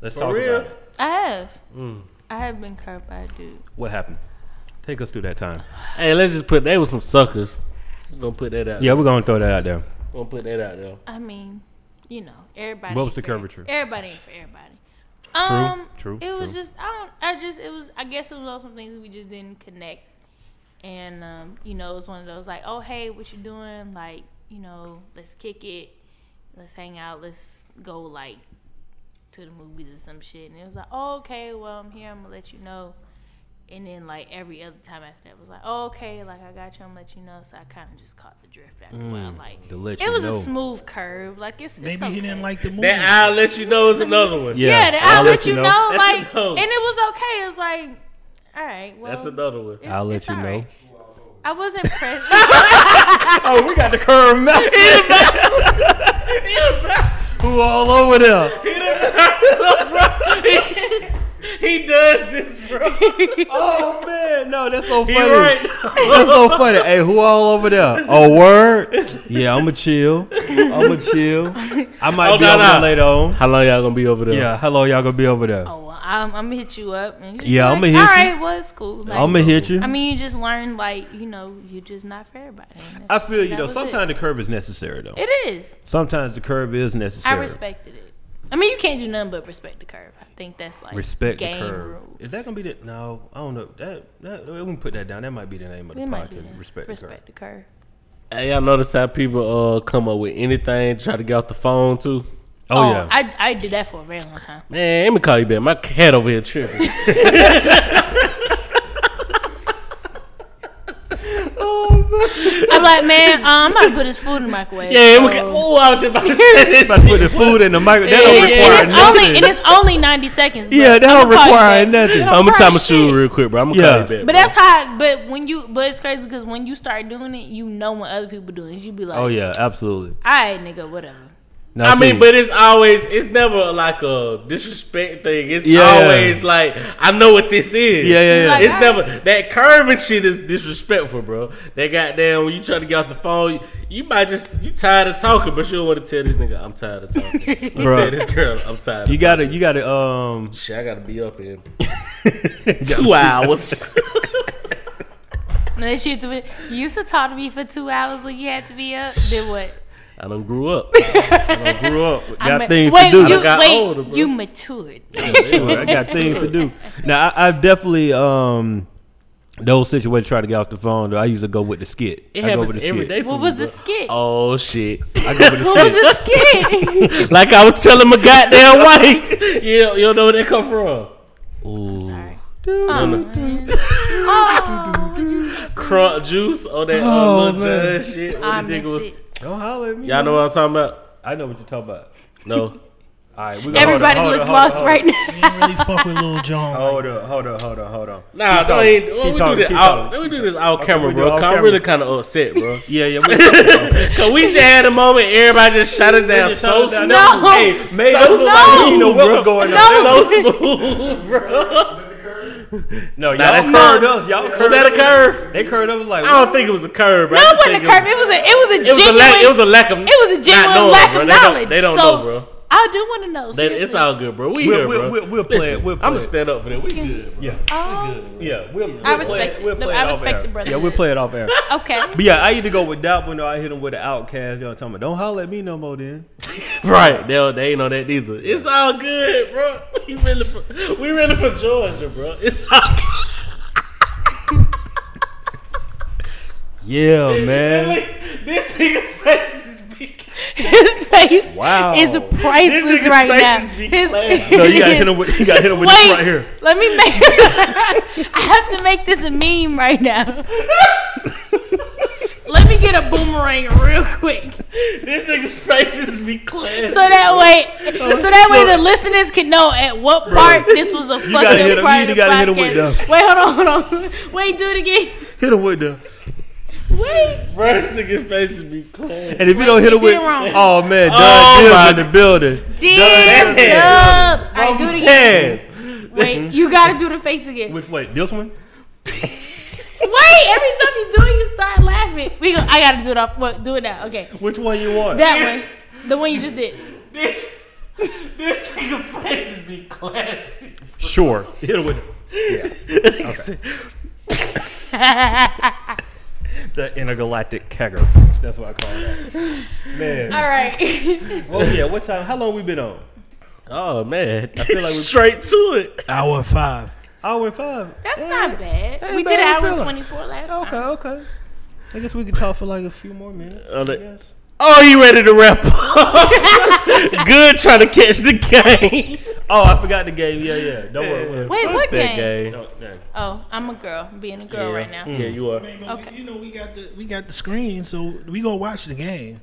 Speaker 3: Let's
Speaker 4: For
Speaker 3: talk
Speaker 4: real?
Speaker 3: about it.
Speaker 2: I have.
Speaker 3: Mm.
Speaker 2: I have been curved by a dude.
Speaker 3: What happened? Take us through that time.
Speaker 4: Hey, let's just put they was some suckers. We're gonna put that out.
Speaker 3: Yeah, we're gonna throw that out there.
Speaker 4: We're gonna put that out there.
Speaker 2: I mean, you know, everybody.
Speaker 3: What
Speaker 2: ain't
Speaker 3: was the
Speaker 2: for-
Speaker 3: curvature?
Speaker 2: Everybody ain't for everybody. Um,
Speaker 3: true,
Speaker 2: It was
Speaker 3: true.
Speaker 2: just I don't. I just it was. I guess it was all some things we just didn't connect, and um, you know, it was one of those like, oh hey, what you doing? Like, you know, let's kick it, let's hang out, let's go like to the movies or some shit. And it was like, oh, okay, well I'm here, I'm gonna let you know. And then like every other time after that was like, oh, okay, like I got you, I'm gonna let you know. So I kind of just caught the drift after a while. Like
Speaker 3: Mm, to let
Speaker 2: it
Speaker 3: you
Speaker 2: was
Speaker 3: know.
Speaker 2: a smooth curve. Like it's, it's
Speaker 5: Maybe he didn't
Speaker 2: okay.
Speaker 5: like the movie.
Speaker 4: That I'll let you know is another one.
Speaker 3: Yeah,
Speaker 2: Yeah, then I'll, let you know.
Speaker 4: That's
Speaker 2: Like,
Speaker 4: a no.
Speaker 2: and it was okay. It's like, all right, well,
Speaker 4: That's another one.
Speaker 2: it's-
Speaker 3: I'll let
Speaker 2: it's
Speaker 3: you
Speaker 2: all
Speaker 3: know.
Speaker 2: right. I wasn't present.
Speaker 3: Oh, we got the curve master. Who all over there?
Speaker 4: He does this, bro.
Speaker 3: Oh man, no, that's so
Speaker 4: He
Speaker 3: funny.
Speaker 4: right.
Speaker 3: That's so funny. Hey, who all over there? Oh, word. Yeah, I'ma chill. I'ma chill. I might
Speaker 4: Oh,
Speaker 3: be
Speaker 4: nah,
Speaker 3: over there
Speaker 4: nah.
Speaker 3: later on.
Speaker 4: How long y'all gonna be over there?
Speaker 3: Yeah, hello, y'all gonna be over there.
Speaker 2: oh, well, I'm, I'm gonna hit you up. And you
Speaker 3: Yeah,
Speaker 2: like,
Speaker 3: I'ma hit
Speaker 2: All
Speaker 3: you.
Speaker 2: right, well, it's cool. Like,
Speaker 3: I'ma hit you.
Speaker 2: I mean, you just learn, like, you know, you're just not for everybody. And
Speaker 3: I feel you
Speaker 2: that
Speaker 3: though.
Speaker 2: was it.
Speaker 3: Sometimes the curve is necessary though.
Speaker 2: it is.
Speaker 3: Sometimes the curve is necessary.
Speaker 2: I respected it. I mean, you can't do nothing but respect the curve. I think that's like
Speaker 3: Respect the
Speaker 2: game
Speaker 3: curve.
Speaker 2: rule.
Speaker 3: Is that gonna be the no? I don't know. That, that we can put that down. That might be the name of the
Speaker 2: It might be
Speaker 3: podcast.
Speaker 2: that.
Speaker 3: Respect, the curve.
Speaker 2: respect the curve.
Speaker 4: Hey, y'all notice how people uh come up with anything, try to get off the phone too.
Speaker 3: Oh, yeah.
Speaker 2: I, I did that for a very long time.
Speaker 4: Man, let me call you back. My head over here tripping.
Speaker 2: I'm like, man, um, I'm about to put his food in the microwave.
Speaker 4: Yeah, we
Speaker 2: so-
Speaker 4: can. Oh, I was just about to say this.
Speaker 3: About to put the food in the micro. That
Speaker 4: Yeah,
Speaker 3: don't
Speaker 2: And it-
Speaker 3: require
Speaker 2: and it's only and
Speaker 3: nothing.
Speaker 2: it's only ninety seconds. but
Speaker 3: Yeah, that don't
Speaker 2: I'ma call you
Speaker 3: require
Speaker 2: back.
Speaker 3: nothing.
Speaker 2: It don't
Speaker 4: I'm gonna tie
Speaker 2: require
Speaker 4: my shoe
Speaker 2: shit.
Speaker 4: real quick, bro. I'm gonna
Speaker 3: Yeah.
Speaker 4: call you
Speaker 2: But
Speaker 4: back. bro.
Speaker 2: that's how. But when you, but it's crazy because when you start doing it, you know when other people doing it, you be like,
Speaker 3: Oh yeah, absolutely.
Speaker 2: all right, nigga, whatever."
Speaker 3: Now,
Speaker 4: I
Speaker 3: see,
Speaker 4: mean, but it's always it's never like a disrespect thing. It's
Speaker 3: Yeah.
Speaker 4: always like I know what this is.
Speaker 3: Yeah, yeah, yeah.
Speaker 2: Like,
Speaker 4: it's
Speaker 2: I-
Speaker 4: never that curving shit is disrespectful, bro. That goddamn when you try to get off the phone, you, you might just you tired of talking, but you don't want to tell this nigga I'm tired of talking. You
Speaker 3: Bro.
Speaker 4: tell this girl I'm tired.
Speaker 3: you
Speaker 4: of talking.
Speaker 3: gotta, you gotta, um,
Speaker 4: Shit, I gotta be up in two hours.
Speaker 2: And then she threw it- you used to talk to me for two hours when you had to be up. Then what?
Speaker 4: I done grew up.
Speaker 3: grew up, got
Speaker 2: ma-
Speaker 3: things
Speaker 2: wait,
Speaker 3: to do.
Speaker 2: You,
Speaker 4: I got
Speaker 2: wait,
Speaker 4: older, bro.
Speaker 2: you matured.
Speaker 3: I got things to do. Now, I, I definitely, um, those situations try to get off the phone. Though I used to go with the skit.
Speaker 4: It
Speaker 3: I go
Speaker 4: happens
Speaker 3: with the
Speaker 4: every
Speaker 3: skit.
Speaker 4: day. for
Speaker 2: What
Speaker 4: me,
Speaker 2: was the
Speaker 4: bro.
Speaker 2: skit?
Speaker 4: Oh shit.
Speaker 3: I go with the
Speaker 2: What was
Speaker 3: skit.
Speaker 2: the skit?
Speaker 4: like I was telling my goddamn wife. You don't, you don't know where that come from. Ooh.
Speaker 2: oh, man. Oh,
Speaker 4: Crunk juice on that
Speaker 3: Oh,
Speaker 4: uh, little
Speaker 3: man.
Speaker 4: John shit.
Speaker 2: I
Speaker 4: when the nigga
Speaker 2: missed
Speaker 4: was,
Speaker 2: it.
Speaker 3: Don't holler at me.
Speaker 4: y'all know what I'm talking about?
Speaker 3: I know what you're talking about.
Speaker 4: No.
Speaker 3: All right, we gonna-
Speaker 2: Everybody
Speaker 3: hold
Speaker 2: looks
Speaker 3: up, hold up,
Speaker 2: lost right now.
Speaker 5: He didn't really fuck with Lil John.
Speaker 3: Hold up, hold up, hold up, hold on.
Speaker 4: Nah,
Speaker 3: Keep talking,
Speaker 4: no, ain't,
Speaker 3: keep
Speaker 4: well, we,
Speaker 3: talking,
Speaker 4: do this
Speaker 3: keep
Speaker 4: out,
Speaker 3: talking.
Speaker 4: we do this out
Speaker 3: Okay,
Speaker 4: camera,
Speaker 3: we do
Speaker 4: bro.
Speaker 3: all
Speaker 4: 'cause I'm
Speaker 3: camera.
Speaker 4: really kind of upset, bro.
Speaker 3: Yeah, yeah. We,
Speaker 4: Cause we just had a moment, everybody just shut us down
Speaker 3: just shut
Speaker 4: so
Speaker 3: us down.
Speaker 4: smooth.
Speaker 2: No.
Speaker 4: Hey,
Speaker 3: Made
Speaker 4: so
Speaker 3: us look like we
Speaker 4: smooth,
Speaker 3: know what
Speaker 4: bro.
Speaker 3: was going on.
Speaker 4: So smooth, bro.
Speaker 3: no, y'all
Speaker 4: that's
Speaker 3: curved
Speaker 4: not-
Speaker 3: us. Y'all curved
Speaker 4: Was that a
Speaker 3: us.
Speaker 4: curve?
Speaker 3: They curved us like.
Speaker 4: I don't think it was a curve, bro. I
Speaker 2: No, it
Speaker 4: just
Speaker 2: wasn't a
Speaker 4: think
Speaker 2: curve. It was a it was a
Speaker 4: It was,
Speaker 2: genuine.
Speaker 4: a lack, it was a lack of.
Speaker 2: It was a genuine
Speaker 4: knowing,
Speaker 2: lack
Speaker 4: bro.
Speaker 2: of
Speaker 4: They don't-
Speaker 2: knowledge.
Speaker 4: They don't
Speaker 2: so
Speaker 4: know, bro.
Speaker 2: I do want to know.
Speaker 4: They,
Speaker 2: Seriously.
Speaker 4: it's all good, bro. We
Speaker 3: We'll-
Speaker 4: here,
Speaker 3: we'll-
Speaker 4: bro.
Speaker 3: we'll- we'll play it. We'll
Speaker 4: I'm
Speaker 3: play it.
Speaker 4: gonna stand up for that. We good, bro.
Speaker 3: Yeah,
Speaker 2: Oh,
Speaker 3: yeah. We'll, we'll
Speaker 2: I
Speaker 3: play
Speaker 2: respect
Speaker 3: it.
Speaker 2: it.
Speaker 3: We'll
Speaker 2: The-
Speaker 3: play
Speaker 2: I
Speaker 3: it off
Speaker 2: respect
Speaker 3: air.
Speaker 2: the brotherhood.
Speaker 3: Yeah, we'll play it off air.
Speaker 2: okay.
Speaker 3: But yeah, I either go with that one or I hit him with the outcast. Y'all talking about? Don't holler at me no more. Then
Speaker 4: Right. They, don't- they ain't on that either. It's all good, bro. We really for, we really for Georgia, bro. It's all good.
Speaker 3: yeah, man.
Speaker 4: Like, this nigga face
Speaker 2: His face
Speaker 4: Wow.
Speaker 2: is priceless
Speaker 4: This nigga's
Speaker 2: right
Speaker 4: face
Speaker 2: now.
Speaker 4: is be
Speaker 2: His-
Speaker 4: classy.
Speaker 3: No, you gotta hit him with you gotta hit him with this
Speaker 2: Wait,
Speaker 3: right here.
Speaker 2: let me make. I have to make this a meme right now. let me get a boomerang real quick,
Speaker 4: This nigga's faces be clean.
Speaker 2: so that way,
Speaker 3: Oh,
Speaker 2: so that way the listeners can know at what part this was a fucked
Speaker 3: gotta hit
Speaker 2: up
Speaker 3: him-
Speaker 2: part
Speaker 3: you
Speaker 2: of the
Speaker 3: gotta hit him
Speaker 2: podcast.
Speaker 3: with the-
Speaker 2: Wait, hold on, hold on. Wait, do it again.
Speaker 3: Hit him with the
Speaker 2: Wait.
Speaker 4: Bro, this nigga's faces be clean.
Speaker 3: and if you don't hit him
Speaker 2: you
Speaker 3: with
Speaker 2: did wrong.
Speaker 3: Oh man, Doug
Speaker 4: Oh,
Speaker 3: Dibs
Speaker 4: my-
Speaker 3: in the building.
Speaker 2: Damn,
Speaker 4: Done.
Speaker 2: All right, do it again.
Speaker 4: Yes.
Speaker 2: Wait, you gotta do the face again. Wait,
Speaker 3: Which wait, this one?
Speaker 2: every time you do it, you start laughing. We go, I gotta do it off. What? Do it now. Okay,
Speaker 3: Which one you want?
Speaker 2: that one, the one you just did.
Speaker 4: This, this nigga faces be classy.
Speaker 3: Sure. Hit him with the intergalactic kegger face. That's what I call that. Man.
Speaker 2: All right.
Speaker 3: Oh yeah, what time how long we been on?
Speaker 4: Oh man, I
Speaker 3: feel like we-
Speaker 4: straight to it.
Speaker 5: Hour five.
Speaker 3: Hour and five.
Speaker 2: That's not bad. we
Speaker 3: bad,
Speaker 2: did
Speaker 3: I
Speaker 2: hour
Speaker 3: feel it.
Speaker 2: 24 last
Speaker 3: Okay,
Speaker 2: time.
Speaker 3: okay. I guess we could talk for like a few more minutes.
Speaker 4: Oh,
Speaker 3: I
Speaker 4: that-
Speaker 3: guess.
Speaker 4: Oh, you ready to wrap up? Good, trying to catch the game.
Speaker 3: Oh, I forgot the game. Yeah, yeah. Don't worry. Don't worry.
Speaker 2: Wait, what game?
Speaker 4: That game.
Speaker 3: Don't- yeah.
Speaker 2: Oh, I'm a girl. I'm being a girl right now.
Speaker 4: Yeah, Mm. you are.
Speaker 2: Okay.
Speaker 5: You know we got the we got the screen, so we gonna watch the game.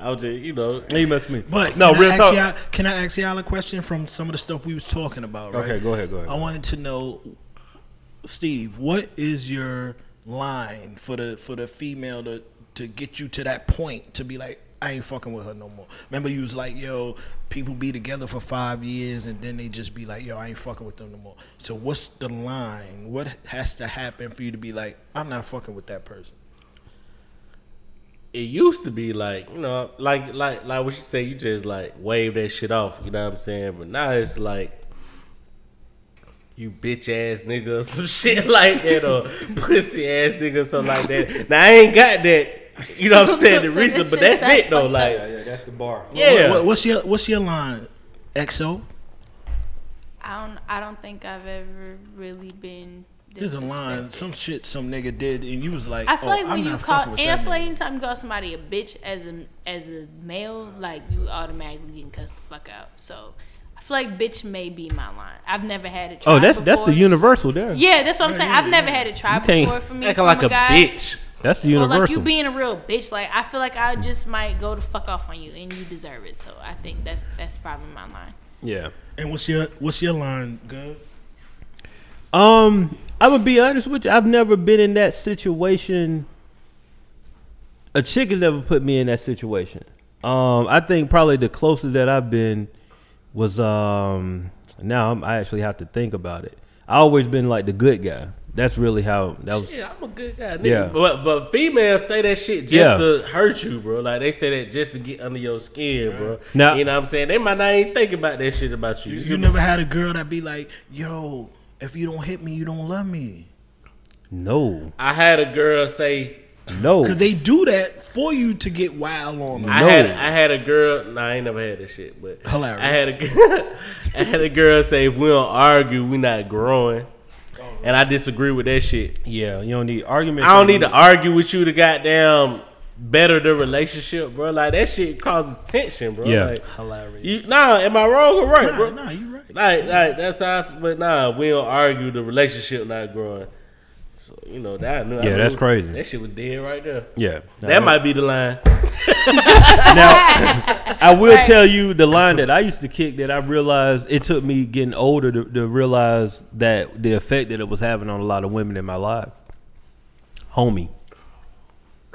Speaker 4: I was just, you know,
Speaker 3: You messed me.
Speaker 5: But
Speaker 3: no,
Speaker 5: can
Speaker 3: real
Speaker 5: I
Speaker 3: talk.
Speaker 5: Ask y'all, can I ask y'all a question from some of the stuff we was talking about? Right?
Speaker 3: Okay, go ahead, go ahead.
Speaker 5: I wanted to know, Steve, what is your line for the for the female to to get you to that point to be like, I ain't fucking with her no more. Remember, you was like, yo, people be together for five years and then they just be like, yo, I ain't fucking with them no more. So what's the line? What has to happen for you to be like, I'm not fucking with that person?
Speaker 4: it used to be like, you know, like like like what you say, you just like wave that shit off, you know what I'm saying? But now it's like you bitch ass nigga or some shit like that or pussy ass nigga or something like that. Now I ain't got that, you know what I'm saying, the
Speaker 2: So
Speaker 4: reason,
Speaker 2: that
Speaker 4: but
Speaker 2: shit's
Speaker 4: that's it though.
Speaker 1: Yeah,
Speaker 4: Like
Speaker 1: yeah, that's the bar.
Speaker 4: Yeah.
Speaker 5: What- what's your what's your line? XO.
Speaker 2: I don't. I don't think I've ever really been.
Speaker 5: There's a line,
Speaker 2: disrespected.
Speaker 5: some shit some nigga did, and you was like,
Speaker 2: I feel
Speaker 5: oh,
Speaker 2: like
Speaker 5: I'm
Speaker 2: when you
Speaker 5: not
Speaker 2: call
Speaker 5: fucking
Speaker 2: and
Speaker 5: with
Speaker 2: I
Speaker 5: that
Speaker 2: feel like
Speaker 5: nigga.
Speaker 2: anytime you call somebody a bitch as a as a male, like you automatically getting cussed the fuck out. So I feel like bitch may be my line. I've never had it.
Speaker 3: Oh,
Speaker 2: tried
Speaker 3: that's that's the
Speaker 2: before.
Speaker 3: universal there.
Speaker 2: Yeah, that's what I'm saying. I've never had it tried
Speaker 3: can't
Speaker 2: before for me.
Speaker 4: acting
Speaker 2: from
Speaker 4: like a
Speaker 2: guy.
Speaker 4: bitch.
Speaker 3: That's the
Speaker 2: Or
Speaker 3: universal.
Speaker 2: like you being a real bitch. Like I feel like I just might go to fuck off on you, and you deserve it. So I think that's that's probably my line.
Speaker 3: yeah.
Speaker 5: And what's your what's your line? Good.
Speaker 3: Um, I'm gonna be honest with you. I've never been in that situation. A chick has never put me in that situation. Um, I think probably the closest that I've been was um. Now I'm, I actually have to think about it. I always been like the good guy. That's really how that was.
Speaker 4: Yeah, I'm a good guy, nigga.
Speaker 3: Yeah.
Speaker 4: But but females say that shit just
Speaker 3: Yeah.
Speaker 4: to hurt you, bro. Like they say that just to get under your skin, bro.
Speaker 3: Now-
Speaker 4: you know what I'm saying? They might not even think about that shit about you.
Speaker 5: You never had a girl that be like, yo, if you don't hit me, you don't love me.
Speaker 3: No,
Speaker 4: I had a girl say
Speaker 3: no.
Speaker 5: Cause they do that for you to get wild on them.
Speaker 4: I
Speaker 3: No.
Speaker 4: had I had a girl. Nah, I ain't never had this shit, but
Speaker 5: Hilarious.
Speaker 4: I had a g- I had a girl say if we don't argue, we not growing, and I disagree with that shit.
Speaker 3: yeah, you don't need arguments.
Speaker 4: I don't need to argue with you to goddamn better the relationship, bro. Like that shit causes tension, bro.
Speaker 3: Yeah.
Speaker 4: Like,
Speaker 5: Hilarious.
Speaker 4: you, nah, am I wrong or oh, right,
Speaker 5: Nah,
Speaker 4: bro?
Speaker 5: nah, you right.
Speaker 4: Like, like that's how. I f but nah, if we don't argue, the relationship not growing. So you know that. I knew, I
Speaker 3: Yeah,
Speaker 4: knew
Speaker 3: that's
Speaker 4: it was-
Speaker 3: crazy.
Speaker 4: That shit was dead right there.
Speaker 3: Yeah,
Speaker 4: That might be the line.
Speaker 3: I will tell you the line that I used to kick that I realized it took me getting older to, to realize that the effect that it was having on a lot of women in my life. Homie.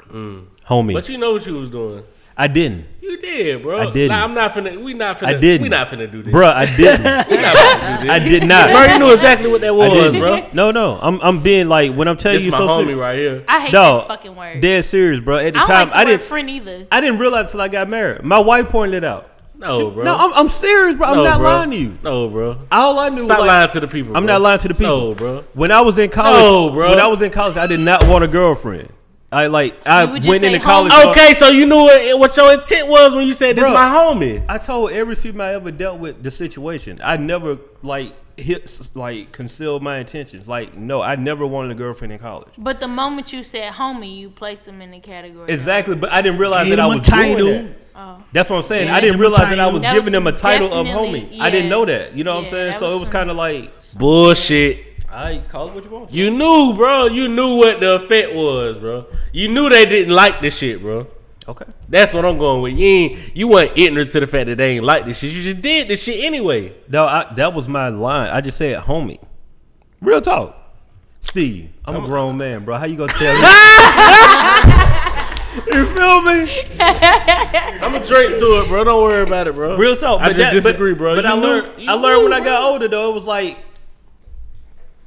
Speaker 3: Homie.
Speaker 4: Mm. But you know what you was doing.
Speaker 3: I didn't.
Speaker 4: You did, bro.
Speaker 3: I didn't.
Speaker 4: Like, I'm not finna. We not finna.
Speaker 3: I didn't.
Speaker 4: We not finna do this.
Speaker 3: Bruh, I didn't.
Speaker 4: We not finna do
Speaker 3: I
Speaker 4: this.
Speaker 3: did not.
Speaker 4: bro, you knew exactly what that
Speaker 3: I
Speaker 4: was,
Speaker 3: didn't.
Speaker 4: bro.
Speaker 3: No, no. I'm I'm being like when I'm telling
Speaker 4: This
Speaker 3: you
Speaker 4: my
Speaker 3: so
Speaker 4: homie
Speaker 3: serious-
Speaker 4: right here.
Speaker 2: I hate
Speaker 3: No,
Speaker 2: that fucking word.
Speaker 3: Dead serious, bro. At the
Speaker 2: I don't
Speaker 3: time
Speaker 2: like the
Speaker 3: I
Speaker 2: word
Speaker 3: didn't
Speaker 2: friend either.
Speaker 3: I didn't realize till I got married. My wife pointed it out.
Speaker 4: No, bro.
Speaker 3: No, I'm, I'm serious, bro. I'm
Speaker 4: No,
Speaker 3: not
Speaker 4: bro.
Speaker 3: lying to you.
Speaker 4: No, bro.
Speaker 3: All I knew was
Speaker 4: Stop
Speaker 3: like-
Speaker 4: lying to the people.
Speaker 3: I'm
Speaker 4: bro.
Speaker 3: not lying to the people.
Speaker 4: No, bro.
Speaker 3: When I was in college,
Speaker 4: No, bro.
Speaker 3: When I was in college, I did not want a girlfriend. I like I
Speaker 2: would
Speaker 3: went
Speaker 2: just say
Speaker 3: into
Speaker 2: homie.
Speaker 3: college.
Speaker 4: Okay, so you knew what, what your intent was when you said this
Speaker 3: Bro.
Speaker 4: my homie.
Speaker 3: I told every female I ever dealt with the situation. I never like hits like concealed my intentions. Like, no, I never wanted a girlfriend in college.
Speaker 2: But the moment you said homie, you placed him in the category.
Speaker 3: Exactly, but I didn't realize
Speaker 5: Give
Speaker 3: that I
Speaker 5: him a
Speaker 3: was doing
Speaker 5: title.
Speaker 3: that.
Speaker 2: Oh.
Speaker 3: That's what I'm saying.
Speaker 5: Gave
Speaker 3: I
Speaker 5: him
Speaker 3: didn't
Speaker 5: a
Speaker 3: realize that I
Speaker 5: title.
Speaker 3: was
Speaker 2: That was
Speaker 3: giving him a
Speaker 2: some
Speaker 3: title of
Speaker 2: definitely-
Speaker 3: homie. I didn't
Speaker 2: yeah.
Speaker 3: know that. You know what
Speaker 2: Yeah,
Speaker 3: I'm saying?
Speaker 2: that
Speaker 3: So
Speaker 2: was
Speaker 3: it was
Speaker 2: some-
Speaker 3: kind of like,
Speaker 4: Bullshit.
Speaker 3: I call it what you want.
Speaker 4: You knew, bro. You knew what the effect was, bro. You knew they didn't like this shit, bro.
Speaker 3: Okay.
Speaker 4: That's what I'm going with. You ain't, you weren't ignorant to the fact that they ain't like this shit. You just did this shit anyway.
Speaker 3: No, I, that was my line. I just said homie. Real talk. Steve, I'm, a grown man, bro. How you gonna tell me? you feel me?
Speaker 4: I'm going to drink to it, bro. Don't worry about it, bro.
Speaker 3: Real talk.
Speaker 4: I
Speaker 3: but
Speaker 4: just
Speaker 3: that- but-
Speaker 4: disagree, bro.
Speaker 3: But
Speaker 4: You
Speaker 3: I
Speaker 4: knew-
Speaker 3: learned.
Speaker 4: you
Speaker 3: I learned when
Speaker 4: knew,
Speaker 3: I got older, though. It was like,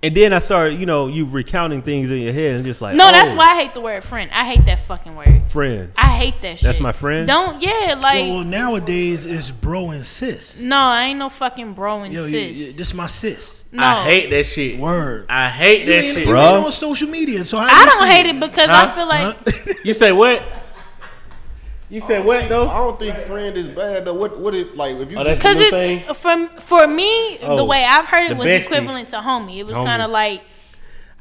Speaker 3: and then I started, you know, you recounting things in your head and just like,
Speaker 2: No, that's
Speaker 3: oh,
Speaker 2: why I hate the word friend. I hate that fucking word.
Speaker 3: friend.
Speaker 2: I hate that shit.
Speaker 3: That's my friend?
Speaker 2: Don't yeah, like
Speaker 5: Well, nowadays it's bro and sis.
Speaker 2: no, I ain't no fucking bro and
Speaker 5: Yo, you,
Speaker 2: sis.
Speaker 5: you, this my sis.
Speaker 2: no.
Speaker 4: I hate that shit.
Speaker 5: Word.
Speaker 4: I hate that shit,
Speaker 5: you
Speaker 4: bro.
Speaker 5: ain't on social media, so how
Speaker 2: I
Speaker 5: you
Speaker 2: don't
Speaker 5: see
Speaker 2: hate it because
Speaker 4: Huh?
Speaker 2: I feel like
Speaker 4: You say what? You say what,
Speaker 6: I
Speaker 4: though?
Speaker 6: don't think friend is bad though. What what if like if you
Speaker 4: Oh,
Speaker 6: just
Speaker 2: because
Speaker 4: that's the new thing?
Speaker 2: it's from for me
Speaker 4: Oh,
Speaker 2: the way I've heard
Speaker 4: the
Speaker 2: it was
Speaker 4: bestie.
Speaker 2: equivalent to homie. It was
Speaker 3: Homie.
Speaker 2: kind of like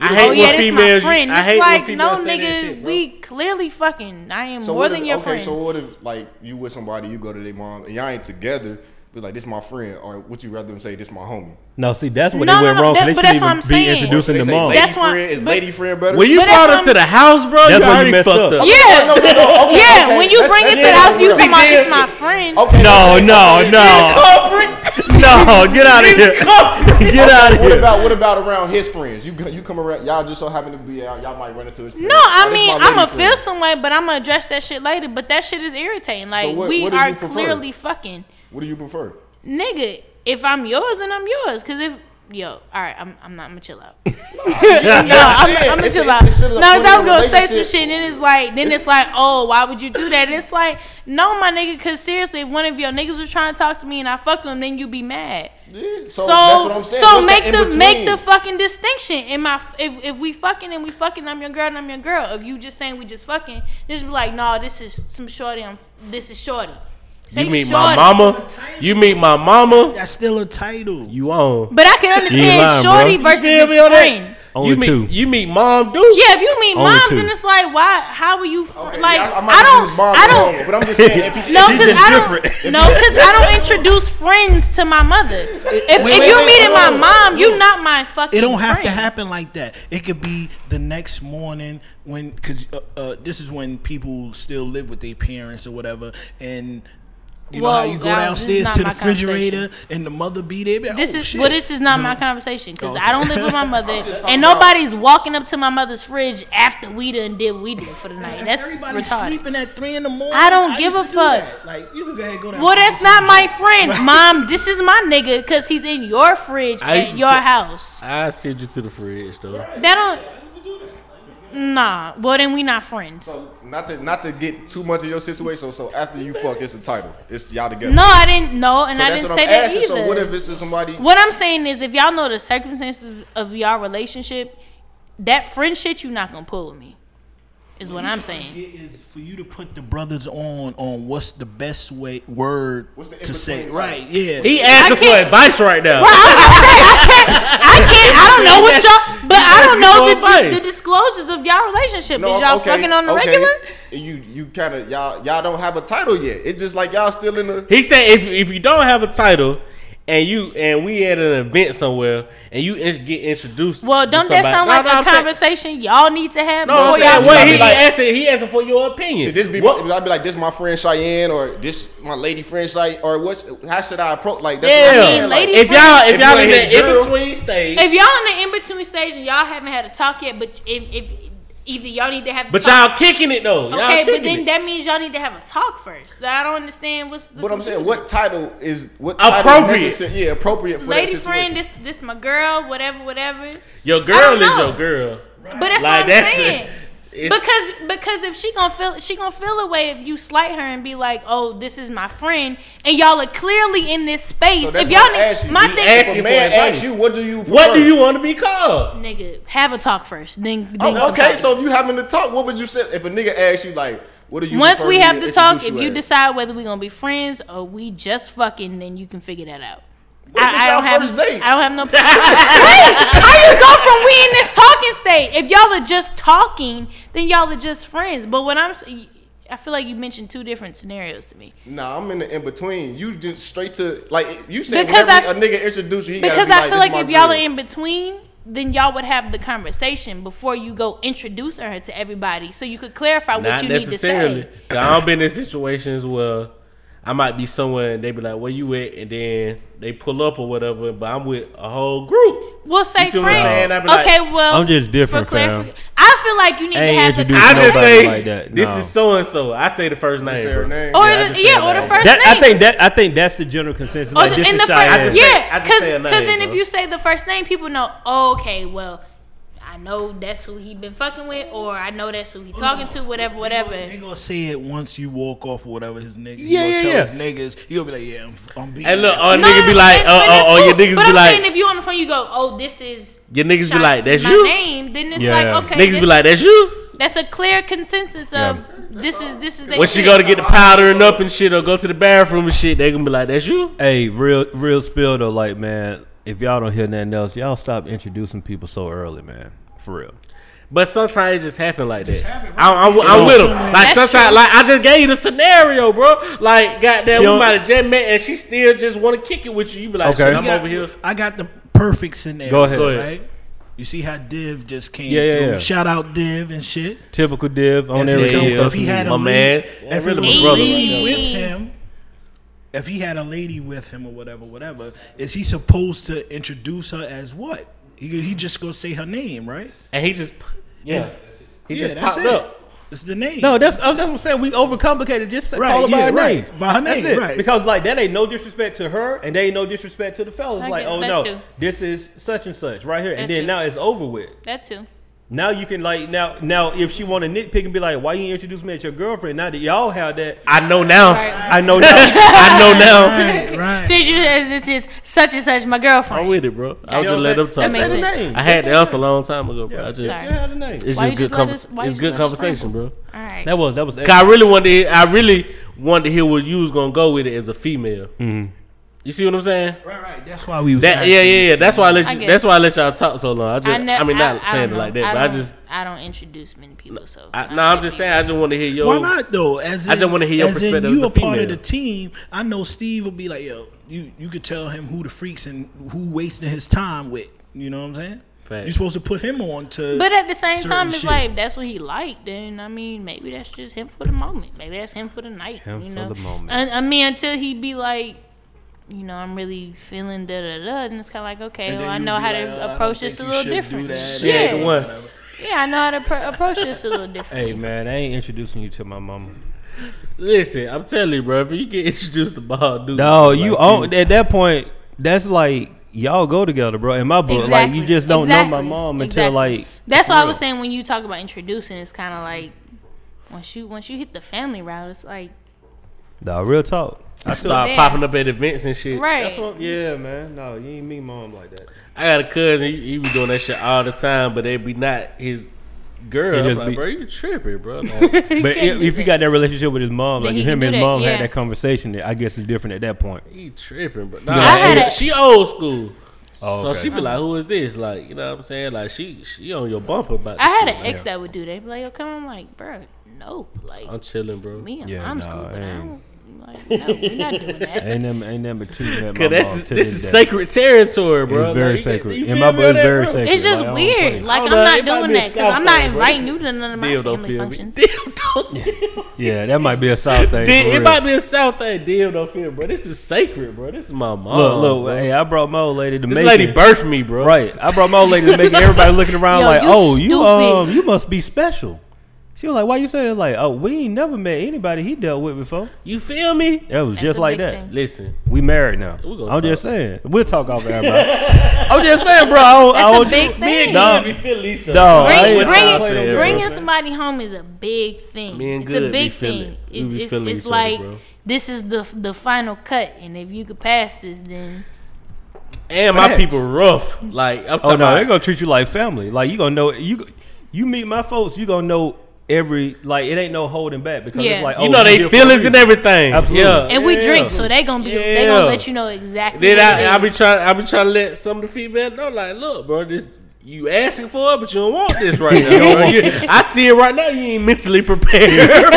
Speaker 4: I hate
Speaker 2: oh
Speaker 4: when
Speaker 2: yeah, this my
Speaker 4: females.
Speaker 2: friend.
Speaker 4: I
Speaker 2: It's
Speaker 4: hate
Speaker 2: like
Speaker 4: when females
Speaker 2: no
Speaker 4: say that
Speaker 2: nigga,
Speaker 4: shit, bro.
Speaker 2: we clearly fucking. I am more
Speaker 6: what
Speaker 2: than
Speaker 6: if-
Speaker 2: your
Speaker 6: okay,
Speaker 2: friend.
Speaker 6: so what if like you with somebody, you go to their mom, and y'all ain't together, but like this my friend, or would you rather them say this my homie?
Speaker 3: No, see, that's when
Speaker 2: No,
Speaker 3: they
Speaker 2: no,
Speaker 3: went
Speaker 2: no,
Speaker 3: wrong. 'cause
Speaker 2: that- but
Speaker 3: they shouldn't
Speaker 2: that's what
Speaker 3: even
Speaker 2: I'm
Speaker 3: be
Speaker 2: saying.
Speaker 3: introducing
Speaker 6: They
Speaker 3: the
Speaker 6: say
Speaker 3: mom.
Speaker 6: lady
Speaker 2: That's why-
Speaker 6: friend is
Speaker 2: but-
Speaker 6: lady friend better.
Speaker 4: When you
Speaker 2: But that's
Speaker 4: brought
Speaker 2: what
Speaker 4: her to
Speaker 2: I'm-
Speaker 4: the house, bro,
Speaker 3: That's
Speaker 4: you
Speaker 3: when you
Speaker 4: already
Speaker 3: messed
Speaker 4: fucked
Speaker 3: up.
Speaker 4: up.
Speaker 2: yeah,
Speaker 6: no, no, no, okay,
Speaker 2: yeah.
Speaker 6: okay,
Speaker 2: when you
Speaker 6: that's-
Speaker 2: bring it
Speaker 6: that's
Speaker 2: to the
Speaker 6: it. Oh,
Speaker 2: house, you
Speaker 6: See,
Speaker 2: talking about
Speaker 4: then-
Speaker 2: it's my friend.
Speaker 6: okay,
Speaker 3: No, no, no, no! Get out of here! Get out of
Speaker 6: What
Speaker 3: here!
Speaker 6: about what about around his friends? You go- you come around, y'all just so happen to be out, y'all might run into his. Friends.
Speaker 2: No, I
Speaker 6: Oh, this
Speaker 2: mean
Speaker 6: my
Speaker 2: I'm
Speaker 6: lady
Speaker 2: gonna
Speaker 6: friend.
Speaker 2: feel some way, but I'm gonna address that shit later. But that shit is irritating. Like
Speaker 6: what-
Speaker 2: we
Speaker 6: what do you
Speaker 2: are
Speaker 6: prefer?
Speaker 2: clearly fucking,
Speaker 6: What do you prefer?
Speaker 2: nigga. If I'm yours, then I'm yours. Cause if yo, all right, I'm I'm not I'm gonna chill out. no,
Speaker 6: shit.
Speaker 2: I'm, I'm gonna
Speaker 6: It's-
Speaker 2: chill
Speaker 6: it's-
Speaker 2: out.
Speaker 6: it's still
Speaker 2: No,
Speaker 6: a
Speaker 2: if I was
Speaker 6: point in
Speaker 2: gonna
Speaker 6: a
Speaker 2: say some
Speaker 6: relationship.
Speaker 2: shit, and then it's like, then it's, like, oh, why would you do that? And it's like, no, my nigga, cause seriously, if one of your niggas was trying to talk to me and I fuck with him, then you be mad.
Speaker 6: Yeah,
Speaker 2: So,
Speaker 6: that's what I'm saying.
Speaker 2: so
Speaker 6: What's
Speaker 2: make the
Speaker 6: in-between?
Speaker 2: make the fucking distinction. In my if if we fucking and we fucking, I'm your girl and I'm your girl. If you just saying we just fucking, just be like, no, this is some shorty. I'm this is shorty. Say
Speaker 4: You meet
Speaker 2: shorty.
Speaker 4: my mama. You meet my mama.
Speaker 5: That's still a title.
Speaker 4: You on?
Speaker 2: But I can understand
Speaker 3: lying, bro.
Speaker 2: shorty
Speaker 3: You
Speaker 2: versus
Speaker 4: feel
Speaker 2: the
Speaker 4: me on that?
Speaker 2: friend.
Speaker 3: Only
Speaker 4: you meet
Speaker 3: two.
Speaker 4: you meet mom, dude.
Speaker 2: Yeah, if you meet
Speaker 3: Only
Speaker 2: moms,
Speaker 3: two.
Speaker 2: then it's like, why? How are you? fr-
Speaker 6: Okay,
Speaker 2: like,
Speaker 6: I,
Speaker 2: I,
Speaker 6: might use
Speaker 2: don't.
Speaker 6: mom's
Speaker 2: I
Speaker 6: wrong,
Speaker 2: don't.
Speaker 6: But I'm just saying, if you,
Speaker 2: No, because
Speaker 3: just
Speaker 2: I don't.
Speaker 3: different.
Speaker 2: No, because I don't introduce friends to my mother. If, if you meeting my mom, you not my fucking.
Speaker 5: It don't have to
Speaker 2: friend.
Speaker 5: happen like that. It could be the next morning when, because uh, uh, this is when people still live with their parents or whatever, and you know how
Speaker 2: Whoa,
Speaker 5: you go
Speaker 2: guys, this is
Speaker 5: downstairs
Speaker 2: not
Speaker 5: to the
Speaker 2: my conversation.
Speaker 5: refrigerator and the mother be there. be like,
Speaker 2: This
Speaker 5: "Oh,
Speaker 2: is
Speaker 5: shit."
Speaker 2: well. This is not my conversation because I don't live with my mother,
Speaker 6: talking
Speaker 2: and
Speaker 6: about-
Speaker 2: nobody's walking up to my mother's fridge after we done did what we did for the night.
Speaker 5: If
Speaker 2: That's
Speaker 5: everybody's
Speaker 2: retarded.
Speaker 5: sleeping at three in the morning.
Speaker 2: I don't give
Speaker 5: used
Speaker 2: a
Speaker 5: to do
Speaker 2: fuck.
Speaker 5: that. Like you could go ahead and go down.
Speaker 2: Well, that's not my friend, mom. This is my nigga because he's in your fridge
Speaker 4: I used
Speaker 2: at
Speaker 4: to
Speaker 2: your
Speaker 4: say-
Speaker 2: house.
Speaker 4: I send you to the fridge though.
Speaker 2: That don't. Nah. Well, then we not friends.
Speaker 6: not to not to get too much of your situation. So after you fuck, it's a title. It's y'all together.
Speaker 2: No, I didn't. No, and
Speaker 6: so
Speaker 2: I
Speaker 6: that's
Speaker 2: didn't
Speaker 6: what
Speaker 2: say
Speaker 6: I'm
Speaker 2: that
Speaker 6: asking.
Speaker 2: either.
Speaker 6: So what if it's just somebody?
Speaker 2: What I'm saying is, if y'all know the circumstances of y'all relationship, that friend shit you not gonna pull with me. Is what I'm saying.
Speaker 5: It is for you to put the brothers on on what's the best way word
Speaker 6: What's the
Speaker 5: to say.
Speaker 6: in-between
Speaker 5: Right? Yeah.
Speaker 4: He asking for
Speaker 2: can't-
Speaker 4: advice right now.
Speaker 2: Bro, I'm gonna say I can't. I can't. I don't know what y'all, but I don't know the,
Speaker 4: Advice.
Speaker 2: the, the disclosures of y'all relationship.
Speaker 6: No,
Speaker 2: Is y'all
Speaker 6: okay,
Speaker 2: fucking on the
Speaker 6: okay.
Speaker 2: regular?
Speaker 6: You you kind of y'all y'all don't have a title yet. It's just like y'all still in the.
Speaker 4: He said if if you don't have a title and you and we at an event somewhere and you in, get introduced.
Speaker 2: Well,
Speaker 4: to
Speaker 2: don't that
Speaker 4: somebody-
Speaker 2: sound
Speaker 4: No,
Speaker 2: like
Speaker 4: no,
Speaker 2: a
Speaker 4: I'm saying-
Speaker 2: conversation y'all need to have
Speaker 4: No, I'm
Speaker 2: before
Speaker 4: saying
Speaker 2: y'all?
Speaker 4: what he
Speaker 6: Like-
Speaker 4: asking. He asking for your opinion.
Speaker 6: Should this be?
Speaker 4: What-
Speaker 6: I'd be like, this my friend Cheyenne, or this my lady friend Cheyenne, or what? How should I approach? Like, that's
Speaker 4: yeah.
Speaker 6: what
Speaker 2: I mean, lady
Speaker 4: if
Speaker 2: friend-
Speaker 4: y'all if,
Speaker 6: If
Speaker 4: y'all
Speaker 6: you
Speaker 4: in
Speaker 6: ain't
Speaker 4: that
Speaker 6: his girl-
Speaker 4: in between stage,
Speaker 2: If y'all in the in between stage and y'all haven't had a talk yet, but if, if either y'all need to have, the
Speaker 4: but
Speaker 2: talk-
Speaker 4: y'all kicking it though. Y'all
Speaker 2: Oh. okay, but
Speaker 4: kicking
Speaker 2: then
Speaker 4: it.
Speaker 2: that means y'all need to have a talk first. I don't understand what's the
Speaker 6: What I'm saying,
Speaker 2: confusion.
Speaker 6: what title is what title is
Speaker 4: Appropriate.
Speaker 6: necessary- yeah, appropriate for
Speaker 2: lady
Speaker 6: that
Speaker 2: friend,
Speaker 6: situation.
Speaker 2: this this my girl, whatever, whatever.
Speaker 4: your
Speaker 2: don't
Speaker 4: girl is
Speaker 2: know.
Speaker 4: your girl.
Speaker 2: But that's what I'm
Speaker 4: that's
Speaker 2: saying.
Speaker 4: it. It's-
Speaker 2: because because if she gonna feel she gonna feel a way if you slight her and be like, oh, this is my friend, and y'all are clearly in this space.
Speaker 6: So that's
Speaker 2: if y'all
Speaker 6: what I asked
Speaker 2: need,
Speaker 6: you.
Speaker 2: my
Speaker 6: You
Speaker 2: thing
Speaker 4: asked
Speaker 2: is,
Speaker 6: if
Speaker 4: asking
Speaker 6: a
Speaker 4: for
Speaker 6: man
Speaker 4: advice.
Speaker 6: asks you, what do you?
Speaker 4: what do
Speaker 6: prefer?
Speaker 4: you want to be called?
Speaker 2: nigga, have a talk first. Then, then
Speaker 6: Oh,
Speaker 2: come
Speaker 6: okay,
Speaker 2: talk.
Speaker 6: so if you having the talk, what would you say if a nigga asks you like, what do you?
Speaker 2: once
Speaker 6: prefer
Speaker 2: we
Speaker 6: me
Speaker 2: have the talk,
Speaker 6: introduce
Speaker 2: if you
Speaker 6: as?
Speaker 2: decide whether we gonna be friends or we just fucking, then you can figure that out.
Speaker 6: This
Speaker 2: I, I
Speaker 6: our
Speaker 2: don't have.
Speaker 6: first date.
Speaker 2: I don't have no. Wait, how you go from we in this talking state? If y'all are just talking, then y'all are just friends. But when I'm, s- I feel like you mentioned two different scenarios to me.
Speaker 6: Nah, I'm in the in between. You just straight to like you said.
Speaker 2: Because
Speaker 6: Because
Speaker 2: I-
Speaker 6: a nigga introduced you, he gotta
Speaker 2: Because
Speaker 6: be
Speaker 2: I feel
Speaker 6: "This
Speaker 2: like
Speaker 6: my
Speaker 2: if y'all are
Speaker 6: girl."
Speaker 2: in between, then y'all would have the conversation before you go introduce her to everybody, so you could clarify what
Speaker 4: Not
Speaker 2: you need to
Speaker 4: necessarily.
Speaker 2: say.
Speaker 4: 'Cause I've been in situations where I might be somewhere and they be like, "Where you at?" and then they pull up or whatever. But I'm with a whole group.
Speaker 2: We'll say
Speaker 4: You see what I'm saying?
Speaker 2: friends.
Speaker 4: I'd be like,
Speaker 2: okay, well,
Speaker 3: I'm just different,
Speaker 2: for clarif-
Speaker 3: fam.
Speaker 2: I feel like you need
Speaker 3: I ain't
Speaker 2: to have the.
Speaker 3: introduced
Speaker 4: I just
Speaker 3: Nobody
Speaker 4: say
Speaker 3: like that,
Speaker 4: this
Speaker 3: no.
Speaker 4: is so and so. I say the first name.
Speaker 6: Say her
Speaker 4: bro.
Speaker 6: name.
Speaker 2: Or
Speaker 4: Yeah, I
Speaker 2: the,
Speaker 4: just said
Speaker 2: yeah, or the
Speaker 4: that.
Speaker 2: first
Speaker 3: That,
Speaker 2: name.
Speaker 3: I think that I think that's the general consensus.
Speaker 2: Or
Speaker 3: Like
Speaker 2: the,
Speaker 3: this
Speaker 2: Oh, in
Speaker 3: is
Speaker 2: the
Speaker 3: Cheyenne.
Speaker 4: I
Speaker 2: first,
Speaker 4: just say-
Speaker 2: yeah,
Speaker 4: I just say her
Speaker 2: because
Speaker 4: name,
Speaker 2: then if
Speaker 4: bro.
Speaker 2: you say the first name, people know. Oh, okay, well, I know that's who he been fucking with, or I know that's who he talking to, whatever, whatever.
Speaker 5: They gonna see it once you walk off or whatever his nigga.
Speaker 3: Yeah,
Speaker 5: he gonna
Speaker 3: yeah,
Speaker 5: tell
Speaker 3: yeah.
Speaker 5: his niggas. He gonna be like, yeah, I'm, I'm beating.
Speaker 4: And look,
Speaker 5: this.
Speaker 4: or nigga be like, uh,
Speaker 2: and- and
Speaker 4: uh,
Speaker 2: that's
Speaker 4: or your
Speaker 2: cool.
Speaker 4: niggas
Speaker 2: But
Speaker 4: be
Speaker 2: I'm saying
Speaker 4: like,
Speaker 2: if you on the phone, you go, oh, this is
Speaker 4: your niggas be
Speaker 2: Sha-
Speaker 4: like, that's
Speaker 2: my
Speaker 4: you.
Speaker 2: name. Then it's
Speaker 3: Yeah.
Speaker 2: like, okay,
Speaker 4: Niggas
Speaker 2: this-
Speaker 4: be like, that's you.
Speaker 2: that's a clear consensus
Speaker 3: Yeah.
Speaker 2: of this is this is. they
Speaker 4: When she
Speaker 2: shit.
Speaker 4: go to get the powdering up and shit, or go to the bathroom and shit, they gonna be like, that's you.
Speaker 3: Hey, real real spill though, like man, if y'all don't hear nothing else, y'all stop introducing people so early, man. For real.
Speaker 4: But sometimes it just happen like that.
Speaker 5: happen, right?
Speaker 4: I, am I'm
Speaker 5: It
Speaker 4: with
Speaker 5: don't
Speaker 4: him.
Speaker 5: show
Speaker 4: Like
Speaker 2: That's
Speaker 4: sometimes,
Speaker 2: true.
Speaker 4: like I just gave you the scenario, bro. Like goddamn, we
Speaker 3: don't-
Speaker 4: might have just met, and she still just want to kick it with you. You be like,
Speaker 3: Okay.
Speaker 4: shit, I'm
Speaker 5: I got-
Speaker 4: over here.
Speaker 5: I got the perfect scenario.
Speaker 3: Go ahead. Go
Speaker 4: ahead.
Speaker 5: Right? You see how Div just came
Speaker 3: Yeah, yeah,
Speaker 5: through.
Speaker 3: yeah.
Speaker 5: Shout out Div and shit.
Speaker 3: Typical div on
Speaker 5: If he
Speaker 3: everything.
Speaker 5: come-
Speaker 4: yeah.
Speaker 5: if he had a
Speaker 4: My
Speaker 5: lady,
Speaker 4: man. Yeah,
Speaker 5: if it
Speaker 4: really
Speaker 5: was
Speaker 4: my
Speaker 5: a
Speaker 4: brother
Speaker 5: lady
Speaker 2: right there.
Speaker 5: with him, if he had a lady with him or whatever, whatever, is he supposed to introduce her as what? He, he just gonna say her name, right?
Speaker 4: And he just, yeah, he
Speaker 5: Yeah,
Speaker 4: just
Speaker 5: that's
Speaker 4: popped
Speaker 5: it.
Speaker 4: up.
Speaker 5: It's the name.
Speaker 3: No, that's that's what I'm saying. We overcomplicated. Just
Speaker 5: Right,
Speaker 3: call her by
Speaker 5: yeah,
Speaker 3: her
Speaker 5: right.
Speaker 3: name.
Speaker 5: By her
Speaker 3: That's
Speaker 5: name,
Speaker 3: it.
Speaker 5: right.
Speaker 3: Because like that ain't no disrespect to her, and they ain't no disrespect to the fellas.
Speaker 2: I
Speaker 3: like,
Speaker 2: get
Speaker 3: oh
Speaker 2: that
Speaker 3: no,
Speaker 2: too.
Speaker 3: this is such and such right here,
Speaker 2: That
Speaker 3: and then
Speaker 2: too.
Speaker 3: now it's over with.
Speaker 2: that too.
Speaker 3: Now you can like now now if she want to nitpick and be like, why you introduce me as your girlfriend? Now that y'all have that,
Speaker 4: I know now.
Speaker 2: Right.
Speaker 3: I know now.
Speaker 4: I know now.
Speaker 5: right, right.
Speaker 2: Since you said this is such and such my
Speaker 4: I'm
Speaker 2: girlfriend.
Speaker 4: with it, bro. I'll
Speaker 3: You
Speaker 4: just
Speaker 3: know
Speaker 4: let
Speaker 3: what I'm
Speaker 4: them talk.
Speaker 3: saying? Just
Speaker 2: That
Speaker 3: say
Speaker 2: makes
Speaker 3: the name.
Speaker 4: I had the
Speaker 3: Just
Speaker 4: answer a long time ago, bro. I just,
Speaker 3: say-
Speaker 2: Sorry.
Speaker 3: just have the name.
Speaker 4: it's
Speaker 2: Why you
Speaker 4: just good,
Speaker 2: just let us-
Speaker 4: convers-
Speaker 2: why you
Speaker 4: it's
Speaker 2: just
Speaker 4: good
Speaker 2: let us
Speaker 4: conversation, bro.
Speaker 2: All right.
Speaker 3: That was that was.
Speaker 4: Cause I really wanted, to- I really wanted to hear where you was gonna go with it as a female.
Speaker 3: Mm-hmm.
Speaker 4: You see what I'm saying?
Speaker 5: Right, right. That's why we was
Speaker 4: That yeah, yeah, yeah. That's why I
Speaker 2: I
Speaker 4: let you.
Speaker 2: get
Speaker 4: That's
Speaker 2: it.
Speaker 4: why I let y'all talk so long. I just, I,
Speaker 2: ne-
Speaker 4: mean, not
Speaker 2: I
Speaker 4: saying
Speaker 2: don't
Speaker 4: it like
Speaker 2: know.
Speaker 4: that, but I
Speaker 2: don't-
Speaker 4: just,
Speaker 2: I don't introduce many people, so
Speaker 4: I, no, I'm just saying. I just want to hear your.
Speaker 5: Why not though? As in,
Speaker 4: I just wanna hear your
Speaker 5: as
Speaker 4: perspective
Speaker 5: In you
Speaker 4: as a
Speaker 5: a part
Speaker 4: female.
Speaker 5: of the team. I know Steve will be like, yo, you you could tell him who the freaks and who wasting his time with. You know what I'm saying?
Speaker 4: Facts.
Speaker 5: You're supposed to put him on to.
Speaker 2: But at the same
Speaker 5: certain
Speaker 2: time, it's
Speaker 5: shit.
Speaker 2: like that's what he liked. Then I mean, maybe that's just him for the moment. Maybe that's him for the night.
Speaker 3: Him
Speaker 2: you
Speaker 3: for
Speaker 2: know?
Speaker 3: the moment.
Speaker 2: And, I mean, until he be like, you know, I'm really feeling da da da, and it's kind of like, okay,
Speaker 5: And
Speaker 2: well,
Speaker 5: then
Speaker 2: I
Speaker 5: you
Speaker 2: know
Speaker 5: be
Speaker 2: how
Speaker 5: like, "Oh, I
Speaker 2: to
Speaker 5: don't
Speaker 2: approach
Speaker 5: think
Speaker 2: this a
Speaker 5: you
Speaker 2: little
Speaker 5: should do
Speaker 2: different.
Speaker 5: that."
Speaker 4: She ain't the
Speaker 2: Yeah,
Speaker 4: one.
Speaker 2: yeah, I know how to pro- approach this a little different.
Speaker 3: Hey man, I ain't introducing you to my mama.
Speaker 4: Listen, I'm telling you, bro. If you get introduced to bald dude,
Speaker 3: No, you own at that point. That's like y'all go together, bro. In my book, like you just don't know my
Speaker 2: Exactly.
Speaker 3: mom until
Speaker 2: Exactly.
Speaker 3: like
Speaker 2: That's
Speaker 3: for
Speaker 2: why I
Speaker 3: real.
Speaker 2: was saying when you talk about introducing, it's kind of like once you once you hit the family route, it's like
Speaker 3: Nah, real talk.
Speaker 4: I start
Speaker 2: there.
Speaker 4: popping up at events and shit.
Speaker 2: right.
Speaker 3: That's what, yeah, man. No, you ain't mean mom like that.
Speaker 4: I got a cousin. He, he be doing that shit all the time, but they be not his girl.
Speaker 3: It
Speaker 4: I'm
Speaker 3: just
Speaker 4: like,
Speaker 3: be-
Speaker 4: bro, you tripping, bro? Like,
Speaker 3: But
Speaker 2: can't
Speaker 3: if,
Speaker 2: do
Speaker 3: if you got that relationship with his mom,
Speaker 2: Then
Speaker 3: like
Speaker 2: he
Speaker 3: if
Speaker 2: can
Speaker 3: him
Speaker 2: do
Speaker 3: and his
Speaker 2: that,
Speaker 3: mom
Speaker 2: yeah.
Speaker 3: had that conversation, then I guess it's different at that point.
Speaker 4: he tripping, bro.
Speaker 3: I
Speaker 4: Nah,
Speaker 3: had
Speaker 4: she,
Speaker 2: a-
Speaker 4: she old school.
Speaker 3: Oh,
Speaker 4: So
Speaker 3: okay.
Speaker 4: she be like, "Who is this?" Like, you know what I'm saying? Like, she she on your bumper about.
Speaker 2: I
Speaker 4: this
Speaker 2: had
Speaker 4: shit,
Speaker 2: an
Speaker 4: man.
Speaker 2: ex that would do that. Be like, oh, come on, like, bro, no, like
Speaker 4: I'm chilling, bro.
Speaker 2: me and
Speaker 3: Yeah,
Speaker 2: mom's
Speaker 3: nah,
Speaker 2: cool, but I
Speaker 3: ain't-
Speaker 2: don't. Like, no, we're not doing that.
Speaker 3: Ain't never, ain't never cheating at my
Speaker 4: Cause
Speaker 3: mom.
Speaker 4: that's
Speaker 3: to
Speaker 4: this
Speaker 3: this
Speaker 4: is
Speaker 3: day.
Speaker 4: sacred territory, bro.
Speaker 3: It's very
Speaker 4: Like, you get-
Speaker 3: sacred.
Speaker 4: you
Speaker 3: In
Speaker 4: feel
Speaker 3: my
Speaker 4: me
Speaker 3: book,
Speaker 4: on
Speaker 3: it's
Speaker 4: that,
Speaker 3: very
Speaker 4: bro?
Speaker 3: sacred.
Speaker 2: It's just
Speaker 3: Like, I don't play.
Speaker 2: weird. Like
Speaker 4: Hold
Speaker 2: I'm
Speaker 4: on,
Speaker 2: not
Speaker 4: it might
Speaker 2: doing
Speaker 4: be a
Speaker 2: that because I'm
Speaker 4: softball,
Speaker 2: not
Speaker 4: bro.
Speaker 2: inviting you to none of my
Speaker 4: Deal, don't
Speaker 2: family
Speaker 4: feel me.
Speaker 2: functions.
Speaker 3: Yeah, that might be a south thing.
Speaker 4: Dude,
Speaker 3: for
Speaker 4: it
Speaker 3: real.
Speaker 4: might be a South thing deal, though, feel, bro. This is sacred, bro. This is my mom.
Speaker 3: Look, look,
Speaker 4: bro.
Speaker 3: hey, I brought my old lady to
Speaker 4: this
Speaker 3: make
Speaker 4: lady
Speaker 3: it.
Speaker 4: birthed me, bro.
Speaker 3: Right. I brought my old lady to make everybody looking around
Speaker 2: Yo,
Speaker 3: like,
Speaker 2: you
Speaker 3: oh, you
Speaker 2: stupid.
Speaker 3: um, you must be special. She was like, why you say that? Like, oh, we ain't never met anybody he dealt with before.
Speaker 4: You feel me?
Speaker 3: That was
Speaker 2: That's
Speaker 3: just
Speaker 2: a
Speaker 3: like
Speaker 2: big
Speaker 3: that.
Speaker 2: thing.
Speaker 4: Listen,
Speaker 3: We married now.
Speaker 4: We
Speaker 3: I'm
Speaker 4: gonna
Speaker 3: just
Speaker 4: talk.
Speaker 3: saying. We'll talk off air, bro. I'm just saying, bro. I don't, I
Speaker 2: That's a
Speaker 3: don't
Speaker 2: big
Speaker 3: do-
Speaker 2: thing.
Speaker 3: No.
Speaker 4: we feel each other.
Speaker 3: No, I
Speaker 2: Bring,
Speaker 3: ain't
Speaker 4: y'all
Speaker 2: bringing,
Speaker 4: said, bro.
Speaker 2: bringing somebody home is a big thing.
Speaker 4: Me and
Speaker 2: It's
Speaker 4: Good
Speaker 2: a
Speaker 4: be
Speaker 2: big thing.
Speaker 4: feeling- we be
Speaker 2: It's, it's,
Speaker 4: feeling
Speaker 2: it's
Speaker 4: each other,
Speaker 2: like
Speaker 4: bro.
Speaker 2: this is the the final cut, and if you could pass this, then
Speaker 4: And my
Speaker 3: Facts.
Speaker 4: people rough. Like I'm talking
Speaker 3: Oh no,
Speaker 4: about.
Speaker 3: they're gonna treat you like family. Like you gonna know you. You meet my folks, you gonna know every like it ain't no holding back because
Speaker 2: Yeah.
Speaker 3: it's like
Speaker 4: you
Speaker 3: oh,
Speaker 4: know they
Speaker 3: did for
Speaker 4: feelings
Speaker 3: real.
Speaker 4: and everything.
Speaker 3: Absolutely.
Speaker 4: Yeah.
Speaker 2: And we
Speaker 4: Oh, yeah.
Speaker 2: drink, so they gonna be they gonna
Speaker 4: Yeah.
Speaker 2: let you know exactly.
Speaker 4: Then
Speaker 2: what it
Speaker 4: I, I be
Speaker 2: is.
Speaker 4: trying I be trying to let some of the female know like, look, bro, this you asking for it, but you don't want this right now. bro. You- I see it right now. You ain't mentally prepared.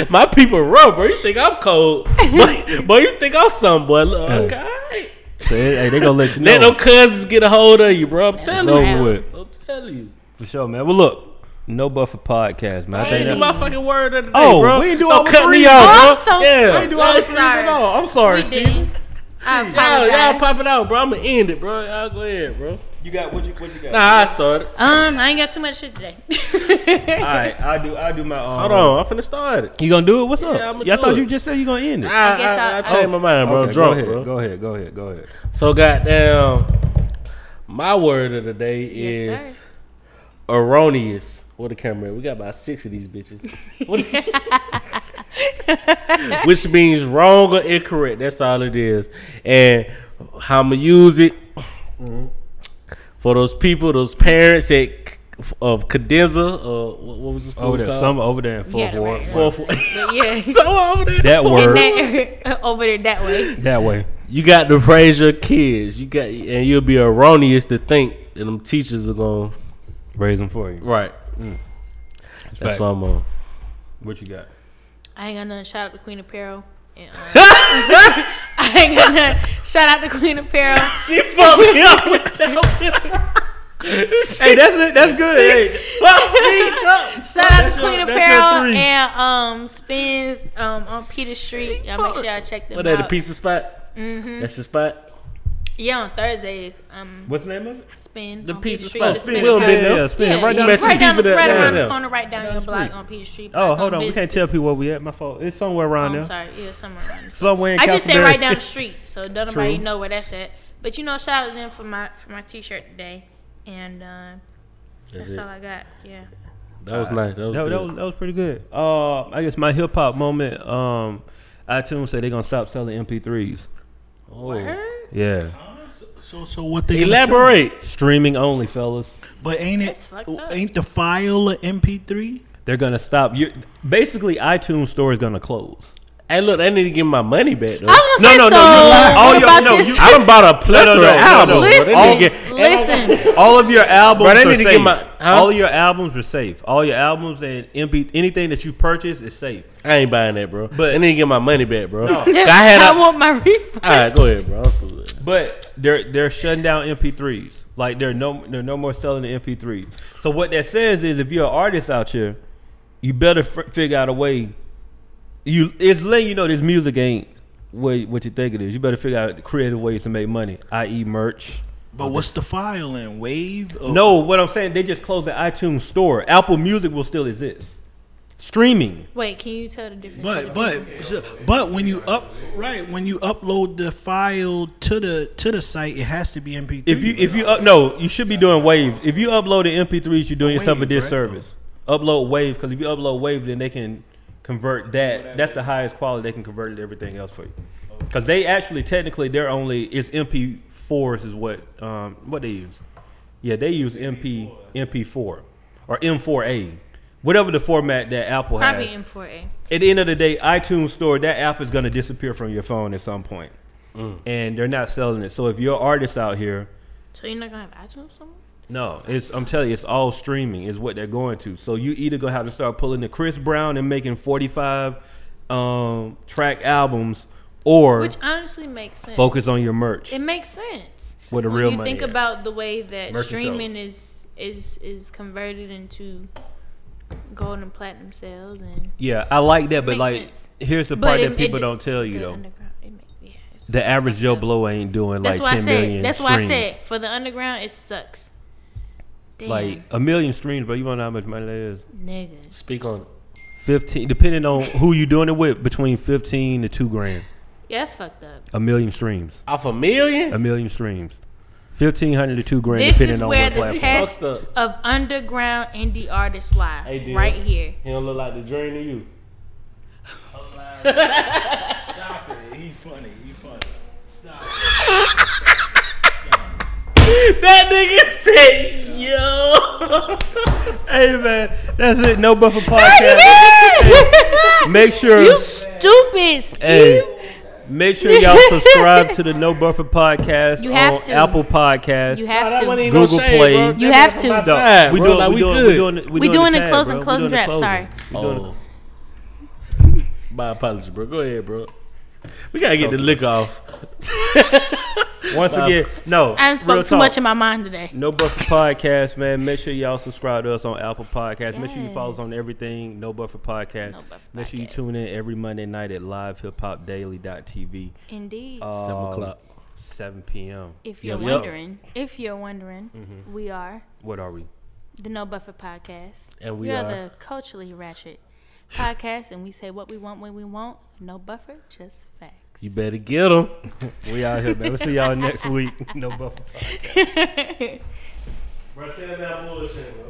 Speaker 4: My people rough, bro. You think I'm cold, boy? boy you think I'm some boy? Look,
Speaker 3: Yeah.
Speaker 4: okay, all right.
Speaker 3: So, hey, they gonna let you
Speaker 4: let
Speaker 3: know.
Speaker 4: no cousins get a hold of you, bro. I'm telling
Speaker 3: It's
Speaker 4: you,
Speaker 3: over with.
Speaker 4: I'm telling you.
Speaker 3: For sure, man. Well, look, no buffer podcast, man. I
Speaker 4: Ain't
Speaker 3: think
Speaker 4: the
Speaker 3: that,
Speaker 4: motherfucking word of the day,
Speaker 3: Oh,
Speaker 4: bro.
Speaker 3: we ain't do
Speaker 4: Don't
Speaker 3: all the
Speaker 4: cut me
Speaker 3: threes.
Speaker 2: Oh,
Speaker 4: off,
Speaker 2: I'm so,
Speaker 4: bro. yeah.
Speaker 2: I'm
Speaker 4: Ain't do
Speaker 2: so
Speaker 4: all the threes
Speaker 2: sorry.
Speaker 4: at all. I'm sorry,
Speaker 2: we
Speaker 4: Steve.
Speaker 2: did. I
Speaker 4: Y'all, y'all
Speaker 2: apologize.
Speaker 4: pop it out, bro. I'ma end it, bro. Y'all go ahead, bro.
Speaker 3: you got what you what you got.
Speaker 4: Nah, I started.
Speaker 2: Um, I ain't got too much shit today.
Speaker 3: All right, I do I do my. Um,
Speaker 4: Hold on, I'm finna start it.
Speaker 3: you gonna do it? What's up?
Speaker 4: Yeah, I'ma
Speaker 3: Yeah, I
Speaker 4: do
Speaker 3: thought
Speaker 4: it.
Speaker 3: you just said you gonna end it.
Speaker 4: I,
Speaker 2: guess
Speaker 4: I, I,
Speaker 2: I-
Speaker 4: changed my mind, bro. I'm
Speaker 3: Okay,
Speaker 4: drunk,
Speaker 3: go ahead,
Speaker 4: bro.
Speaker 3: Go ahead, go ahead, go ahead.
Speaker 4: So goddamn, my word of the day
Speaker 2: Yes,
Speaker 4: is
Speaker 2: sir.
Speaker 4: erroneous. What the camera? at? We got about six of these bitches. What- Which means wrong or incorrect. That's all it is. And how I'ma use it for those people, those parents at of Cadenza, uh, what, what was this
Speaker 3: Over
Speaker 4: school
Speaker 3: there,
Speaker 4: called?
Speaker 3: some over there in
Speaker 2: You
Speaker 3: Fort
Speaker 2: had it right,
Speaker 3: Worth.
Speaker 2: right.
Speaker 4: Fourth-
Speaker 2: But yeah,
Speaker 4: so over there.
Speaker 3: That word
Speaker 2: in that- over there that way.
Speaker 3: that way.
Speaker 4: You got to praise your kids. You got, and you'll be erroneous to think that them teachers are going
Speaker 3: Raise them for you.
Speaker 4: right. Mm.
Speaker 3: fact.
Speaker 4: That's why I'm on.
Speaker 3: What you got?
Speaker 2: I ain't got nothing. Shout out to Queen Apparel. And, um, I ain't got nothing. Shout out to Queen Apparel.
Speaker 4: She fucked me up with that.
Speaker 3: Hey, that's it. That's good. Hey,
Speaker 2: Shout out to
Speaker 4: your-
Speaker 2: Queen
Speaker 4: that's your
Speaker 2: Apparel
Speaker 4: three.
Speaker 2: and um Spins um on Peter Street. Y'all make sure y'all check them
Speaker 4: What
Speaker 2: out.
Speaker 4: that? The pizza spot. Mm-hmm. That's your spot.
Speaker 2: yeah, on Thursdays. Um,
Speaker 3: what's the name of it?
Speaker 2: Spin
Speaker 4: The
Speaker 2: on Peter
Speaker 4: pizza
Speaker 2: Street.
Speaker 4: spot.
Speaker 2: the
Speaker 4: Spin.
Speaker 2: Spin
Speaker 4: We don't
Speaker 2: Apparel.
Speaker 4: been there.
Speaker 3: Yeah, spin
Speaker 2: Yeah,
Speaker 3: right
Speaker 2: yeah,
Speaker 3: down.
Speaker 4: Met you
Speaker 2: right down,
Speaker 4: people
Speaker 2: the,
Speaker 4: that-
Speaker 2: right
Speaker 4: yeah,
Speaker 2: around
Speaker 4: yeah.
Speaker 2: the corner, right down your block on Peter Street.
Speaker 3: Oh,
Speaker 2: like
Speaker 3: hold on. We can't
Speaker 2: businesses.
Speaker 3: tell people where we at. My fault. It's somewhere
Speaker 2: Oh,
Speaker 3: around
Speaker 2: I'm
Speaker 3: there.
Speaker 2: sorry. Yeah, somewhere around. there.
Speaker 3: Somewhere. In
Speaker 2: I just said
Speaker 3: Castleberry.
Speaker 2: right down the street, so don't nobody
Speaker 3: True.
Speaker 2: know where that's at. But you know, shout out to them for my for my T-shirt today, and uh, that's,
Speaker 4: it.
Speaker 2: all I got. Yeah.
Speaker 4: That was nice. That was
Speaker 3: That,
Speaker 4: good.
Speaker 3: that, was, that was pretty good. Uh, I guess my hip hop moment. Um, iTunes said they're gonna stop selling MP3s. Oh.
Speaker 2: Word?
Speaker 3: Yeah,
Speaker 5: So, so what they gonna say?
Speaker 4: Elaborate.
Speaker 3: streaming only, fellas.
Speaker 5: But ain't
Speaker 2: That's
Speaker 5: it?
Speaker 2: fucked up.
Speaker 5: Ain't the file a MP3?
Speaker 3: They're gonna stop. You basically iTunes store is gonna close.
Speaker 4: Hey, look, I need to get my money back though.
Speaker 2: I was gonna say
Speaker 3: no, no,
Speaker 2: so.
Speaker 3: you lied. All
Speaker 2: what
Speaker 3: your-
Speaker 2: about
Speaker 3: no,
Speaker 2: this?
Speaker 4: Oh, I done bought a plethora
Speaker 3: No, no,
Speaker 4: of
Speaker 3: no, no,
Speaker 4: albums. bro. They need to get-
Speaker 2: listen, listen.
Speaker 3: All of your albums
Speaker 4: Bro, they need
Speaker 3: are
Speaker 4: to get
Speaker 3: safe.
Speaker 4: my- huh?
Speaker 3: All your albums are safe. All your albums and MP, anything that you purchase is safe.
Speaker 4: I ain't buying that, bro. But
Speaker 3: But-
Speaker 4: I need to get my money back, bro. I had.
Speaker 2: I
Speaker 4: a-
Speaker 2: want my refund.
Speaker 4: All right, go ahead, bro. I'm cool with it.
Speaker 3: But they're they're shutting down MP3s. Like they're no they're no more selling the MP3s. So what that says is, if you're an artist out here, you better f- figure out a way. You it's letting you know this music ain't what what you think it is. You better figure out creative ways to make money, i.e., merch.
Speaker 4: Oh,
Speaker 5: But what's the file in? Wave? Oh. Or
Speaker 3: No, what I'm saying, they just closed the iTunes store. Apple Music will still exist. Streaming.
Speaker 2: Wait, can you tell the difference?
Speaker 5: But but but when you up right when you upload the file to the to the site, it has to be MP3.
Speaker 3: If you if you up, no, you should be doing Wave. If you upload the MP3s, you're doing yourself a disservice. Upload Wave because if you upload Wave, then they can convert that. That's the highest quality. They can convert it to everything else for you. Because they actually technically they're only it's MP4s is what um what they use. Yeah, they use MP MP4 or M4A, whatever the format that Apple
Speaker 2: probably
Speaker 3: has.
Speaker 2: M4A.
Speaker 3: at the end of the day, iTunes Store, that app is going to disappear from your phone at some point. And they're not selling it. So if you're artists out here,
Speaker 2: So you're not gonna have iTunes somewhere?
Speaker 3: no, it's I'm telling you, it's all streaming is what they're going to. So you either gonna have to start pulling the Chris Brown and making 45 um, track albums, or
Speaker 2: Which honestly makes sense.
Speaker 3: focus on your merch.
Speaker 2: It makes sense.
Speaker 3: Where the
Speaker 2: when
Speaker 3: real
Speaker 2: you
Speaker 3: money
Speaker 2: think
Speaker 3: at.
Speaker 2: about the way that
Speaker 3: Merch and
Speaker 2: streaming is is is converted into gold and platinum sales and
Speaker 3: Yeah, I like that, but
Speaker 2: Makes
Speaker 3: like,
Speaker 2: sense.
Speaker 3: here's the
Speaker 2: But
Speaker 3: part
Speaker 2: it-
Speaker 3: that people
Speaker 2: it-
Speaker 3: don't tell you
Speaker 2: the
Speaker 3: though.
Speaker 2: underground, it makes- yeah, it's-
Speaker 3: The
Speaker 2: it's
Speaker 3: average
Speaker 2: fucked
Speaker 3: Joe
Speaker 2: up.
Speaker 3: Blow ain't doing
Speaker 2: That's
Speaker 3: like
Speaker 2: why I
Speaker 3: 10 million
Speaker 2: said. That's why I
Speaker 3: streams.
Speaker 2: said for the underground it sucks. Damn,
Speaker 3: Like a million streams, but you wanna know how much money that is?
Speaker 2: niggas.
Speaker 4: Speak on it.
Speaker 3: 15 depending on who you doing it with between 15 to 2 grand
Speaker 2: Yeah, that's fucked up.
Speaker 3: a million streams
Speaker 4: Off a million.
Speaker 3: a million streams 1500 to 2 grand
Speaker 2: This
Speaker 3: depending
Speaker 2: is
Speaker 3: on
Speaker 2: where
Speaker 3: what
Speaker 2: the
Speaker 3: platform
Speaker 2: test
Speaker 4: Fucked up.
Speaker 2: of underground indie artists lie.
Speaker 4: Hey, dude.
Speaker 2: right here.
Speaker 4: He don't look like the dream to you.
Speaker 5: Stop it. He funny. He funny.
Speaker 4: That nigga said, yo.
Speaker 3: Hey man, that's it. No buffer podcast. Make sure
Speaker 2: you stupid, Steve.
Speaker 3: Hey. make sure y'all subscribe to the No Buffer podcast
Speaker 2: You have
Speaker 3: on
Speaker 2: to.
Speaker 3: Apple Podcast.
Speaker 2: You have to.
Speaker 3: Google Play.
Speaker 2: You have to.
Speaker 3: No, we
Speaker 4: bro,
Speaker 3: doing,
Speaker 4: like,
Speaker 3: we,
Speaker 4: we
Speaker 3: doing, we
Speaker 4: good.
Speaker 3: doing, we
Speaker 2: We doing
Speaker 3: the
Speaker 2: a
Speaker 3: tag,
Speaker 2: closing,
Speaker 3: bro. We
Speaker 2: closing
Speaker 3: doing the
Speaker 2: rap, sorry.
Speaker 3: We doing the-
Speaker 4: Oh. My apologies, bro. Go ahead, bro. We gotta get the lick off.
Speaker 3: Once again, no.
Speaker 2: I done spoke
Speaker 3: real
Speaker 2: too
Speaker 3: talk.
Speaker 2: much in my mind today.
Speaker 3: No Buffer Podcast, man. Make sure y'all subscribe to us on Apple Podcasts. Make sure you follow us on everything. No Buffer Podcast.
Speaker 2: No Buffer
Speaker 3: Make sure you
Speaker 2: Podcast.
Speaker 3: tune in every Monday night at livehiphopdaily.tv.
Speaker 2: Indeed.
Speaker 4: Seven
Speaker 3: Um,
Speaker 4: o'clock.
Speaker 3: 7 p.m.
Speaker 2: if you're
Speaker 4: Yup.
Speaker 2: wondering, if you're wondering, we are
Speaker 3: What are we?
Speaker 2: the No Buffer Podcast.
Speaker 4: And we
Speaker 2: we are,
Speaker 4: are-
Speaker 2: the culturally ratchet podcast, and we say what we want when we want. No buffer, just facts.
Speaker 4: You better get him.
Speaker 3: We out here, man. We'll see y'all next week. No Buffer Podcast.
Speaker 7: Bro, tell that bullshit, bro.